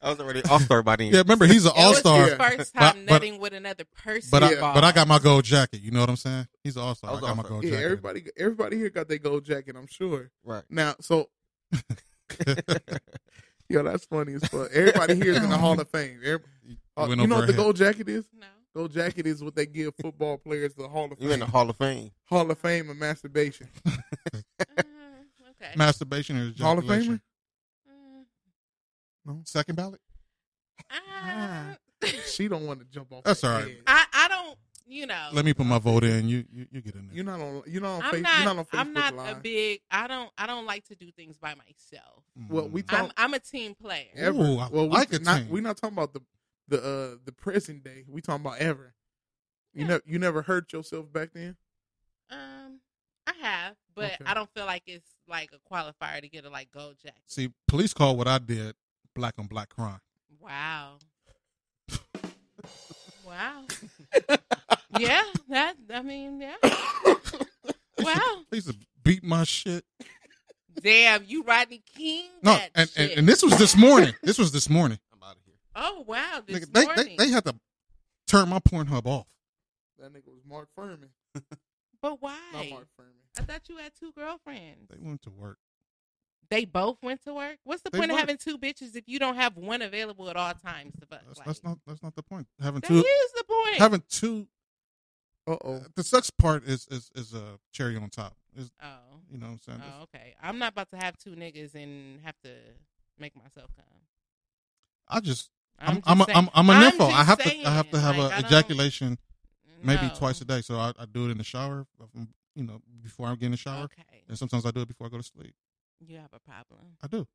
S2: I was already all star by then.
S9: Yeah, remember he's an
S8: It
S9: all
S8: was his
S9: star.
S8: first time nutting with another person.
S9: But I,
S8: involved.
S9: but I got my gold jacket. You know what I'm saying? He's an all star.
S2: I
S9: I,
S2: was
S9: got my
S2: all-star.
S9: gold
S7: yeah,
S9: jacket.
S7: everybody, everybody here got their gold jacket. I'm sure.
S2: Right.
S7: now, so yo, that's funny as fuck. Everybody here is in the Hall of Fame. Every- uh,
S2: went
S7: you know what
S2: over
S7: the
S2: her head.
S7: gold jacket is? No. Gold jacket is what they give football players the Hall of Fame.
S2: You in the Hall of Fame?
S7: Hall of Fame of masturbation.
S8: Uh-huh. okay. Mm,
S9: Masturbation or
S7: Hall of
S9: ejaculation?
S7: Famer? No.
S9: Second ballot?
S7: Ah. she don't want to jump off.
S9: That's
S7: that
S9: all right.
S7: bed.
S8: I, I don't. You know.
S9: Let me put my vote in. You you, you get in there.
S7: You're not on. You're not on.
S8: I'm
S7: Face,
S8: not.
S7: you're not on Facebook
S8: I'm not
S7: Live.
S8: a big. I don't. I don't like to do things by myself.
S7: Well, we
S8: I'm,
S7: talk-
S8: I'm a team player.
S7: ever.
S9: Mm. Ooh, I
S7: well, we
S9: like a
S7: not.
S9: team.
S7: We're not talking about the the uh the present day. We talking about ever. You know, you never hurt yourself back then.
S8: Um, I have, but
S7: Okay.
S8: I don't feel like it's like a qualifier to get a like gold jacket.
S9: See, police called what I did black on black crime.
S8: Wow. wow. yeah, that I mean, yeah. wow.
S9: They used to beat my shit.
S8: Damn, you Rodney King?
S9: No,
S8: that
S9: and, and,
S8: shit.
S9: and this was this morning. This was this morning.
S8: Oh wow, this
S9: Nigga, they,
S8: morning.
S9: they they had to turn my Pornhub off.
S7: That nigga was Mark Furman.
S8: But why?
S7: Not Mark Furman.
S8: I thought you had two girlfriends.
S9: They went to work.
S8: They both went to work. What's the
S9: They
S8: point
S9: work.
S8: of having two bitches if you don't have one available at all times to fuck? Like,
S9: That's not that's not the point. Having
S8: That
S9: two
S8: is the point.
S9: Having two. Uh-oh. The sex part is is is a cherry on top. Is
S8: oh,
S9: you know what I'm saying?
S8: oh, okay. I'm not about to have two niggas and have to make myself come.
S9: I just
S8: I'm
S9: I'm
S8: just
S9: I'm a,
S8: saying-
S9: I'm, I'm a
S8: I'm
S9: nympho. I
S8: just
S9: have
S8: saying,
S9: to I have to have
S8: like, I
S9: a
S8: don't-
S9: ejaculation maybe
S8: No.
S9: twice a day. So I, I do it in the shower, if I'm- you know, before I get in the shower.
S8: Okay.
S9: And sometimes I do it before I go to sleep.
S8: You have a problem.
S9: I do.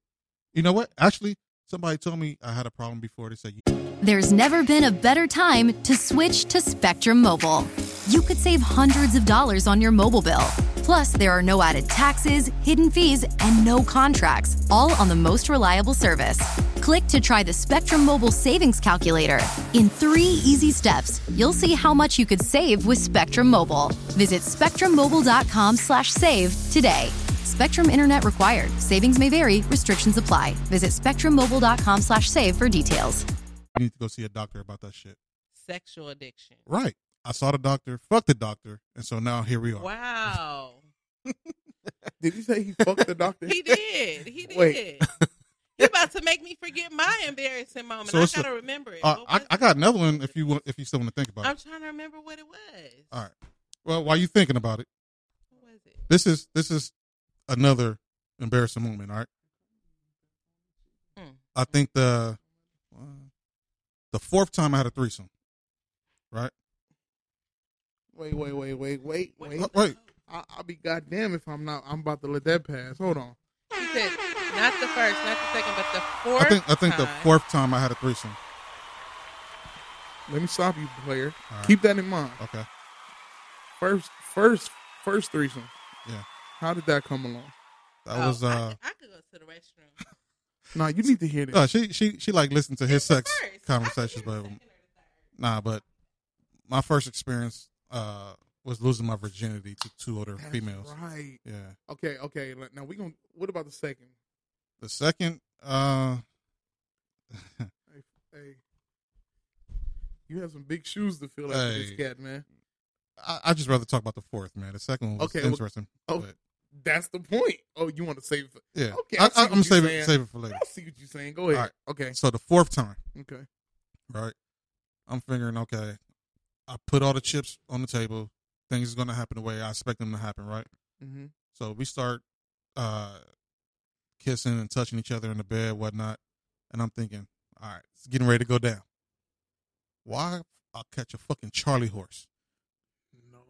S9: You know what? Actually, somebody told me I had a problem before. They said
S1: There's never been a better time to switch to Spectrum Mobile. You could save hundreds of dollars on your mobile bill. Plus, there are no added taxes, hidden fees, and no contracts, all on the most reliable service. Click to try the Spectrum Mobile Savings Calculator. In three easy steps, you'll see how much you could save with Spectrum Mobile. Visit spectrummobile.com slash save today. Spectrum Internet required. Savings may vary. Restrictions apply. Visit spectrummobile.com slash save for details.
S9: you need to go see a doctor about that shit.
S8: Sexual addiction.
S9: Right. I saw the doctor, fucked the doctor, and so now here we are.
S8: Wow.
S7: Did you say he fucked the doctor?
S8: He did. He did.
S7: Wait.
S8: He about to make me forget my embarrassing moment.
S9: So
S8: I
S9: it's a-
S8: gotta remember it.
S9: Uh,
S8: What
S9: I,
S8: was
S9: I
S8: it?
S9: got another one if you want, if you still want to think about it.
S8: I'm trying to remember what it was.
S9: All right. Well, while you thinking about it, this is this is another embarrassing moment. All right.
S8: Hmm.
S9: I think the one, the fourth time I had a threesome. Right.
S7: Wait, wait, wait, wait, wait, wait.
S9: Wait.
S7: I, I'll be goddamn if I'm not. I'm about to let that pass. Hold on.
S8: He said not the first, not the second, but the fourth.
S9: I think I think the
S8: time.
S9: fourth time I had a threesome.
S7: Let me stop you, player.
S9: All right.
S7: Keep that in mind.
S9: Okay.
S7: First, first, first threesome.
S9: Yeah.
S7: How did that come along?
S9: That was uh.
S8: Oh, I could go to the restroom.
S7: Nah, you need to hear this.
S9: No, uh, she she she like listened to his sex conversations, but nah. But my first experience uh was losing my virginity to two older
S7: That's
S9: females.
S7: Right.
S9: Yeah.
S7: Okay. Okay. like, Now we gonna. What about the second?
S9: The second uh
S7: Hey, you have some big shoes to fill out for this
S9: Hey.
S7: cat, man.
S9: I, I just rather talk about the fourth man. The second one was
S7: Okay. well-
S9: interesting.
S7: oh,
S9: but-
S7: that's the point. Oh, you want to save it?
S9: Yeah.
S7: Okay.
S9: I-
S7: I see
S9: I-
S7: what
S9: I'm
S7: you
S9: saving-
S7: saying.
S9: saving for later.
S7: I see what you're saying. Go ahead.
S9: All right.
S7: Okay.
S9: So the fourth time,
S7: Okay.
S9: right? I'm figuring, okay, I put all the chips on the table. Things is gonna happen the way I expect them to happen, right?
S7: Mhm.
S9: So we start uh kissing and touching each other in the bed, whatnot. And I'm thinking, all right, it's getting ready to go down. Why I'll catch a fucking Charlie horse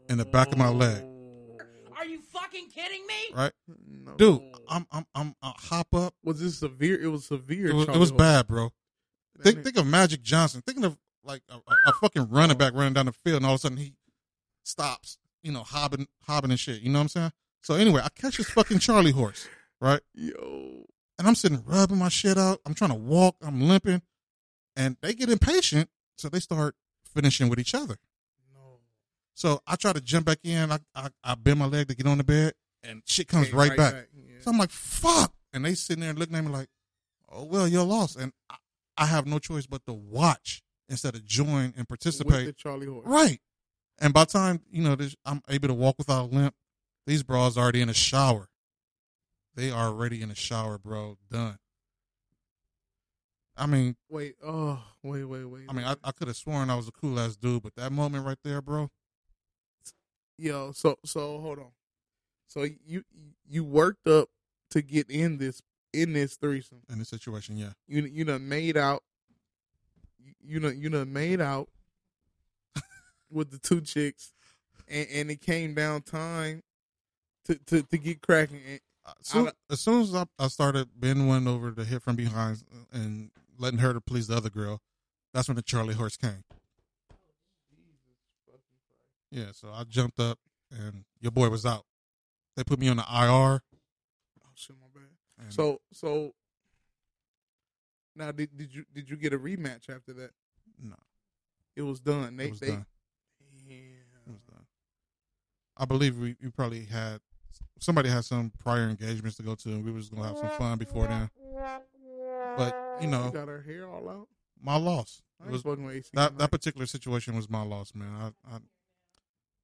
S9: in the back of my leg.
S16: Are you fucking kidding me?
S9: right? Dude,
S7: Oh.
S9: I'm I'm I'm I hop up.
S7: Was this severe? It was severe.
S9: It was, it
S7: Charlie
S9: was
S7: Horse.
S9: bad, bro. Think think of Magic Johnson. Thinking of like a, a, a fucking running back running down the field, and all of a sudden he stops. You know, hobbing hobbing and shit. You know what I'm saying? So anyway, I catch this fucking Charlie horse, right?
S7: Yo.
S9: And I'm sitting rubbing my shit out. I'm trying to walk. I'm limping, and they get impatient, so they start finishing with each other. So I try to jump back in. I, I I bend my leg to get on the bed, and shit comes
S7: Came
S9: right,
S7: right
S9: back.
S7: back, yeah.
S9: So I'm like, "Fuck!" And they sitting there looking at me like, "Oh well, you're lost." And I, I have no choice but to watch instead of join and participate.
S7: the Charlie horse.
S9: right? And by the time you know this, I'm able to walk without a limp. These bras already in a shower. They are already in a shower, bro. Done. I mean,
S7: Wait. Oh. Wait. Wait. Wait.
S9: I mean, I, I could have sworn I was a cool ass dude, but that moment right there, bro.
S7: Yo. So. So. Hold on. So you you worked up to get in this in this threesome.
S9: In this situation, yeah.
S7: You you done made out. You know you done made out with the two chicks, and, and it came down time to to, to get cracking. And
S9: Uh, soon, as soon as I, I started bending one over to hit from behind and letting her to please the other girl, that's when the Charlie horse came.
S7: Oh,
S9: Yeah, so I jumped up and your boy was out. They put me on the IR.
S7: Oh shit, my bad.
S9: And-
S7: So so Now, did, did you did you get a rematch after that?
S9: No.
S7: It was done. They
S9: It was
S7: they
S9: done. It was done. I believe we, we probably had somebody had some prior engagements to go to, and we was gonna have some fun before then. But you know,
S7: She got her hair all out.
S9: my loss.
S7: I
S9: It
S7: ain't
S9: was
S7: fucking with AC
S9: that that particular situation was my loss, man. I, I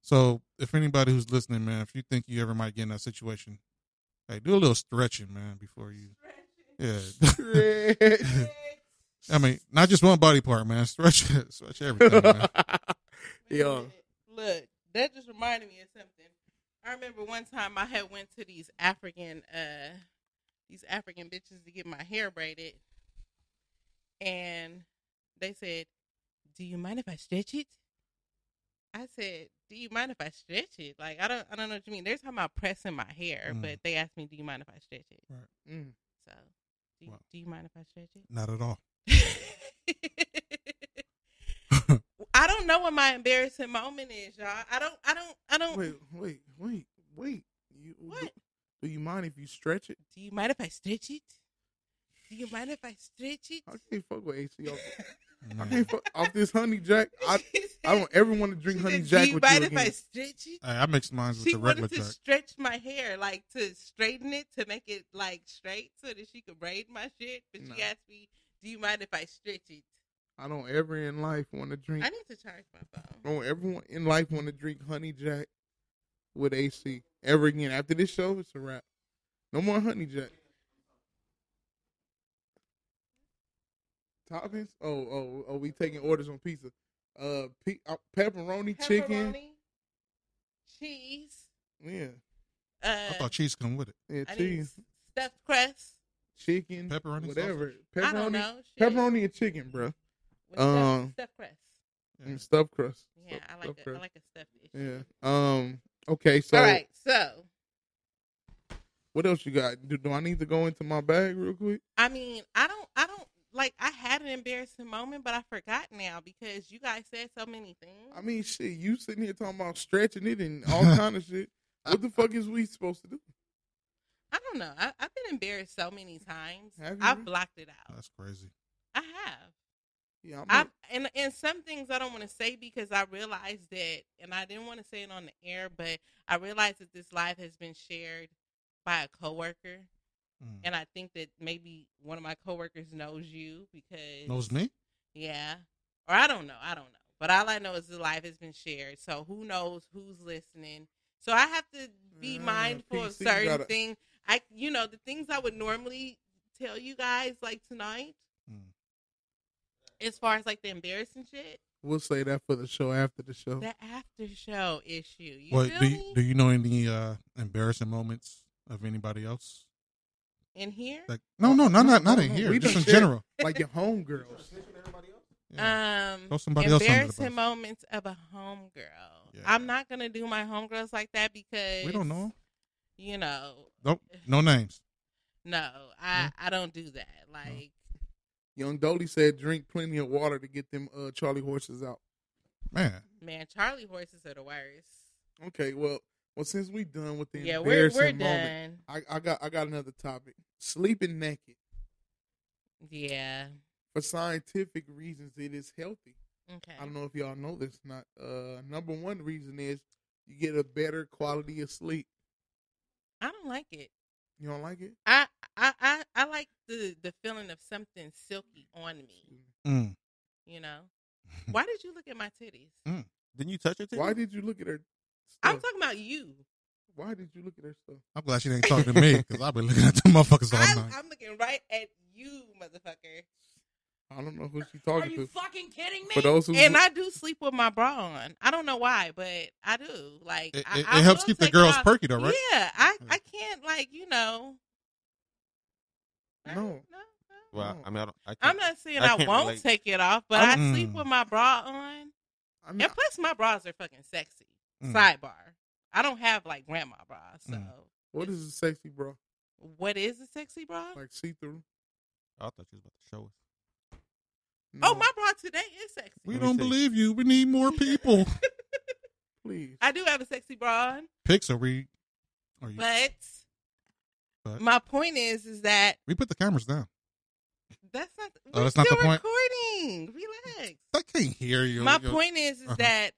S9: so if anybody who's listening, man, if you think you ever might get in that situation, hey, do a little stretching, man, before you. Yeah. I mean, not just one body part, man. Stretch, stretch everything,
S7: Mm-hmm.
S9: man.
S7: yeah.
S8: Look, that just reminded me of something. I remember one time I had went to these African uh these African bitches to get my hair braided and they said, Do you mind if I stretch it? I said, Do you mind if I stretch it? Like I don't I don't know what you mean. They're talking about pressing my hair,
S9: Mm.
S8: but they asked me, Do you mind if I stretch it?
S9: Right.
S7: Mm.
S8: So do you, do you mind if I stretch it?
S9: Not at all.
S8: I don't know what my embarrassing moment is, y'all. I don't I don't I don't
S7: Wait, wait, wait, wait. You, what? Do, do you mind if you stretch it?
S8: Do you mind if I stretch it? Do you mind if I stretch it?
S7: I can't fuck with AC. Off, I can't fuck off this honey jack. I, I don't ever want to drink honey
S8: said,
S7: jack
S8: "Do you
S7: with
S8: mind
S7: you
S8: if I
S7: again.
S8: stretch it?
S9: Hey, I mixed mine with
S8: She
S9: the regular
S8: wanted to
S9: jack.
S8: stretch my hair, like to straighten it, to make it like straight, so that she could braid my shit. But she asked me, "Do you mind if I stretch it?"
S7: I don't ever in life want to drink.
S8: I need to charge my phone.
S7: don't ever want Oh, in life want to drink honey jack with AC ever again. After this show, it's a wrap. No more honey jack. Toppings? Oh, oh, oh! We taking orders on pizza. Uh, pe- uh pepperoni, chicken.
S8: Pepperoni, cheese,
S7: Yeah,
S8: uh,
S9: I thought cheese come with it.
S7: yeah,
S8: I need
S7: cheese,
S8: stuffed crust.
S7: chicken,
S9: pepperoni,
S7: whatever. Pepperoni,
S8: I don't know, shit.
S7: pepperoni and chicken, bro.
S8: With stuff-
S7: Um,
S8: stuffed crust.
S7: and stuffed crust.
S8: Yeah, I like a, I like a stuffed. dish.
S7: Yeah. Um. Okay. So.
S8: All right, so
S7: What else you got? Do, do I need to go into my bag real quick?
S8: I mean, I don't, I don't like. I had an embarrassing moment, but I forgot now because you guys said so many things.
S7: I mean, shit, you sitting here talking about stretching it and all kind of shit. What the fuck is we supposed to do?
S8: I don't know. I, I've been embarrassed so many times.
S7: Have you
S8: I've
S7: really?
S8: blocked it out.
S9: That's crazy.
S8: I have.
S7: Yeah, I'm
S8: I've, and and some things I don't want to say because I realized that, and I didn't want to say it on the air, but I realized that this live has been shared by a coworker,
S9: Mm.
S8: and I think that maybe one of my coworkers knows you because
S9: Knows me?
S8: Yeah, or I don't know. I don't know. But all I know is the live has been shared, so who knows who's listening. So I have to be
S16: Ah,
S8: mindful of
S16: PC
S8: certain
S16: gotta-
S8: things. I, you know, the things I would normally tell you guys like tonight,
S9: Mm.
S8: as far as like the embarrassing shit,
S7: We'll say that for the show after the show.
S8: the after show issue. You
S9: Oh. What
S8: feel
S9: do
S8: me?
S9: you, do you know any uh, embarrassing moments of anybody else?
S8: In here?
S9: Like no, no, not not, not in
S7: no,
S9: here.
S7: we
S9: Just
S7: done
S9: in
S7: said-
S9: general.
S7: Like your homegirls.
S8: Um,
S9: Throw somebody else under the
S8: embarrassing
S9: bus.
S8: moments of a homegirl. I'm not gonna do my homegirls like that because
S9: We don't know. 'em.
S8: You know,
S9: Nope, no names.
S8: no, I I don't do that. Like,
S7: Young Dolly said, drink plenty of water to get them uh, Charlie horses out.
S9: Man.
S8: man, Charlie horses are the worst.
S7: Okay, well, well, since we done with the
S8: Yeah, we're-
S7: embarrassing
S8: we're
S7: moment, I, I got I got another topic. Sleeping naked
S8: Yeah.
S7: for scientific reasons, it is healthy.
S8: Okay.
S7: I don't know if y'all know this. or Not uh, number one reason is you get a better quality of sleep.
S8: I don't like it.
S7: You don't like it?
S8: I I I, I like the the feeling of something silky on me.
S9: Mm.
S8: You know. Why did you look at my titties?
S9: Mm.
S2: Didn't you touch her? Titty?
S7: Why did you look at her?
S8: I'm talking about you.
S7: Why did you look at her stuff?
S9: I'm glad she didn't talk to me because I've been looking at them motherfuckers all
S8: I'm,
S9: night.
S8: I'm looking right at you, motherfucker.
S7: I don't know who she's talking to.
S8: fucking kidding
S7: For those who-
S8: and I do sleep with my bra on. I don't know why, but I do. Like
S9: It-
S8: I,
S9: it-
S8: I
S9: it helps
S8: will
S9: keep the
S8: take
S9: girls
S8: off-
S9: perky though, right?
S8: Yeah, I I can't like you know.
S7: No.
S2: Well, I mean, I don't, I
S8: I'm
S2: can't-
S8: not saying
S2: I
S8: I,
S2: can't
S8: won't
S2: relate.
S8: take it off, but i
S2: I'm-
S8: sleep
S2: Mm.
S8: with my bra on. and plus, my bras are fucking sexy.
S7: Mm.
S8: Sidebar: I don't have like grandma bras, so
S7: What is a sexy bra?
S8: what is a sexy bra?
S7: Like see through?
S2: I thought you was about to show us.
S8: Oh, my bra today is sexy.
S9: We don't believe you. We need more people.
S7: Please.
S8: I do have a sexy bra on,
S9: Pics are we? Are you?
S8: but
S9: But
S8: my point is, is that
S9: we put the cameras down.
S8: That's not.
S9: Oh,
S8: we're
S9: that's not
S8: still
S9: the point?
S8: recording. Relax.
S9: I can't hear you.
S8: My
S9: You're-
S8: point is, is
S9: Uh-huh.
S8: that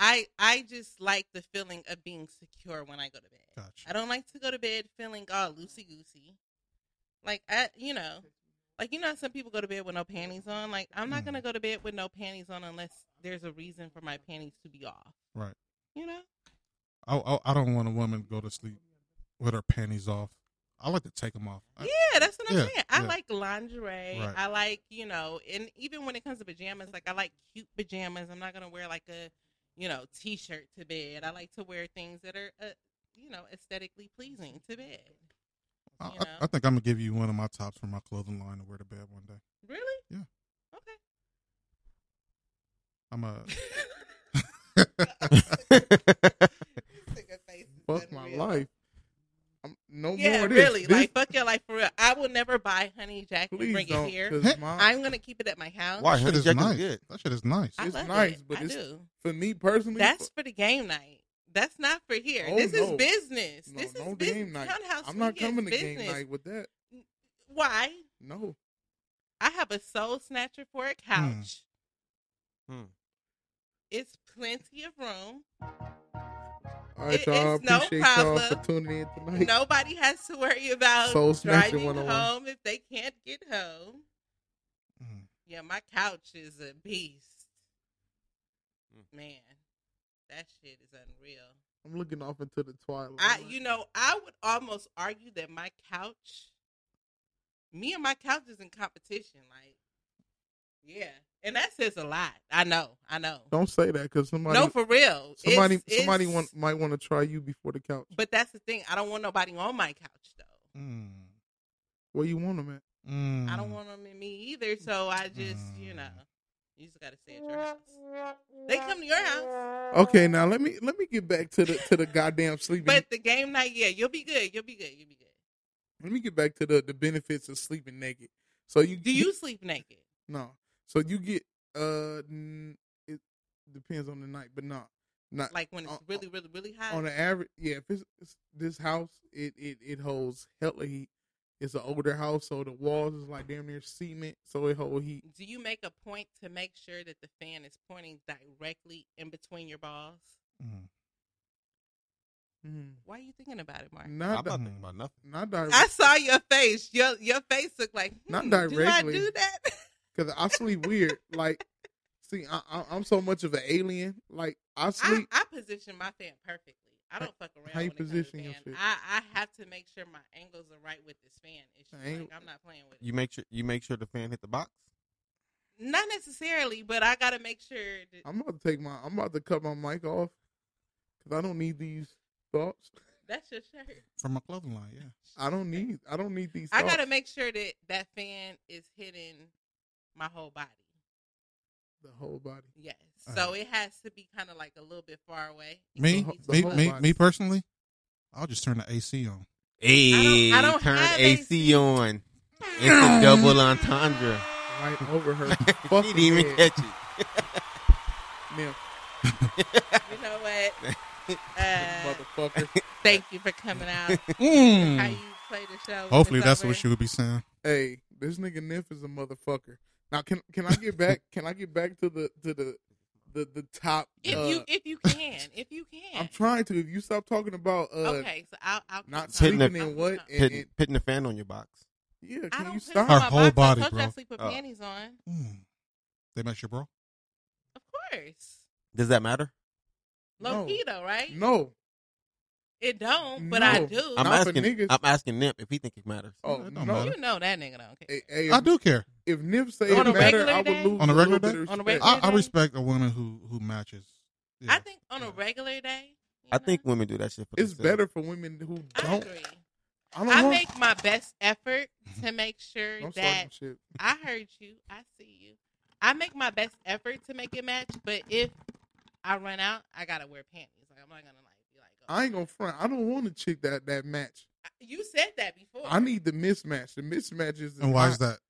S8: I I just like the feeling of being secure when I go to bed.
S9: Gotcha.
S8: I don't like to go to bed feeling all loosey goosey. Like I, you know, like you know, how some people go to bed with no panties on. Like I'm not
S9: Mm-hmm.
S8: gonna go to bed with no panties on unless there's a reason for my panties to be off.
S9: Right.
S8: You know.
S9: I, I I don't want a woman to go to sleep with her panties off. I like to take them off. I-
S8: Yeah, that's what I'm
S9: Yeah,
S8: saying. I
S9: yeah.
S8: like lingerie.
S9: Right.
S8: I like, you know, and even when it comes to pajamas, like I like cute pajamas. I'm not gonna wear like a, you know, t-shirt to bed. I like to wear things that are, uh, you know, aesthetically pleasing to bed.
S9: I,
S8: you
S9: I, I think I'm gonna give you one of my tops from my clothing line to wear to bed one day.
S8: Really?
S9: Yeah.
S8: Okay.
S9: I'm a.
S7: Fuck my life. I'm, no
S8: yeah,
S7: more of this.
S8: really.
S7: This-
S8: Like fuck your life for real. I will never buy honey jack and
S7: Please
S8: bring it
S7: don't,
S8: here.
S7: 'cause my-
S8: I'm gonna keep it at my house.
S9: Why? That shit is
S7: Jack is
S9: nice.
S7: good.
S9: That shit is nice.
S8: I
S7: it's
S8: love
S7: nice,
S8: it.
S7: but
S8: I
S7: it's
S8: do.
S7: for me personally.
S8: That's for the game night. That's not for here.
S7: Oh,
S8: this
S7: no.
S8: is business.
S7: No,
S8: this is
S7: no
S8: business.
S7: game night.
S8: Townhouse
S7: I'm not
S8: weekend's
S7: coming to game
S8: business.
S7: night with that.
S8: Why?
S7: No.
S8: I have a soul snatcher for a couch.
S2: Hmm.
S8: It's plenty of room.
S7: All right,
S8: It-
S7: y'all.
S8: it's no
S7: Appreciate y'all for
S8: problem.
S7: tuning in tonight.
S8: Nobody has to worry about
S7: Soul snatcher
S8: driving
S7: 101.
S8: home if they can't get home. Yeah, my couch is a beast.
S7: Hmm.
S8: Man, that shit is unreal.
S7: I'm looking off into the twilight.
S8: I, you know, I would almost argue that my couch, me and my couch is in competition. Like, yeah, and that says a lot. I know, I know.
S7: Don't say that because somebody.
S8: No, for real. It's-
S7: Somebody,
S8: it's-
S7: somebody want, might want to try you before the couch.
S8: But that's the thing. I don't want nobody on my couch though.
S7: Where you want them at?
S2: Mm.
S8: I
S7: Mm.
S8: don't want them in me either. So I just, you know, you just gotta stay at your house. They come to your house,
S7: Okay, now let me let me get back to the to the goddamn sleeping.
S8: but the game night, yeah, you'll be good. You'll be good. You'll be good.
S7: let me get back to the the benefits of sleeping naked. So you
S8: Do you sleep naked?
S7: No. So you get uh n- it depends on the night, but not not
S8: Like when it's really, really, really hot.
S7: uh, on the average. Yeah, if it's, it's this house, it it it holds hella heat. It's an older house, so the walls is like damn near cement, so it hold heat.
S8: Do you make a point to make sure that the fan is pointing directly in between your balls?
S9: Mm.
S8: Why are you thinking about it, Mark?
S7: Not
S2: I'm not
S7: di-
S2: thinking about nothing.
S7: Not directly.
S8: Mm-hmm. I saw your face. Your your face looked like hmm,
S7: Not
S8: Do I
S7: directly.
S8: do that?
S7: Cause I sleep weird. Like, see, I, I, I'm so much of an alien. Like, I
S8: I,
S7: sleep.
S8: I position my fan perfectly. I don't fuck around.
S7: how you
S8: when it comes to
S7: position your
S8: fan.
S7: shit?
S8: I, I have to make sure my angles are right with this fan issue.
S2: Angle-
S8: Like, I'm not playing with it.
S2: You make sure you make sure the fan hit the box.
S8: Not necessarily, but I gotta make sure that
S7: I'm about to take my. I'm about to cut my mic off. Cause I don't need these thoughts.
S8: that's your shirt.
S9: From my clothing line, yeah.
S7: I don't need. I don't need these.
S8: I
S7: thoughts.
S8: gotta make sure that that fan is hitting my whole body.
S7: the whole body.
S8: Yes. So it has to be kind of like a little bit far away. It
S9: Me,
S8: can't be
S9: me,
S8: too
S9: me,
S8: close.
S9: me personally, I'll just turn the AC on.
S2: Hey,
S8: I don't
S2: turn
S8: have
S2: AC on. It's a double entendre.
S7: Right over her.
S2: he
S7: fucking
S2: didn't even
S7: head.
S2: catch it.
S7: Now,
S8: You know what? Uh,
S7: Motherfucker.
S8: Thank you for coming out.
S9: Mm.
S8: How you play the show? when
S9: Hopefully,
S8: it's
S9: that's
S8: over.
S9: what she would be saying.
S7: Hey, this nigga Niff is a motherfucker. Now, can can I get back? can I get back to the to the the the top?
S8: If
S7: uh,
S8: you if you can, if you can.
S7: I'm trying to. If you stop talking about uh,
S8: okay, so I'll, I'll
S7: not
S8: keep
S7: sleeping
S8: talking.
S7: in what and,
S2: Pitting,
S7: and-
S2: pitting the fan on your box.
S7: yeah,
S8: I
S7: can
S8: don't
S7: you
S8: put
S7: stop? Mm.
S8: on
S9: Her
S8: my
S9: whole
S8: box.
S9: body,
S8: I told you I
S9: bro.
S8: sleep with
S2: Oh.
S8: panties on.
S9: They match your bra.
S8: Of course,
S2: Does that matter?
S8: low key though, right?
S7: No,
S8: It don't, but I
S9: Oh,
S7: No.
S8: do.
S2: I'm
S7: Not for
S2: asking.
S7: niggas.
S2: I'm asking Nip if he think it matters.
S7: Oh,
S2: It
S7: no.
S2: don't matter.
S8: you know that nigga don't care.
S7: Hey,
S9: I do care.
S7: If Nip say
S8: On
S7: it
S8: a
S7: matter,
S8: regular
S7: I would
S8: day?
S7: lose
S9: On a regular
S7: little bit
S9: day,
S7: of
S8: On a
S7: respect.
S9: I,
S8: regular
S9: I
S8: day?
S9: respect a woman who who matches.
S8: I think on a regular day,
S2: I think women do that shit for
S7: It's
S2: themselves.
S7: better for women who
S8: I
S7: don't.
S8: agree.
S7: I don't
S8: I
S7: want-
S8: make my best effort to make sure
S7: Don't start
S8: that
S7: no shit.
S8: I heard you. I see you. I make my best effort to make it match, but if I run out, I gotta wear panties. Like I'm not gonna like. "Oh,
S7: I ain't gonna front. I don't want to chick that that match.
S8: You said that before.
S7: I need the mismatch. The mismatch is.
S9: And why is
S7: not-
S9: that?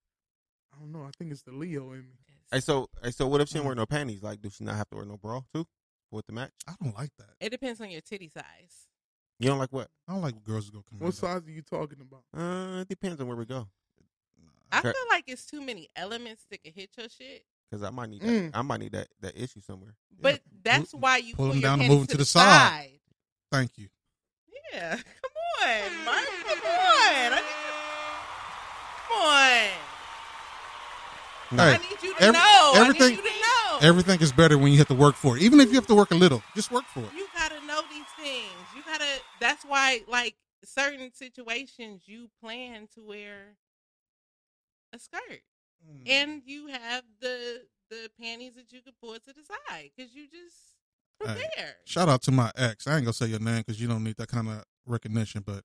S7: I don't know. I think it's the Leo in me.
S2: Hey, so hey, so what if
S9: Mm.
S2: she don't wear no panties? Like, does she not have to wear no bra too with the match?
S9: I don't like that.
S8: It depends on your titty size.
S2: You don't like what?
S9: Mm, I don't like girls who go. Commando.
S7: What size are you talking about?
S2: Uh, it depends on where we go.
S8: I
S2: Okay.
S8: feel like it's too many elements that can hit your shit.
S2: Because I might need that.
S8: Mm.
S2: I might need that, that issue somewhere.
S8: But that's why you
S2: pull
S8: pull,
S2: 'em
S8: your
S2: down and
S8: hands
S2: move 'em
S8: to, the side.
S9: Thank you.
S8: Yeah, come on, Mark. Come on. I need you. Come on. I need you to know. I need you to know.
S9: Everything is better when you have to work for it. Even if you have to work a little, just work for it.
S8: You gotta know these things. You gotta. That's why, like certain situations, you plan to wear a skirt,
S9: Mm-hmm.
S8: and you have the the panties that you can pull to the side because you just
S9: Hey,
S8: prepare.
S9: shout out to my ex. I ain't gonna say your name because you don't need that kind of recognition. But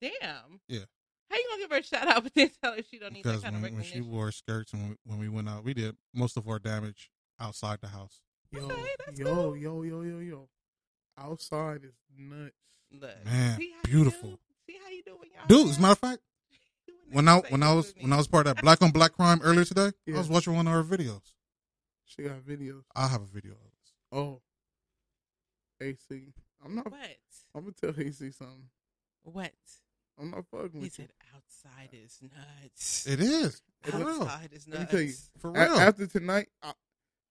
S8: Damn.
S9: yeah,
S8: How you gonna give her a shout out but then tell her she don't need
S9: because
S8: that kind
S9: when,
S8: of
S9: when she
S8: recognition?
S9: wore skirts and when, when we went out, we did most of our damage outside the house.
S7: Yo, yo, yo, yo, yo, yo. Outside is nuts.
S9: Man, beautiful. Dude, as a matter of fact, when I when I was when I was part of that black on black crime earlier today, I was watching one of our videos.
S7: She got videos.
S9: I have a video of it.
S7: Oh. AC. I'm not.
S8: What?
S7: I'm going to tell AC something.
S8: What?
S7: I'm not fucking
S8: He
S7: with you.
S8: said outside is nuts.
S9: It is.
S7: For real.
S8: Outside is
S7: Let me
S8: nuts.
S7: tell you.
S9: For
S7: a-
S9: real.
S7: after tonight, I,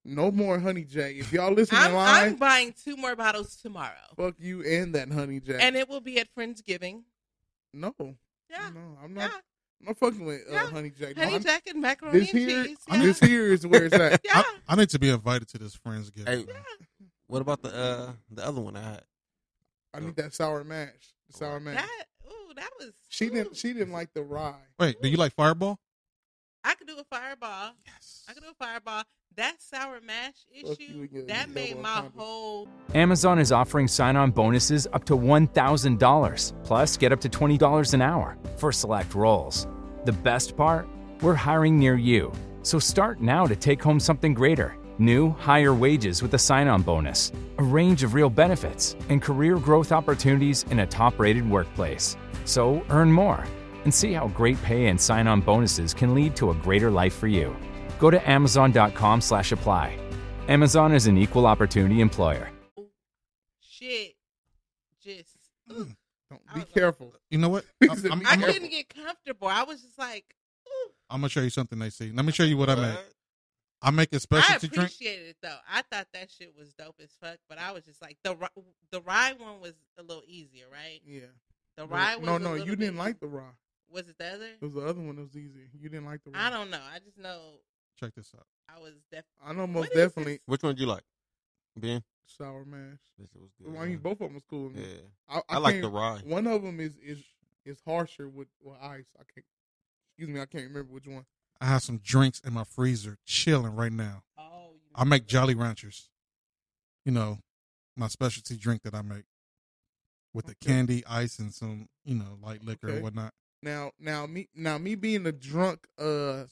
S7: no more honey jack. If y'all listening
S8: I'm,
S7: live,
S8: I'm buying two more bottles tomorrow,
S7: fuck you and that honey jack.
S8: and it will be at Friendsgiving.
S7: no.
S8: Yeah.
S7: No, I'm not. I'm not fucking with uh, honey jack. No,
S8: Honey
S7: I'm-
S8: Jack and macaroni
S7: this
S8: and
S7: here,
S8: cheese.
S7: This here is where it's at.
S8: Yeah.
S9: I, I need to be invited to this friends gift.
S2: Hey, what about the uh the other one I had?
S7: I need that sour mash. The sour mash.
S8: Oh, That, ooh, that was.
S7: she didn't. She didn't like the rye.
S9: Wait, do you like Fireball?
S8: I could do a fireball. Yes. I could do a fireball. That sour mash issue. That made my whole.
S10: Amazon is offering sign on bonuses up to $1,000, plus get up to $20 an hour for select roles. The best part? We're hiring near you. So start now to take home something greater new, higher wages with a sign on bonus, a range of real benefits, and career growth opportunities in a top rated workplace. So earn more and see how great pay and sign on bonuses can lead to a greater life for you. Go to amazon.com slash apply. Amazon is an equal opportunity employer.
S8: shit. Just ooh.
S7: Be careful.
S9: You know what? I'm, I'm,
S8: I
S9: I'm,
S8: could not get comfortable. I was just like,
S9: I'm gonna show you something they see. Let me show you what I make. I make a
S8: I
S9: specialty drink.
S8: appreciated it though. I thought that shit was dope as fuck, but I was just like the ri- the rye one was a little easier, right?
S7: Yeah.
S8: The
S7: No,
S8: rye was
S7: No,
S8: a
S7: no,
S8: little
S7: you didn't
S8: bit-
S7: like the rye.
S8: Was it the other?
S7: It was the other one that was easy. You didn't like the rye.
S8: I don't know. I just know
S9: Check this out.
S8: I was definitely.
S7: I know most definitely
S2: Which one do you like? Ben?
S7: sour mash.
S2: This was good.
S7: Well, I mean, both of them was cool.
S2: Yeah.
S7: I,
S2: I like
S7: can't-
S2: the rye.
S7: One of them is is is harsher with with ice. I can't. Excuse me, I can't remember which one.
S9: I have some drinks in my freezer, chilling right now.
S8: Oh,
S9: I make Jolly Ranchers. You know, my specialty drink that I make with the candy, ice, and some you know light liquor
S7: Okay.
S9: and whatnot.
S7: Now, now me, now me being a drunk uh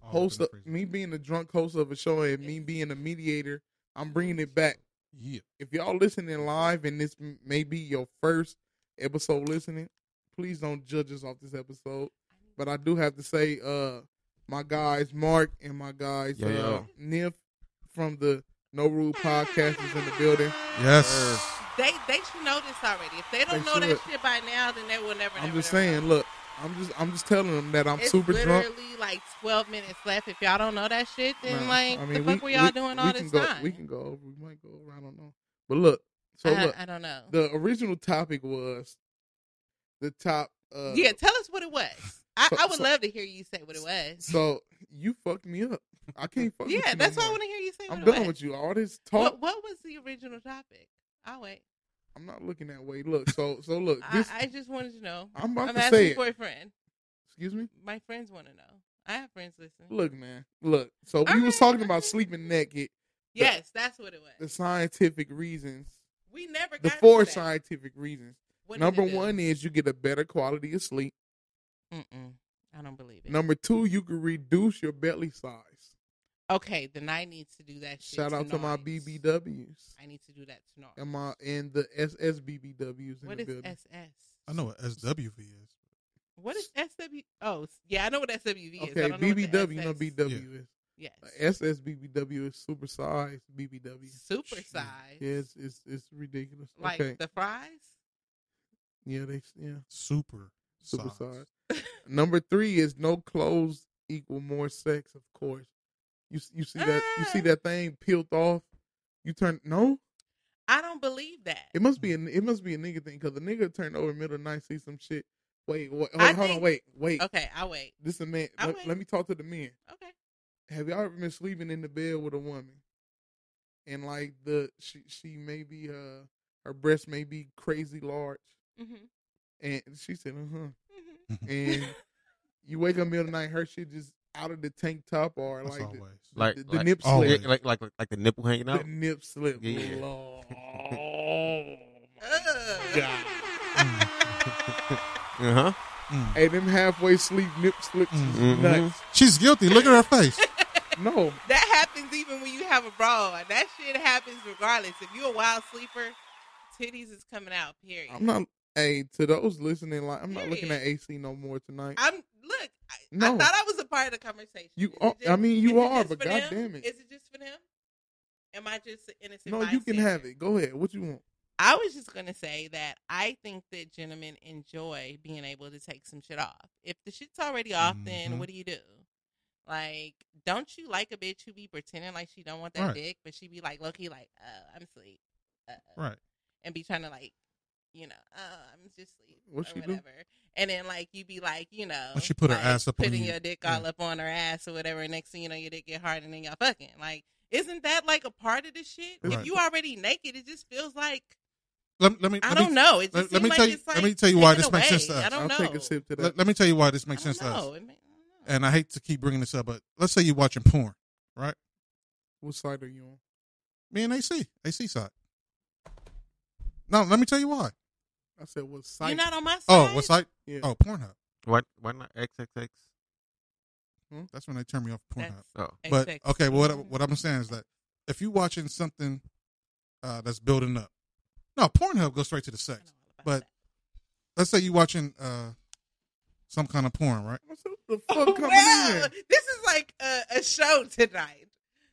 S2: Oh,
S7: host, of, me being a drunk host of a show, and me being a mediator, I'm bringing it back.
S9: Yeah.
S7: If y'all listening live, and this m- may be your first episode listening, please don't judge us off this episode. But I do have to say, uh, my guys Mark and my guys
S2: Yo,
S7: uh,
S2: yo.
S7: Niff from the No Rule podcast is in the building.
S9: Yes.
S8: They they should know this already. If they don't
S7: They
S8: know that
S7: should.
S8: shit by now, then they will never.
S7: I'm
S8: never,
S7: just
S8: never know.
S7: saying, look, I'm just I'm just telling them that I'm
S8: it's
S7: super
S8: literally
S7: drunk.
S8: like twelve minutes left. If y'all don't know that shit, then
S7: Nah,
S8: like
S7: I
S8: the
S7: mean,
S8: fuck were y'all doing all
S7: we
S8: this
S7: can go,
S8: time?
S7: We can go over. We might go over. I don't know. But look, so
S8: I-
S7: look,
S8: I don't know.
S7: The original topic was the top. Uh,
S8: yeah, tell us what it was. I,
S7: so-
S8: I would
S7: so-
S8: love to hear you say what it was.
S7: So you fucked me up. I can't fuck. with
S8: yeah,
S7: you
S8: that's
S7: no
S8: why I
S7: more.
S8: want to hear you say
S7: I'm
S8: what it
S7: done
S8: was.
S7: with you. All this talk.
S8: What, what was the original topic? I'll wait.
S7: I'm not looking that way. Look, so so look. This,
S8: I, I just wanted to know.
S7: I'm about to
S8: asking
S7: say it.
S8: for a friend.
S7: Excuse me.
S8: My friends want to know. I have friends listening.
S7: Look, man. Look. So we was talking about sleeping naked. the-
S8: Yes, that's what it was.
S7: The scientific reasons.
S8: We never got
S7: The
S8: to
S7: four
S8: that.
S7: scientific reasons.
S8: What did
S7: Number
S8: it do?
S7: one is you get a better quality of sleep.
S8: Mm-mm. I don't believe it.
S7: Number two, you can reduce your belly size.
S8: Okay, then I need to do that. Shit
S7: Shout out to my
S8: tonight.
S7: BBWs
S8: I need to do that tonight.
S7: and my and the SSBBWs in
S8: What
S7: the
S8: is
S7: building.
S8: SS?
S9: I know what SWV is.
S8: What is SW? Oh, yeah, I know what SWV is. I
S7: okay,
S8: don't know what the
S7: BBW, you know uh,
S8: SS
S7: BW is.
S8: Yes.
S7: SSBBW is super size BBW.
S8: Super size.
S7: Yeah, it's it's, it's ridiculous.
S8: Like
S7: okay.
S8: the fries?
S7: yeah, they yeah.
S9: Super
S7: Super size. Number three is no clothes equal more sex, of course. You you see that you
S8: Ah!
S7: see that thing peeled off. You turn no.
S8: I don't believe that.
S7: It must be a it must be a nigga thing because the nigga turned over middle of the night, see some shit. Wait, wait hold,
S8: I
S7: hold on,
S8: think-
S7: wait, wait.
S8: Okay, I wait.
S7: This is a man.
S8: I'll
S7: Let,
S8: wait.
S7: let me talk to the men.
S8: Okay.
S7: Have y'all ever been sleeping in the bed with a woman, and like the she she may be uh her breast may be crazy large,
S8: Mhm.
S7: and she said, uh huh,
S9: Mm-hmm.
S7: and you wake up middle of the night, her shit just out of the tank top or
S9: That's
S7: like the,
S9: always.
S7: the-
S2: Like
S7: the,
S2: like,
S7: nip
S2: oh,
S7: slip,
S2: yeah, like, like like like the nipple hanging out.
S7: the nip slip.
S2: Yeah.
S7: Lord.
S8: Oh,
S7: God.
S2: Uh huh.
S7: Hey, them halfway sleep nip slips is
S9: Mm-hmm.
S7: nuts.
S9: She's guilty. Look at her face.
S7: No,
S8: That happens even when you have a bra. That shit happens regardless. If you're a wild sleeper, titties is coming out. Period.
S7: I'm not. Hey, to those listening, like I'm not looking at AC no more tonight.
S8: I'm look. I, I
S7: No.
S8: thought I was a part of the conversation.
S7: you,
S8: Is
S7: are,
S8: it just-
S7: I mean,
S8: is
S7: you
S8: it
S7: are,
S8: just
S7: but
S8: for them?
S7: goddamn it,
S8: Is it just for them? Am I just an innocent?
S7: no, you can
S8: bystander?
S7: have it. Go ahead. What you want?
S8: I was just gonna say that I think that gentlemen enjoy being able to take some shit off. If the shit's already off, then
S9: Mm-hmm.
S16: Mhm.
S8: what do you do? Like, don't you like a bitch who be pretending like she don't want that
S9: Right.
S8: dick, but she be like low key like, oh, I'm asleep, uh,
S9: Right.
S8: and be trying to like, you know, oh, I'm just asleep
S9: What
S8: or
S9: she do?
S8: whatever. And then like you be like, you know,
S9: Well, she put her
S8: like,
S9: ass up on
S8: putting
S9: you.
S8: your dick
S9: Yeah.
S8: all up on her ass or whatever. And next thing you know, your dick get hard, and then y'all fucking. Like, isn't that like a part of the shit?
S9: Right.
S8: If you already naked, it just feels like
S9: Let, let me.
S8: I
S9: let
S8: don't
S9: me,
S8: know. It just
S9: let, let
S8: seemed
S9: me
S8: like
S9: tell you.
S8: it's, like,
S9: let me tell you why
S8: taken
S9: this makes sense to
S8: away.
S9: us.
S8: I don't I'll take a know. sip to that.
S9: Let, let me tell you why this makes
S8: I
S9: sense
S8: don't
S9: to
S8: know.
S9: us.
S8: It may-
S9: And I hate to keep bringing this up, but let's say you're watching porn, right?
S7: What side are you on?
S9: Me and AC, AC side. No, let me tell you why.
S7: I said what side?
S8: not on my
S9: Oh, what site?
S7: Yeah.
S9: Oh, Pornhub.
S2: Why why not XXX?
S9: That's when they turn me off of Pornhub.
S2: That's- oh.
S9: But
S2: XX.
S9: okay, well, what, what I'm saying is that if you're watching something uh, that's building up, no, Pornhub goes straight to the sex. But let's say you're watching uh, some kind of porn, right?
S7: the fuck coming
S8: well, this is like a, a show tonight.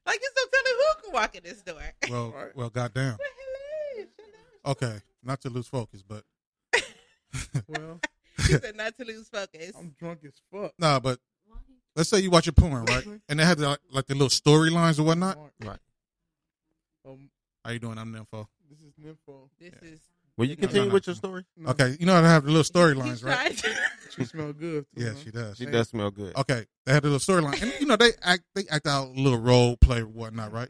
S8: Like, it's no telling who can walk in this door.
S9: Well, well, goddamn. Okay, not to lose focus, but
S7: well,
S8: she said not to lose focus.
S7: I'm drunk as fuck.
S9: nah, but let's say you watch a porn, right? And they have the, like the little storylines or whatnot. Right.
S7: Um,
S9: How you doing? I'm Nympho.
S7: this is Nympho.
S8: This is.
S2: Will you continue with your story?
S9: Okay, you know how they have the little storylines, right?
S7: she smell good. too,
S9: Yeah,
S7: huh?
S9: she does.
S2: She does smell good.
S9: Okay, they had a little storyline, and you know they act they act out a little role play or whatnot, right?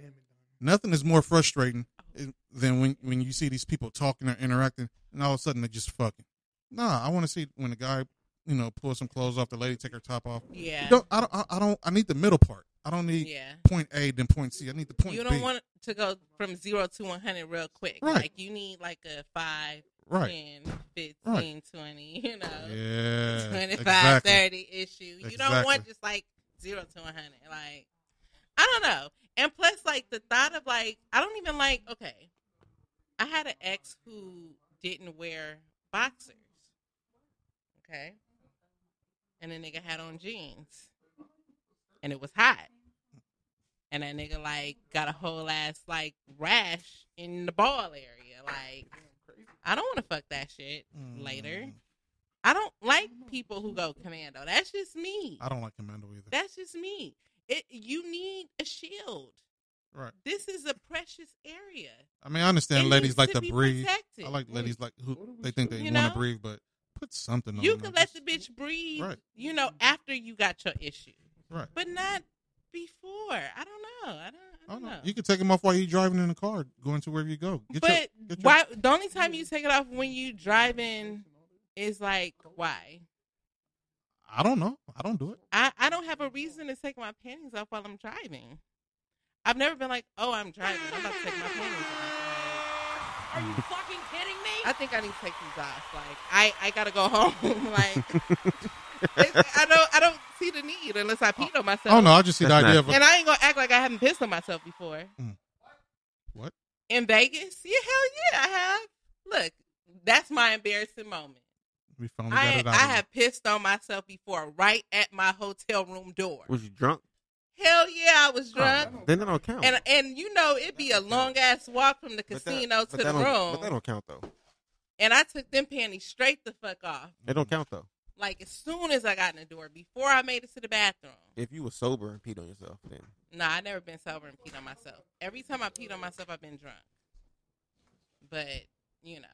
S9: Nothing is more frustrating eh, than when when you see these people talking or interacting, and all of a sudden they're just fucking. Nah, I want to see when the guy you know pulls some clothes off, the lady take her top off.
S8: Yeah.
S9: You don't, I don't. I, I don't. I need the middle part. I don't need
S8: Yeah.
S9: point A then point C. I need the point
S8: you don't
S9: B.
S8: want to go from zero to 100 real quick.
S9: Right.
S8: Like, you need like a 5,
S9: Right.
S8: 10, 15,
S9: Right.
S8: 20, you know,
S9: Yeah,
S8: 25,
S9: exactly.
S8: 30 issue. You don't want
S9: Exactly.
S8: just like zero to 100. Like, I don't know. And plus, like, the thought of like, I don't even like, okay, I had an ex who didn't wear boxers. Okay. And the nigga had on jeans. And it was hot. And that nigga like got a whole ass like rash in the ball area. Like I don't want to fuck that shit
S9: Mm.
S8: later. I don't like people who go commando. That's just me.
S9: I don't like Commando either.
S8: That's just me. It you need a shield.
S9: Right.
S8: This is a precious area.
S9: I mean, I understand
S8: It
S9: ladies
S8: needs
S9: like
S8: to
S9: to
S8: be
S9: breathe.
S8: protected.
S9: I like ladies like who they think they
S8: You
S9: want
S8: know?
S9: to breathe, but put something
S8: you
S9: on. them.
S8: can let the bitch breathe,
S9: Right.
S8: you know, after you got your issue.
S9: Right.
S8: But not before. I don't know. I don't, I don't know.
S9: Oh, You can take them off while you're driving in the car, going to wherever you go. Get your-
S8: but why? The only time you take it off when you driving is like why?
S9: I don't know. I don't do it.
S8: I I don't have a reason to take my panties off while I'm driving. I've never been like, oh, I'm driving. I'm about to take my panties off. Are you fucking kidding me? I think I need to take these off. Like I I gotta go home. like it's- I don't I don't see the need unless I peed on myself.
S9: Oh, no, I just see the That's idea nice. of a-
S8: and I ain't gonna act like I haven't pissed on myself before.
S9: What?
S8: In Vegas? Yeah, hell yeah, I have. Look, that's my embarrassing moment.
S9: We finally got
S8: I,
S9: it
S8: I
S9: out. of you.
S8: have pissed on myself before, right at my hotel room door.
S2: Was you drunk?
S8: Hell yeah, I was
S2: Oh,
S8: drunk.
S2: Then that don't count.
S8: and and you know it'd be a long ass walk from the
S2: But that-
S8: casino
S2: but
S8: to
S2: that
S8: the
S2: don't- But
S8: room,
S2: that don't count though.
S8: and I took them panties straight the fuck off.
S2: It don't count though.
S8: Like as soon as I got in the door, before I made it to the bathroom.
S2: If you were sober and peed on yourself, then
S8: Nah, I never been sober and peed on myself. Every time I peed on myself, I've been drunk. But you know,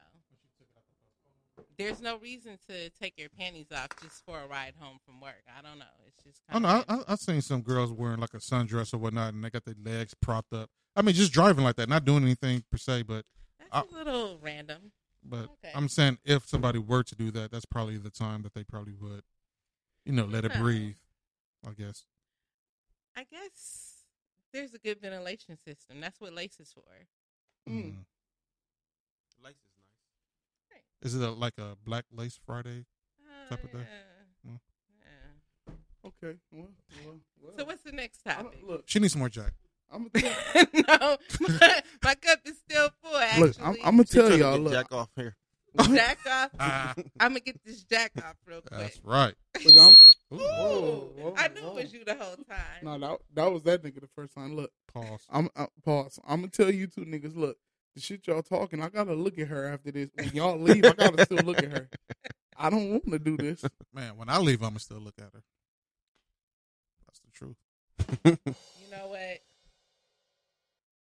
S8: there's no reason to take your panties off just for a ride home from work. I don't know. It's just
S9: I don't
S2: Oh,
S8: kind
S9: know.
S8: of
S9: I, I, I've seen some girls wearing like a sundress or whatnot, and they got their legs propped up. I mean, just driving like that, not doing anything per se, but I,
S8: a little random.
S9: but
S8: Okay.
S9: I'm saying if somebody were to do that, that's probably the time that they probably would, you know, let it
S8: Huh.
S9: breathe. I guess.
S8: I guess there's a good ventilation system. That's what lace is for.
S9: Mm. Is it a, like a Black Lace Friday type of thing?
S8: Oh,
S9: Mm.
S7: Okay. Well, well, well.
S8: So what's the next topic?
S7: Look,
S9: She needs some more Jack.
S7: I'm
S8: no, my, my cup is still full. Actually,
S7: Look, I'm, I'm gonna
S2: She
S7: tell
S2: couldn't
S7: y'all.
S2: get
S7: Look,
S2: Jack off here.
S8: jack off. I'm gonna get this jack off real quick.
S9: Ah, That's right.
S7: Look, I'm,
S8: Ooh, I knew it was you the whole time.
S7: No, that, that was that nigga the first time. Look,
S9: pause.
S7: I'm I, pause. I'm gonna tell you two niggas. Look, the shit y'all talking. I gotta look at her after this. When y'all leave, I gotta still look at her. I don't want to do this.
S9: Man, when I leave, I'm gonna still look at her. That's the truth.
S8: You know what?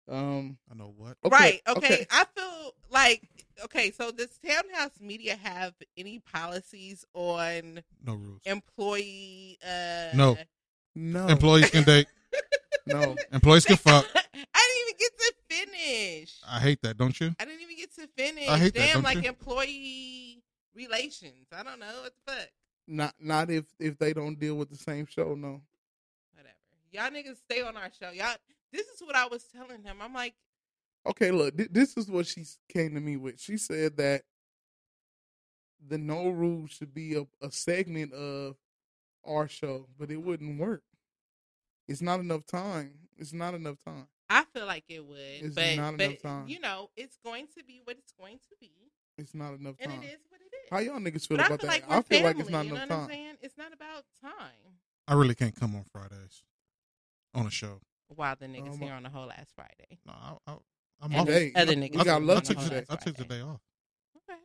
S7: Um,
S9: I know what.
S8: right. Okay. I feel like okay. So does Townhouse Media have any policies on
S9: No rules.
S8: employee? Uh,
S9: No.
S7: No.
S8: Oh.
S9: Employees can date.
S7: no.
S9: Employees can fuck.
S8: I didn't even get to finish.
S9: I hate that, don't you?
S8: I didn't even get to finish.
S9: I hate that,
S8: Damn,
S9: don't
S8: like
S9: you?
S8: employee relations. I don't know what the fuck.
S7: Not not if if they don't deal with the same show. No.
S8: Y'all niggas stay on our show. Y'all. This is what I was telling him. I'm like,
S7: Okay, look, th- this is what she s- came to me with. She said that the no rules should be a, a segment of our show, but it wouldn't work. It's not enough time. It's not enough time.
S8: I feel like it would,
S7: It's
S8: but
S7: not
S8: but
S7: enough time.
S8: you know, it's going to be what it's going to be,
S7: It's not enough
S8: and
S7: time.
S8: it is what it is.
S7: How y'all niggas feel
S8: But I
S7: about
S8: feel
S7: that?
S8: like
S7: I
S8: we're
S7: feel like it's
S8: family,
S7: not
S8: you know
S7: enough
S8: what I'm
S7: time.
S8: saying? It's not about time.
S9: I really can't come on Fridays on a show.
S8: While the niggas
S9: Oh,
S7: Um,
S9: my-
S8: here on the whole last Friday.
S9: No, I, I, I'm
S8: And
S9: off.
S8: there's other niggas.
S9: I, I,
S8: on
S9: I
S8: the
S9: took
S8: whole
S9: today.
S8: last
S9: I took
S8: Friday.
S9: today off
S8: Okay.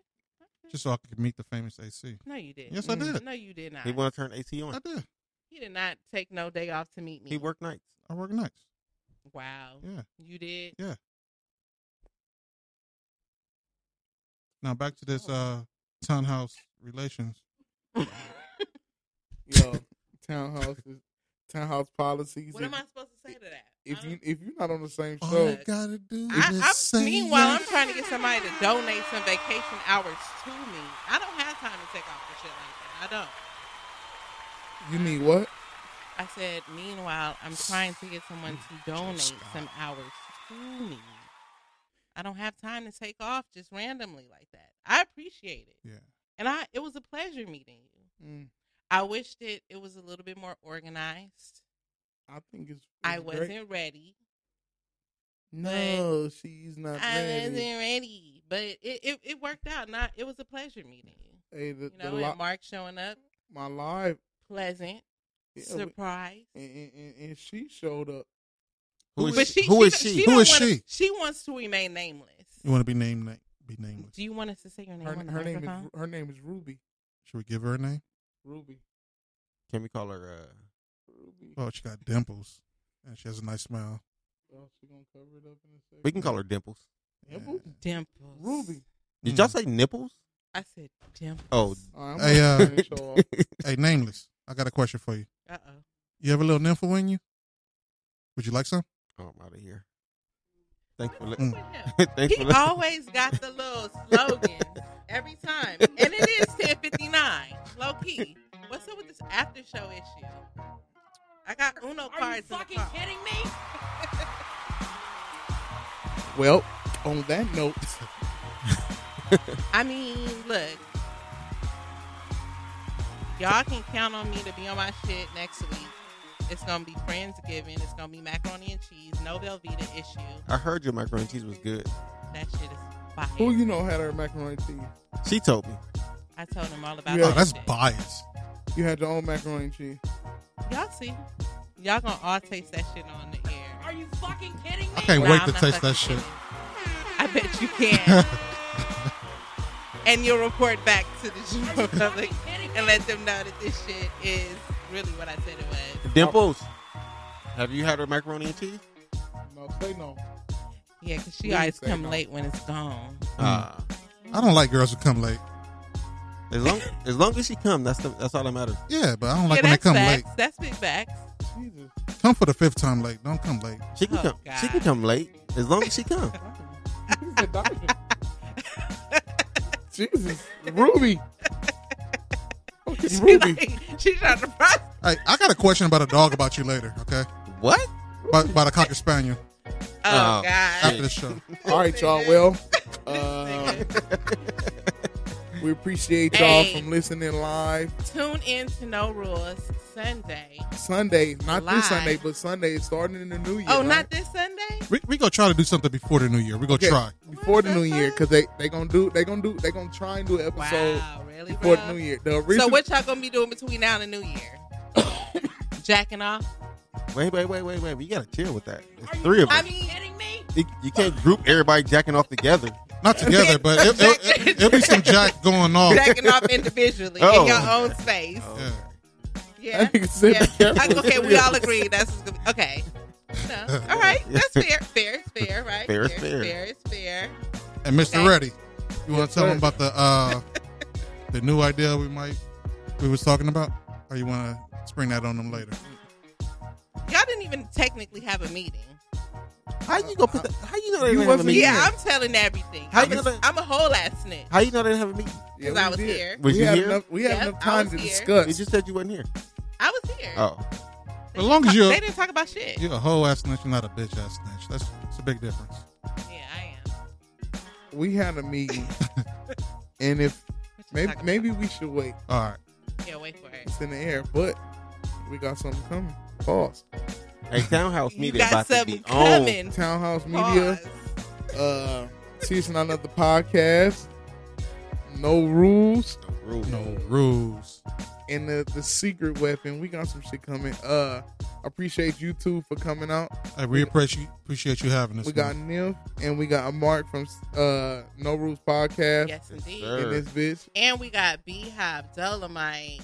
S9: just so I could meet the famous AC.
S8: No, you didn't.
S9: Yes, I
S8: Mm.
S9: did.
S8: No, you did not.
S2: He want to turn AC on.
S9: I did.
S8: He did not take no day off to meet me.
S2: He worked nights.
S9: I work nights.
S8: Wow.
S9: Yeah.
S8: You did.
S9: Yeah. Now back to this uh townhouse relations.
S7: Yo, townhouse is, townhouse policies.
S8: What
S7: if,
S8: am I supposed to say to that?
S7: if you if you're not on the same
S9: All
S7: show,
S9: I gotta do
S8: I,
S9: is
S8: I'm,
S9: say
S8: meanwhile,
S9: yes.
S8: I'm trying to get somebody to donate some vacation hours to me. I don't have time to take off for shit like that. I don't.
S7: you need what?
S8: I said, meanwhile, I'm trying to get someone to donate some hours to me. I don't have time to take off just randomly like that. I appreciate it.
S9: Yeah.
S8: And I it was a pleasure meeting you.
S7: Mm.
S8: I wished it it was a little bit more organized.
S7: I think it's.
S8: I
S7: it's
S8: wasn't
S7: great.
S8: ready.
S7: No, she's not
S8: I
S7: ready.
S8: wasn't ready. But it, it, it worked out. Not it was a pleasure meeting you.
S7: Hey, the,
S8: You know,
S7: the li-
S8: and Mark showing up,
S7: my live
S8: pleasant,
S7: Yeah, we-
S8: surprise.
S7: and, and, and- and she showed up.
S9: Who is
S8: But
S9: she?
S8: she,
S9: Who is
S8: she,
S9: she?
S8: don't
S9: Who is
S8: wanna-
S9: she?
S8: She wants to remain nameless.
S9: You want to be named? na- Be nameless.
S8: Do you want us to say your name
S7: Her,
S8: on the
S7: her name
S8: microphone?
S7: is her name is Ruby.
S9: Should we give her a name?
S7: Ruby.
S2: Can we call her? uh
S9: Oh, she got dimples, and she has a nice smile.
S7: Oh, she gonna cover it up in a second.
S2: We can call her Dimples.
S7: Dimples?
S8: Dimples.
S7: Ruby.
S2: Did y'all say nipples?
S8: I said dimples.
S2: Oh,
S7: All right, I'm
S9: Hey,
S7: gonna
S9: uh,
S7: finish off.
S9: hey, nameless. I got a question for you.
S8: Uh oh.
S9: You have a little nympho in you? Would you like some?
S2: Oh, I'm out of here. Thanks for, li- Thanks
S8: He
S2: for listening.
S8: always got the little slogan every time, and it is ten fifty nine. Low key. What's up with this after show issue? I got Uno cards. Are you fucking kidding me?
S7: Well, on that note,
S8: I mean, look. Y'all can count on me to be on my shit next week. It's gonna be Friendsgiving. It's gonna be macaroni and cheese. No Velveeta issue.
S2: I heard your macaroni and cheese was good.
S8: That shit is fire.
S7: who you know had her macaroni and cheese?
S2: She told me.
S8: I told them all about
S7: Yeah.
S8: yeah,
S7: Oh, that's
S9: bias.
S7: You had your own macaroni and cheese.
S8: Y'all see. Y'all gonna all taste that shit on the air. Are you fucking kidding me?
S9: I can't wait to taste that shit.
S8: I bet you can. and you'll report back to the G Public. and let them know that this shit is really what I said it was.
S2: Dimples, have you had her macaroni and cheese?
S7: No, say no.
S8: Yeah, because she
S7: Please
S8: always
S7: say
S8: come
S7: no.
S8: late when it's gone.
S2: Ah.
S9: Mm. I don't like girls who come late.
S2: As long as long as she come, that's the, that's all that matters.
S9: Yeah, but I don't
S8: yeah,
S9: like when they
S8: that's
S9: come
S8: facts. That's big facts.
S9: late. Come for the fifth time late. Don't come late.
S2: She can
S8: Oh,
S2: come. She can come late as long as she come.
S7: Jesus, Ruby.
S8: She
S7: Ruby.
S8: like- she tried to process.
S9: Hey, I got a question about a dog about you later, okay?
S2: What?
S9: About, about a cocker spaniel.
S7: Oh, God.
S9: After the show.
S7: All right, y'all. Well, uh, we appreciate y'all
S8: Hey.
S7: from listening live.
S8: Tune in to No Rules Sunday.
S7: Sunday, not
S8: Live.
S7: this Sunday, but Sunday is starting in the new year.
S8: oh,
S7: right?
S8: not this Sunday?
S9: We we gonna try to do something before the new year. We gonna
S7: Okay,
S9: try.
S7: before the new year because they they gonna do they gonna do they gonna try and do an episode before the new year. The original
S8: So what y'all gonna be doing between now and the new year? Jacking off?
S2: Wait, wait, wait, wait, wait. We gotta chill with that. It's three of
S8: I
S2: us.
S8: mean, kidding me?
S2: You, you can't group everybody jacking off together.
S9: Not together, but it, it, it, will be some jack going
S2: Oh.
S9: on.
S8: Jacking off individually
S9: Oh.
S8: in your own space. Yeah.
S9: That nigga said
S8: Yeah.
S9: be careful.
S8: Like, okay, we all agree that's what's gonna be- okay. No. All right, that's fair. Fair is fair, right?
S9: Fair is fair.
S8: Fair is fair.
S9: And Mr.
S8: Okay.
S9: Reddy, you want to tell
S8: sir.
S9: them about the uh, the new idea we might we was talking about, or you want to spring that on them later?
S8: Y'all didn't even technically have a meeting.
S2: How you gonna put that? How you know they
S8: You
S2: didn't have a
S8: wasn't-
S2: meeting?
S8: Yeah, I'm telling everything.
S2: How
S8: I'm,
S2: you
S8: a, I'm a whole ass snitch.
S2: How you know they didn't have a meeting?
S8: Yeah, 'Cause I we was did. here.
S2: Was
S7: We
S2: you
S7: had
S2: here?
S7: enough- we had
S8: Yep,
S7: enough
S8: I
S7: time
S8: was
S7: to
S8: here.
S7: discuss.
S2: You just said you wasn't here.
S8: I was here.
S2: Oh,
S9: As long as you're
S8: They didn't talk about shit.
S9: you're a whole ass snitch, you're not a bitch ass snitch. That's it's a big difference.
S7: we had a meeting, and if maybe maybe we should wait.
S9: All right,
S8: Yeah, wait for it.
S7: it's in the air, but we got something coming. Pause.
S2: Hey, Townhouse
S7: You
S2: Media
S7: got
S2: about to
S7: something
S2: be on.
S7: coming. Townhouse Media. Uh, season another podcast. No rules.
S2: No rules.
S9: No rules.
S7: And the, the secret weapon. We got some shit coming. Uh, appreciate you two for coming out.
S9: Hey, we appreciate appreciate you having us.
S7: We got Nif
S9: man.
S7: and we got Mark from uh No Rules Podcast.
S8: Yes, indeed.
S7: In this bitch.
S8: And we got Beehive, Dolomite,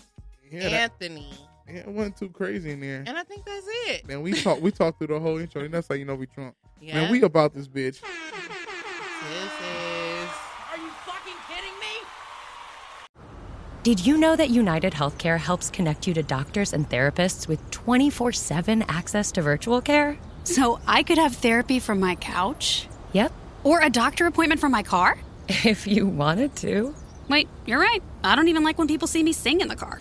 S7: Yeah, that-
S8: Anthony.
S7: Yeah, it wasn't too crazy in there.
S8: And I think that's it.
S7: Man, we talked we talked through the whole intro, and that's how you know we drunk.
S8: Yeah.
S7: Man, we about this bitch.
S8: This is.
S16: Are you fucking kidding me?
S20: Did you know that United Healthcare helps connect you to doctors and therapists with 24 7 access to virtual care?
S21: So I could have therapy from my couch?
S20: Yep,
S21: Or a doctor appointment from my car?
S20: if you wanted to.
S21: Wait, you're right. I don't even like when people see me sing in the car.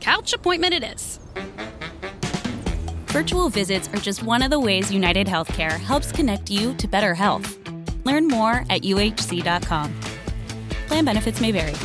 S21: Couch appointment it is.
S19: Virtual visits are just one of the ways United Healthcare helps connect you to better health. Learn more at uhc.com. Plan benefits may vary.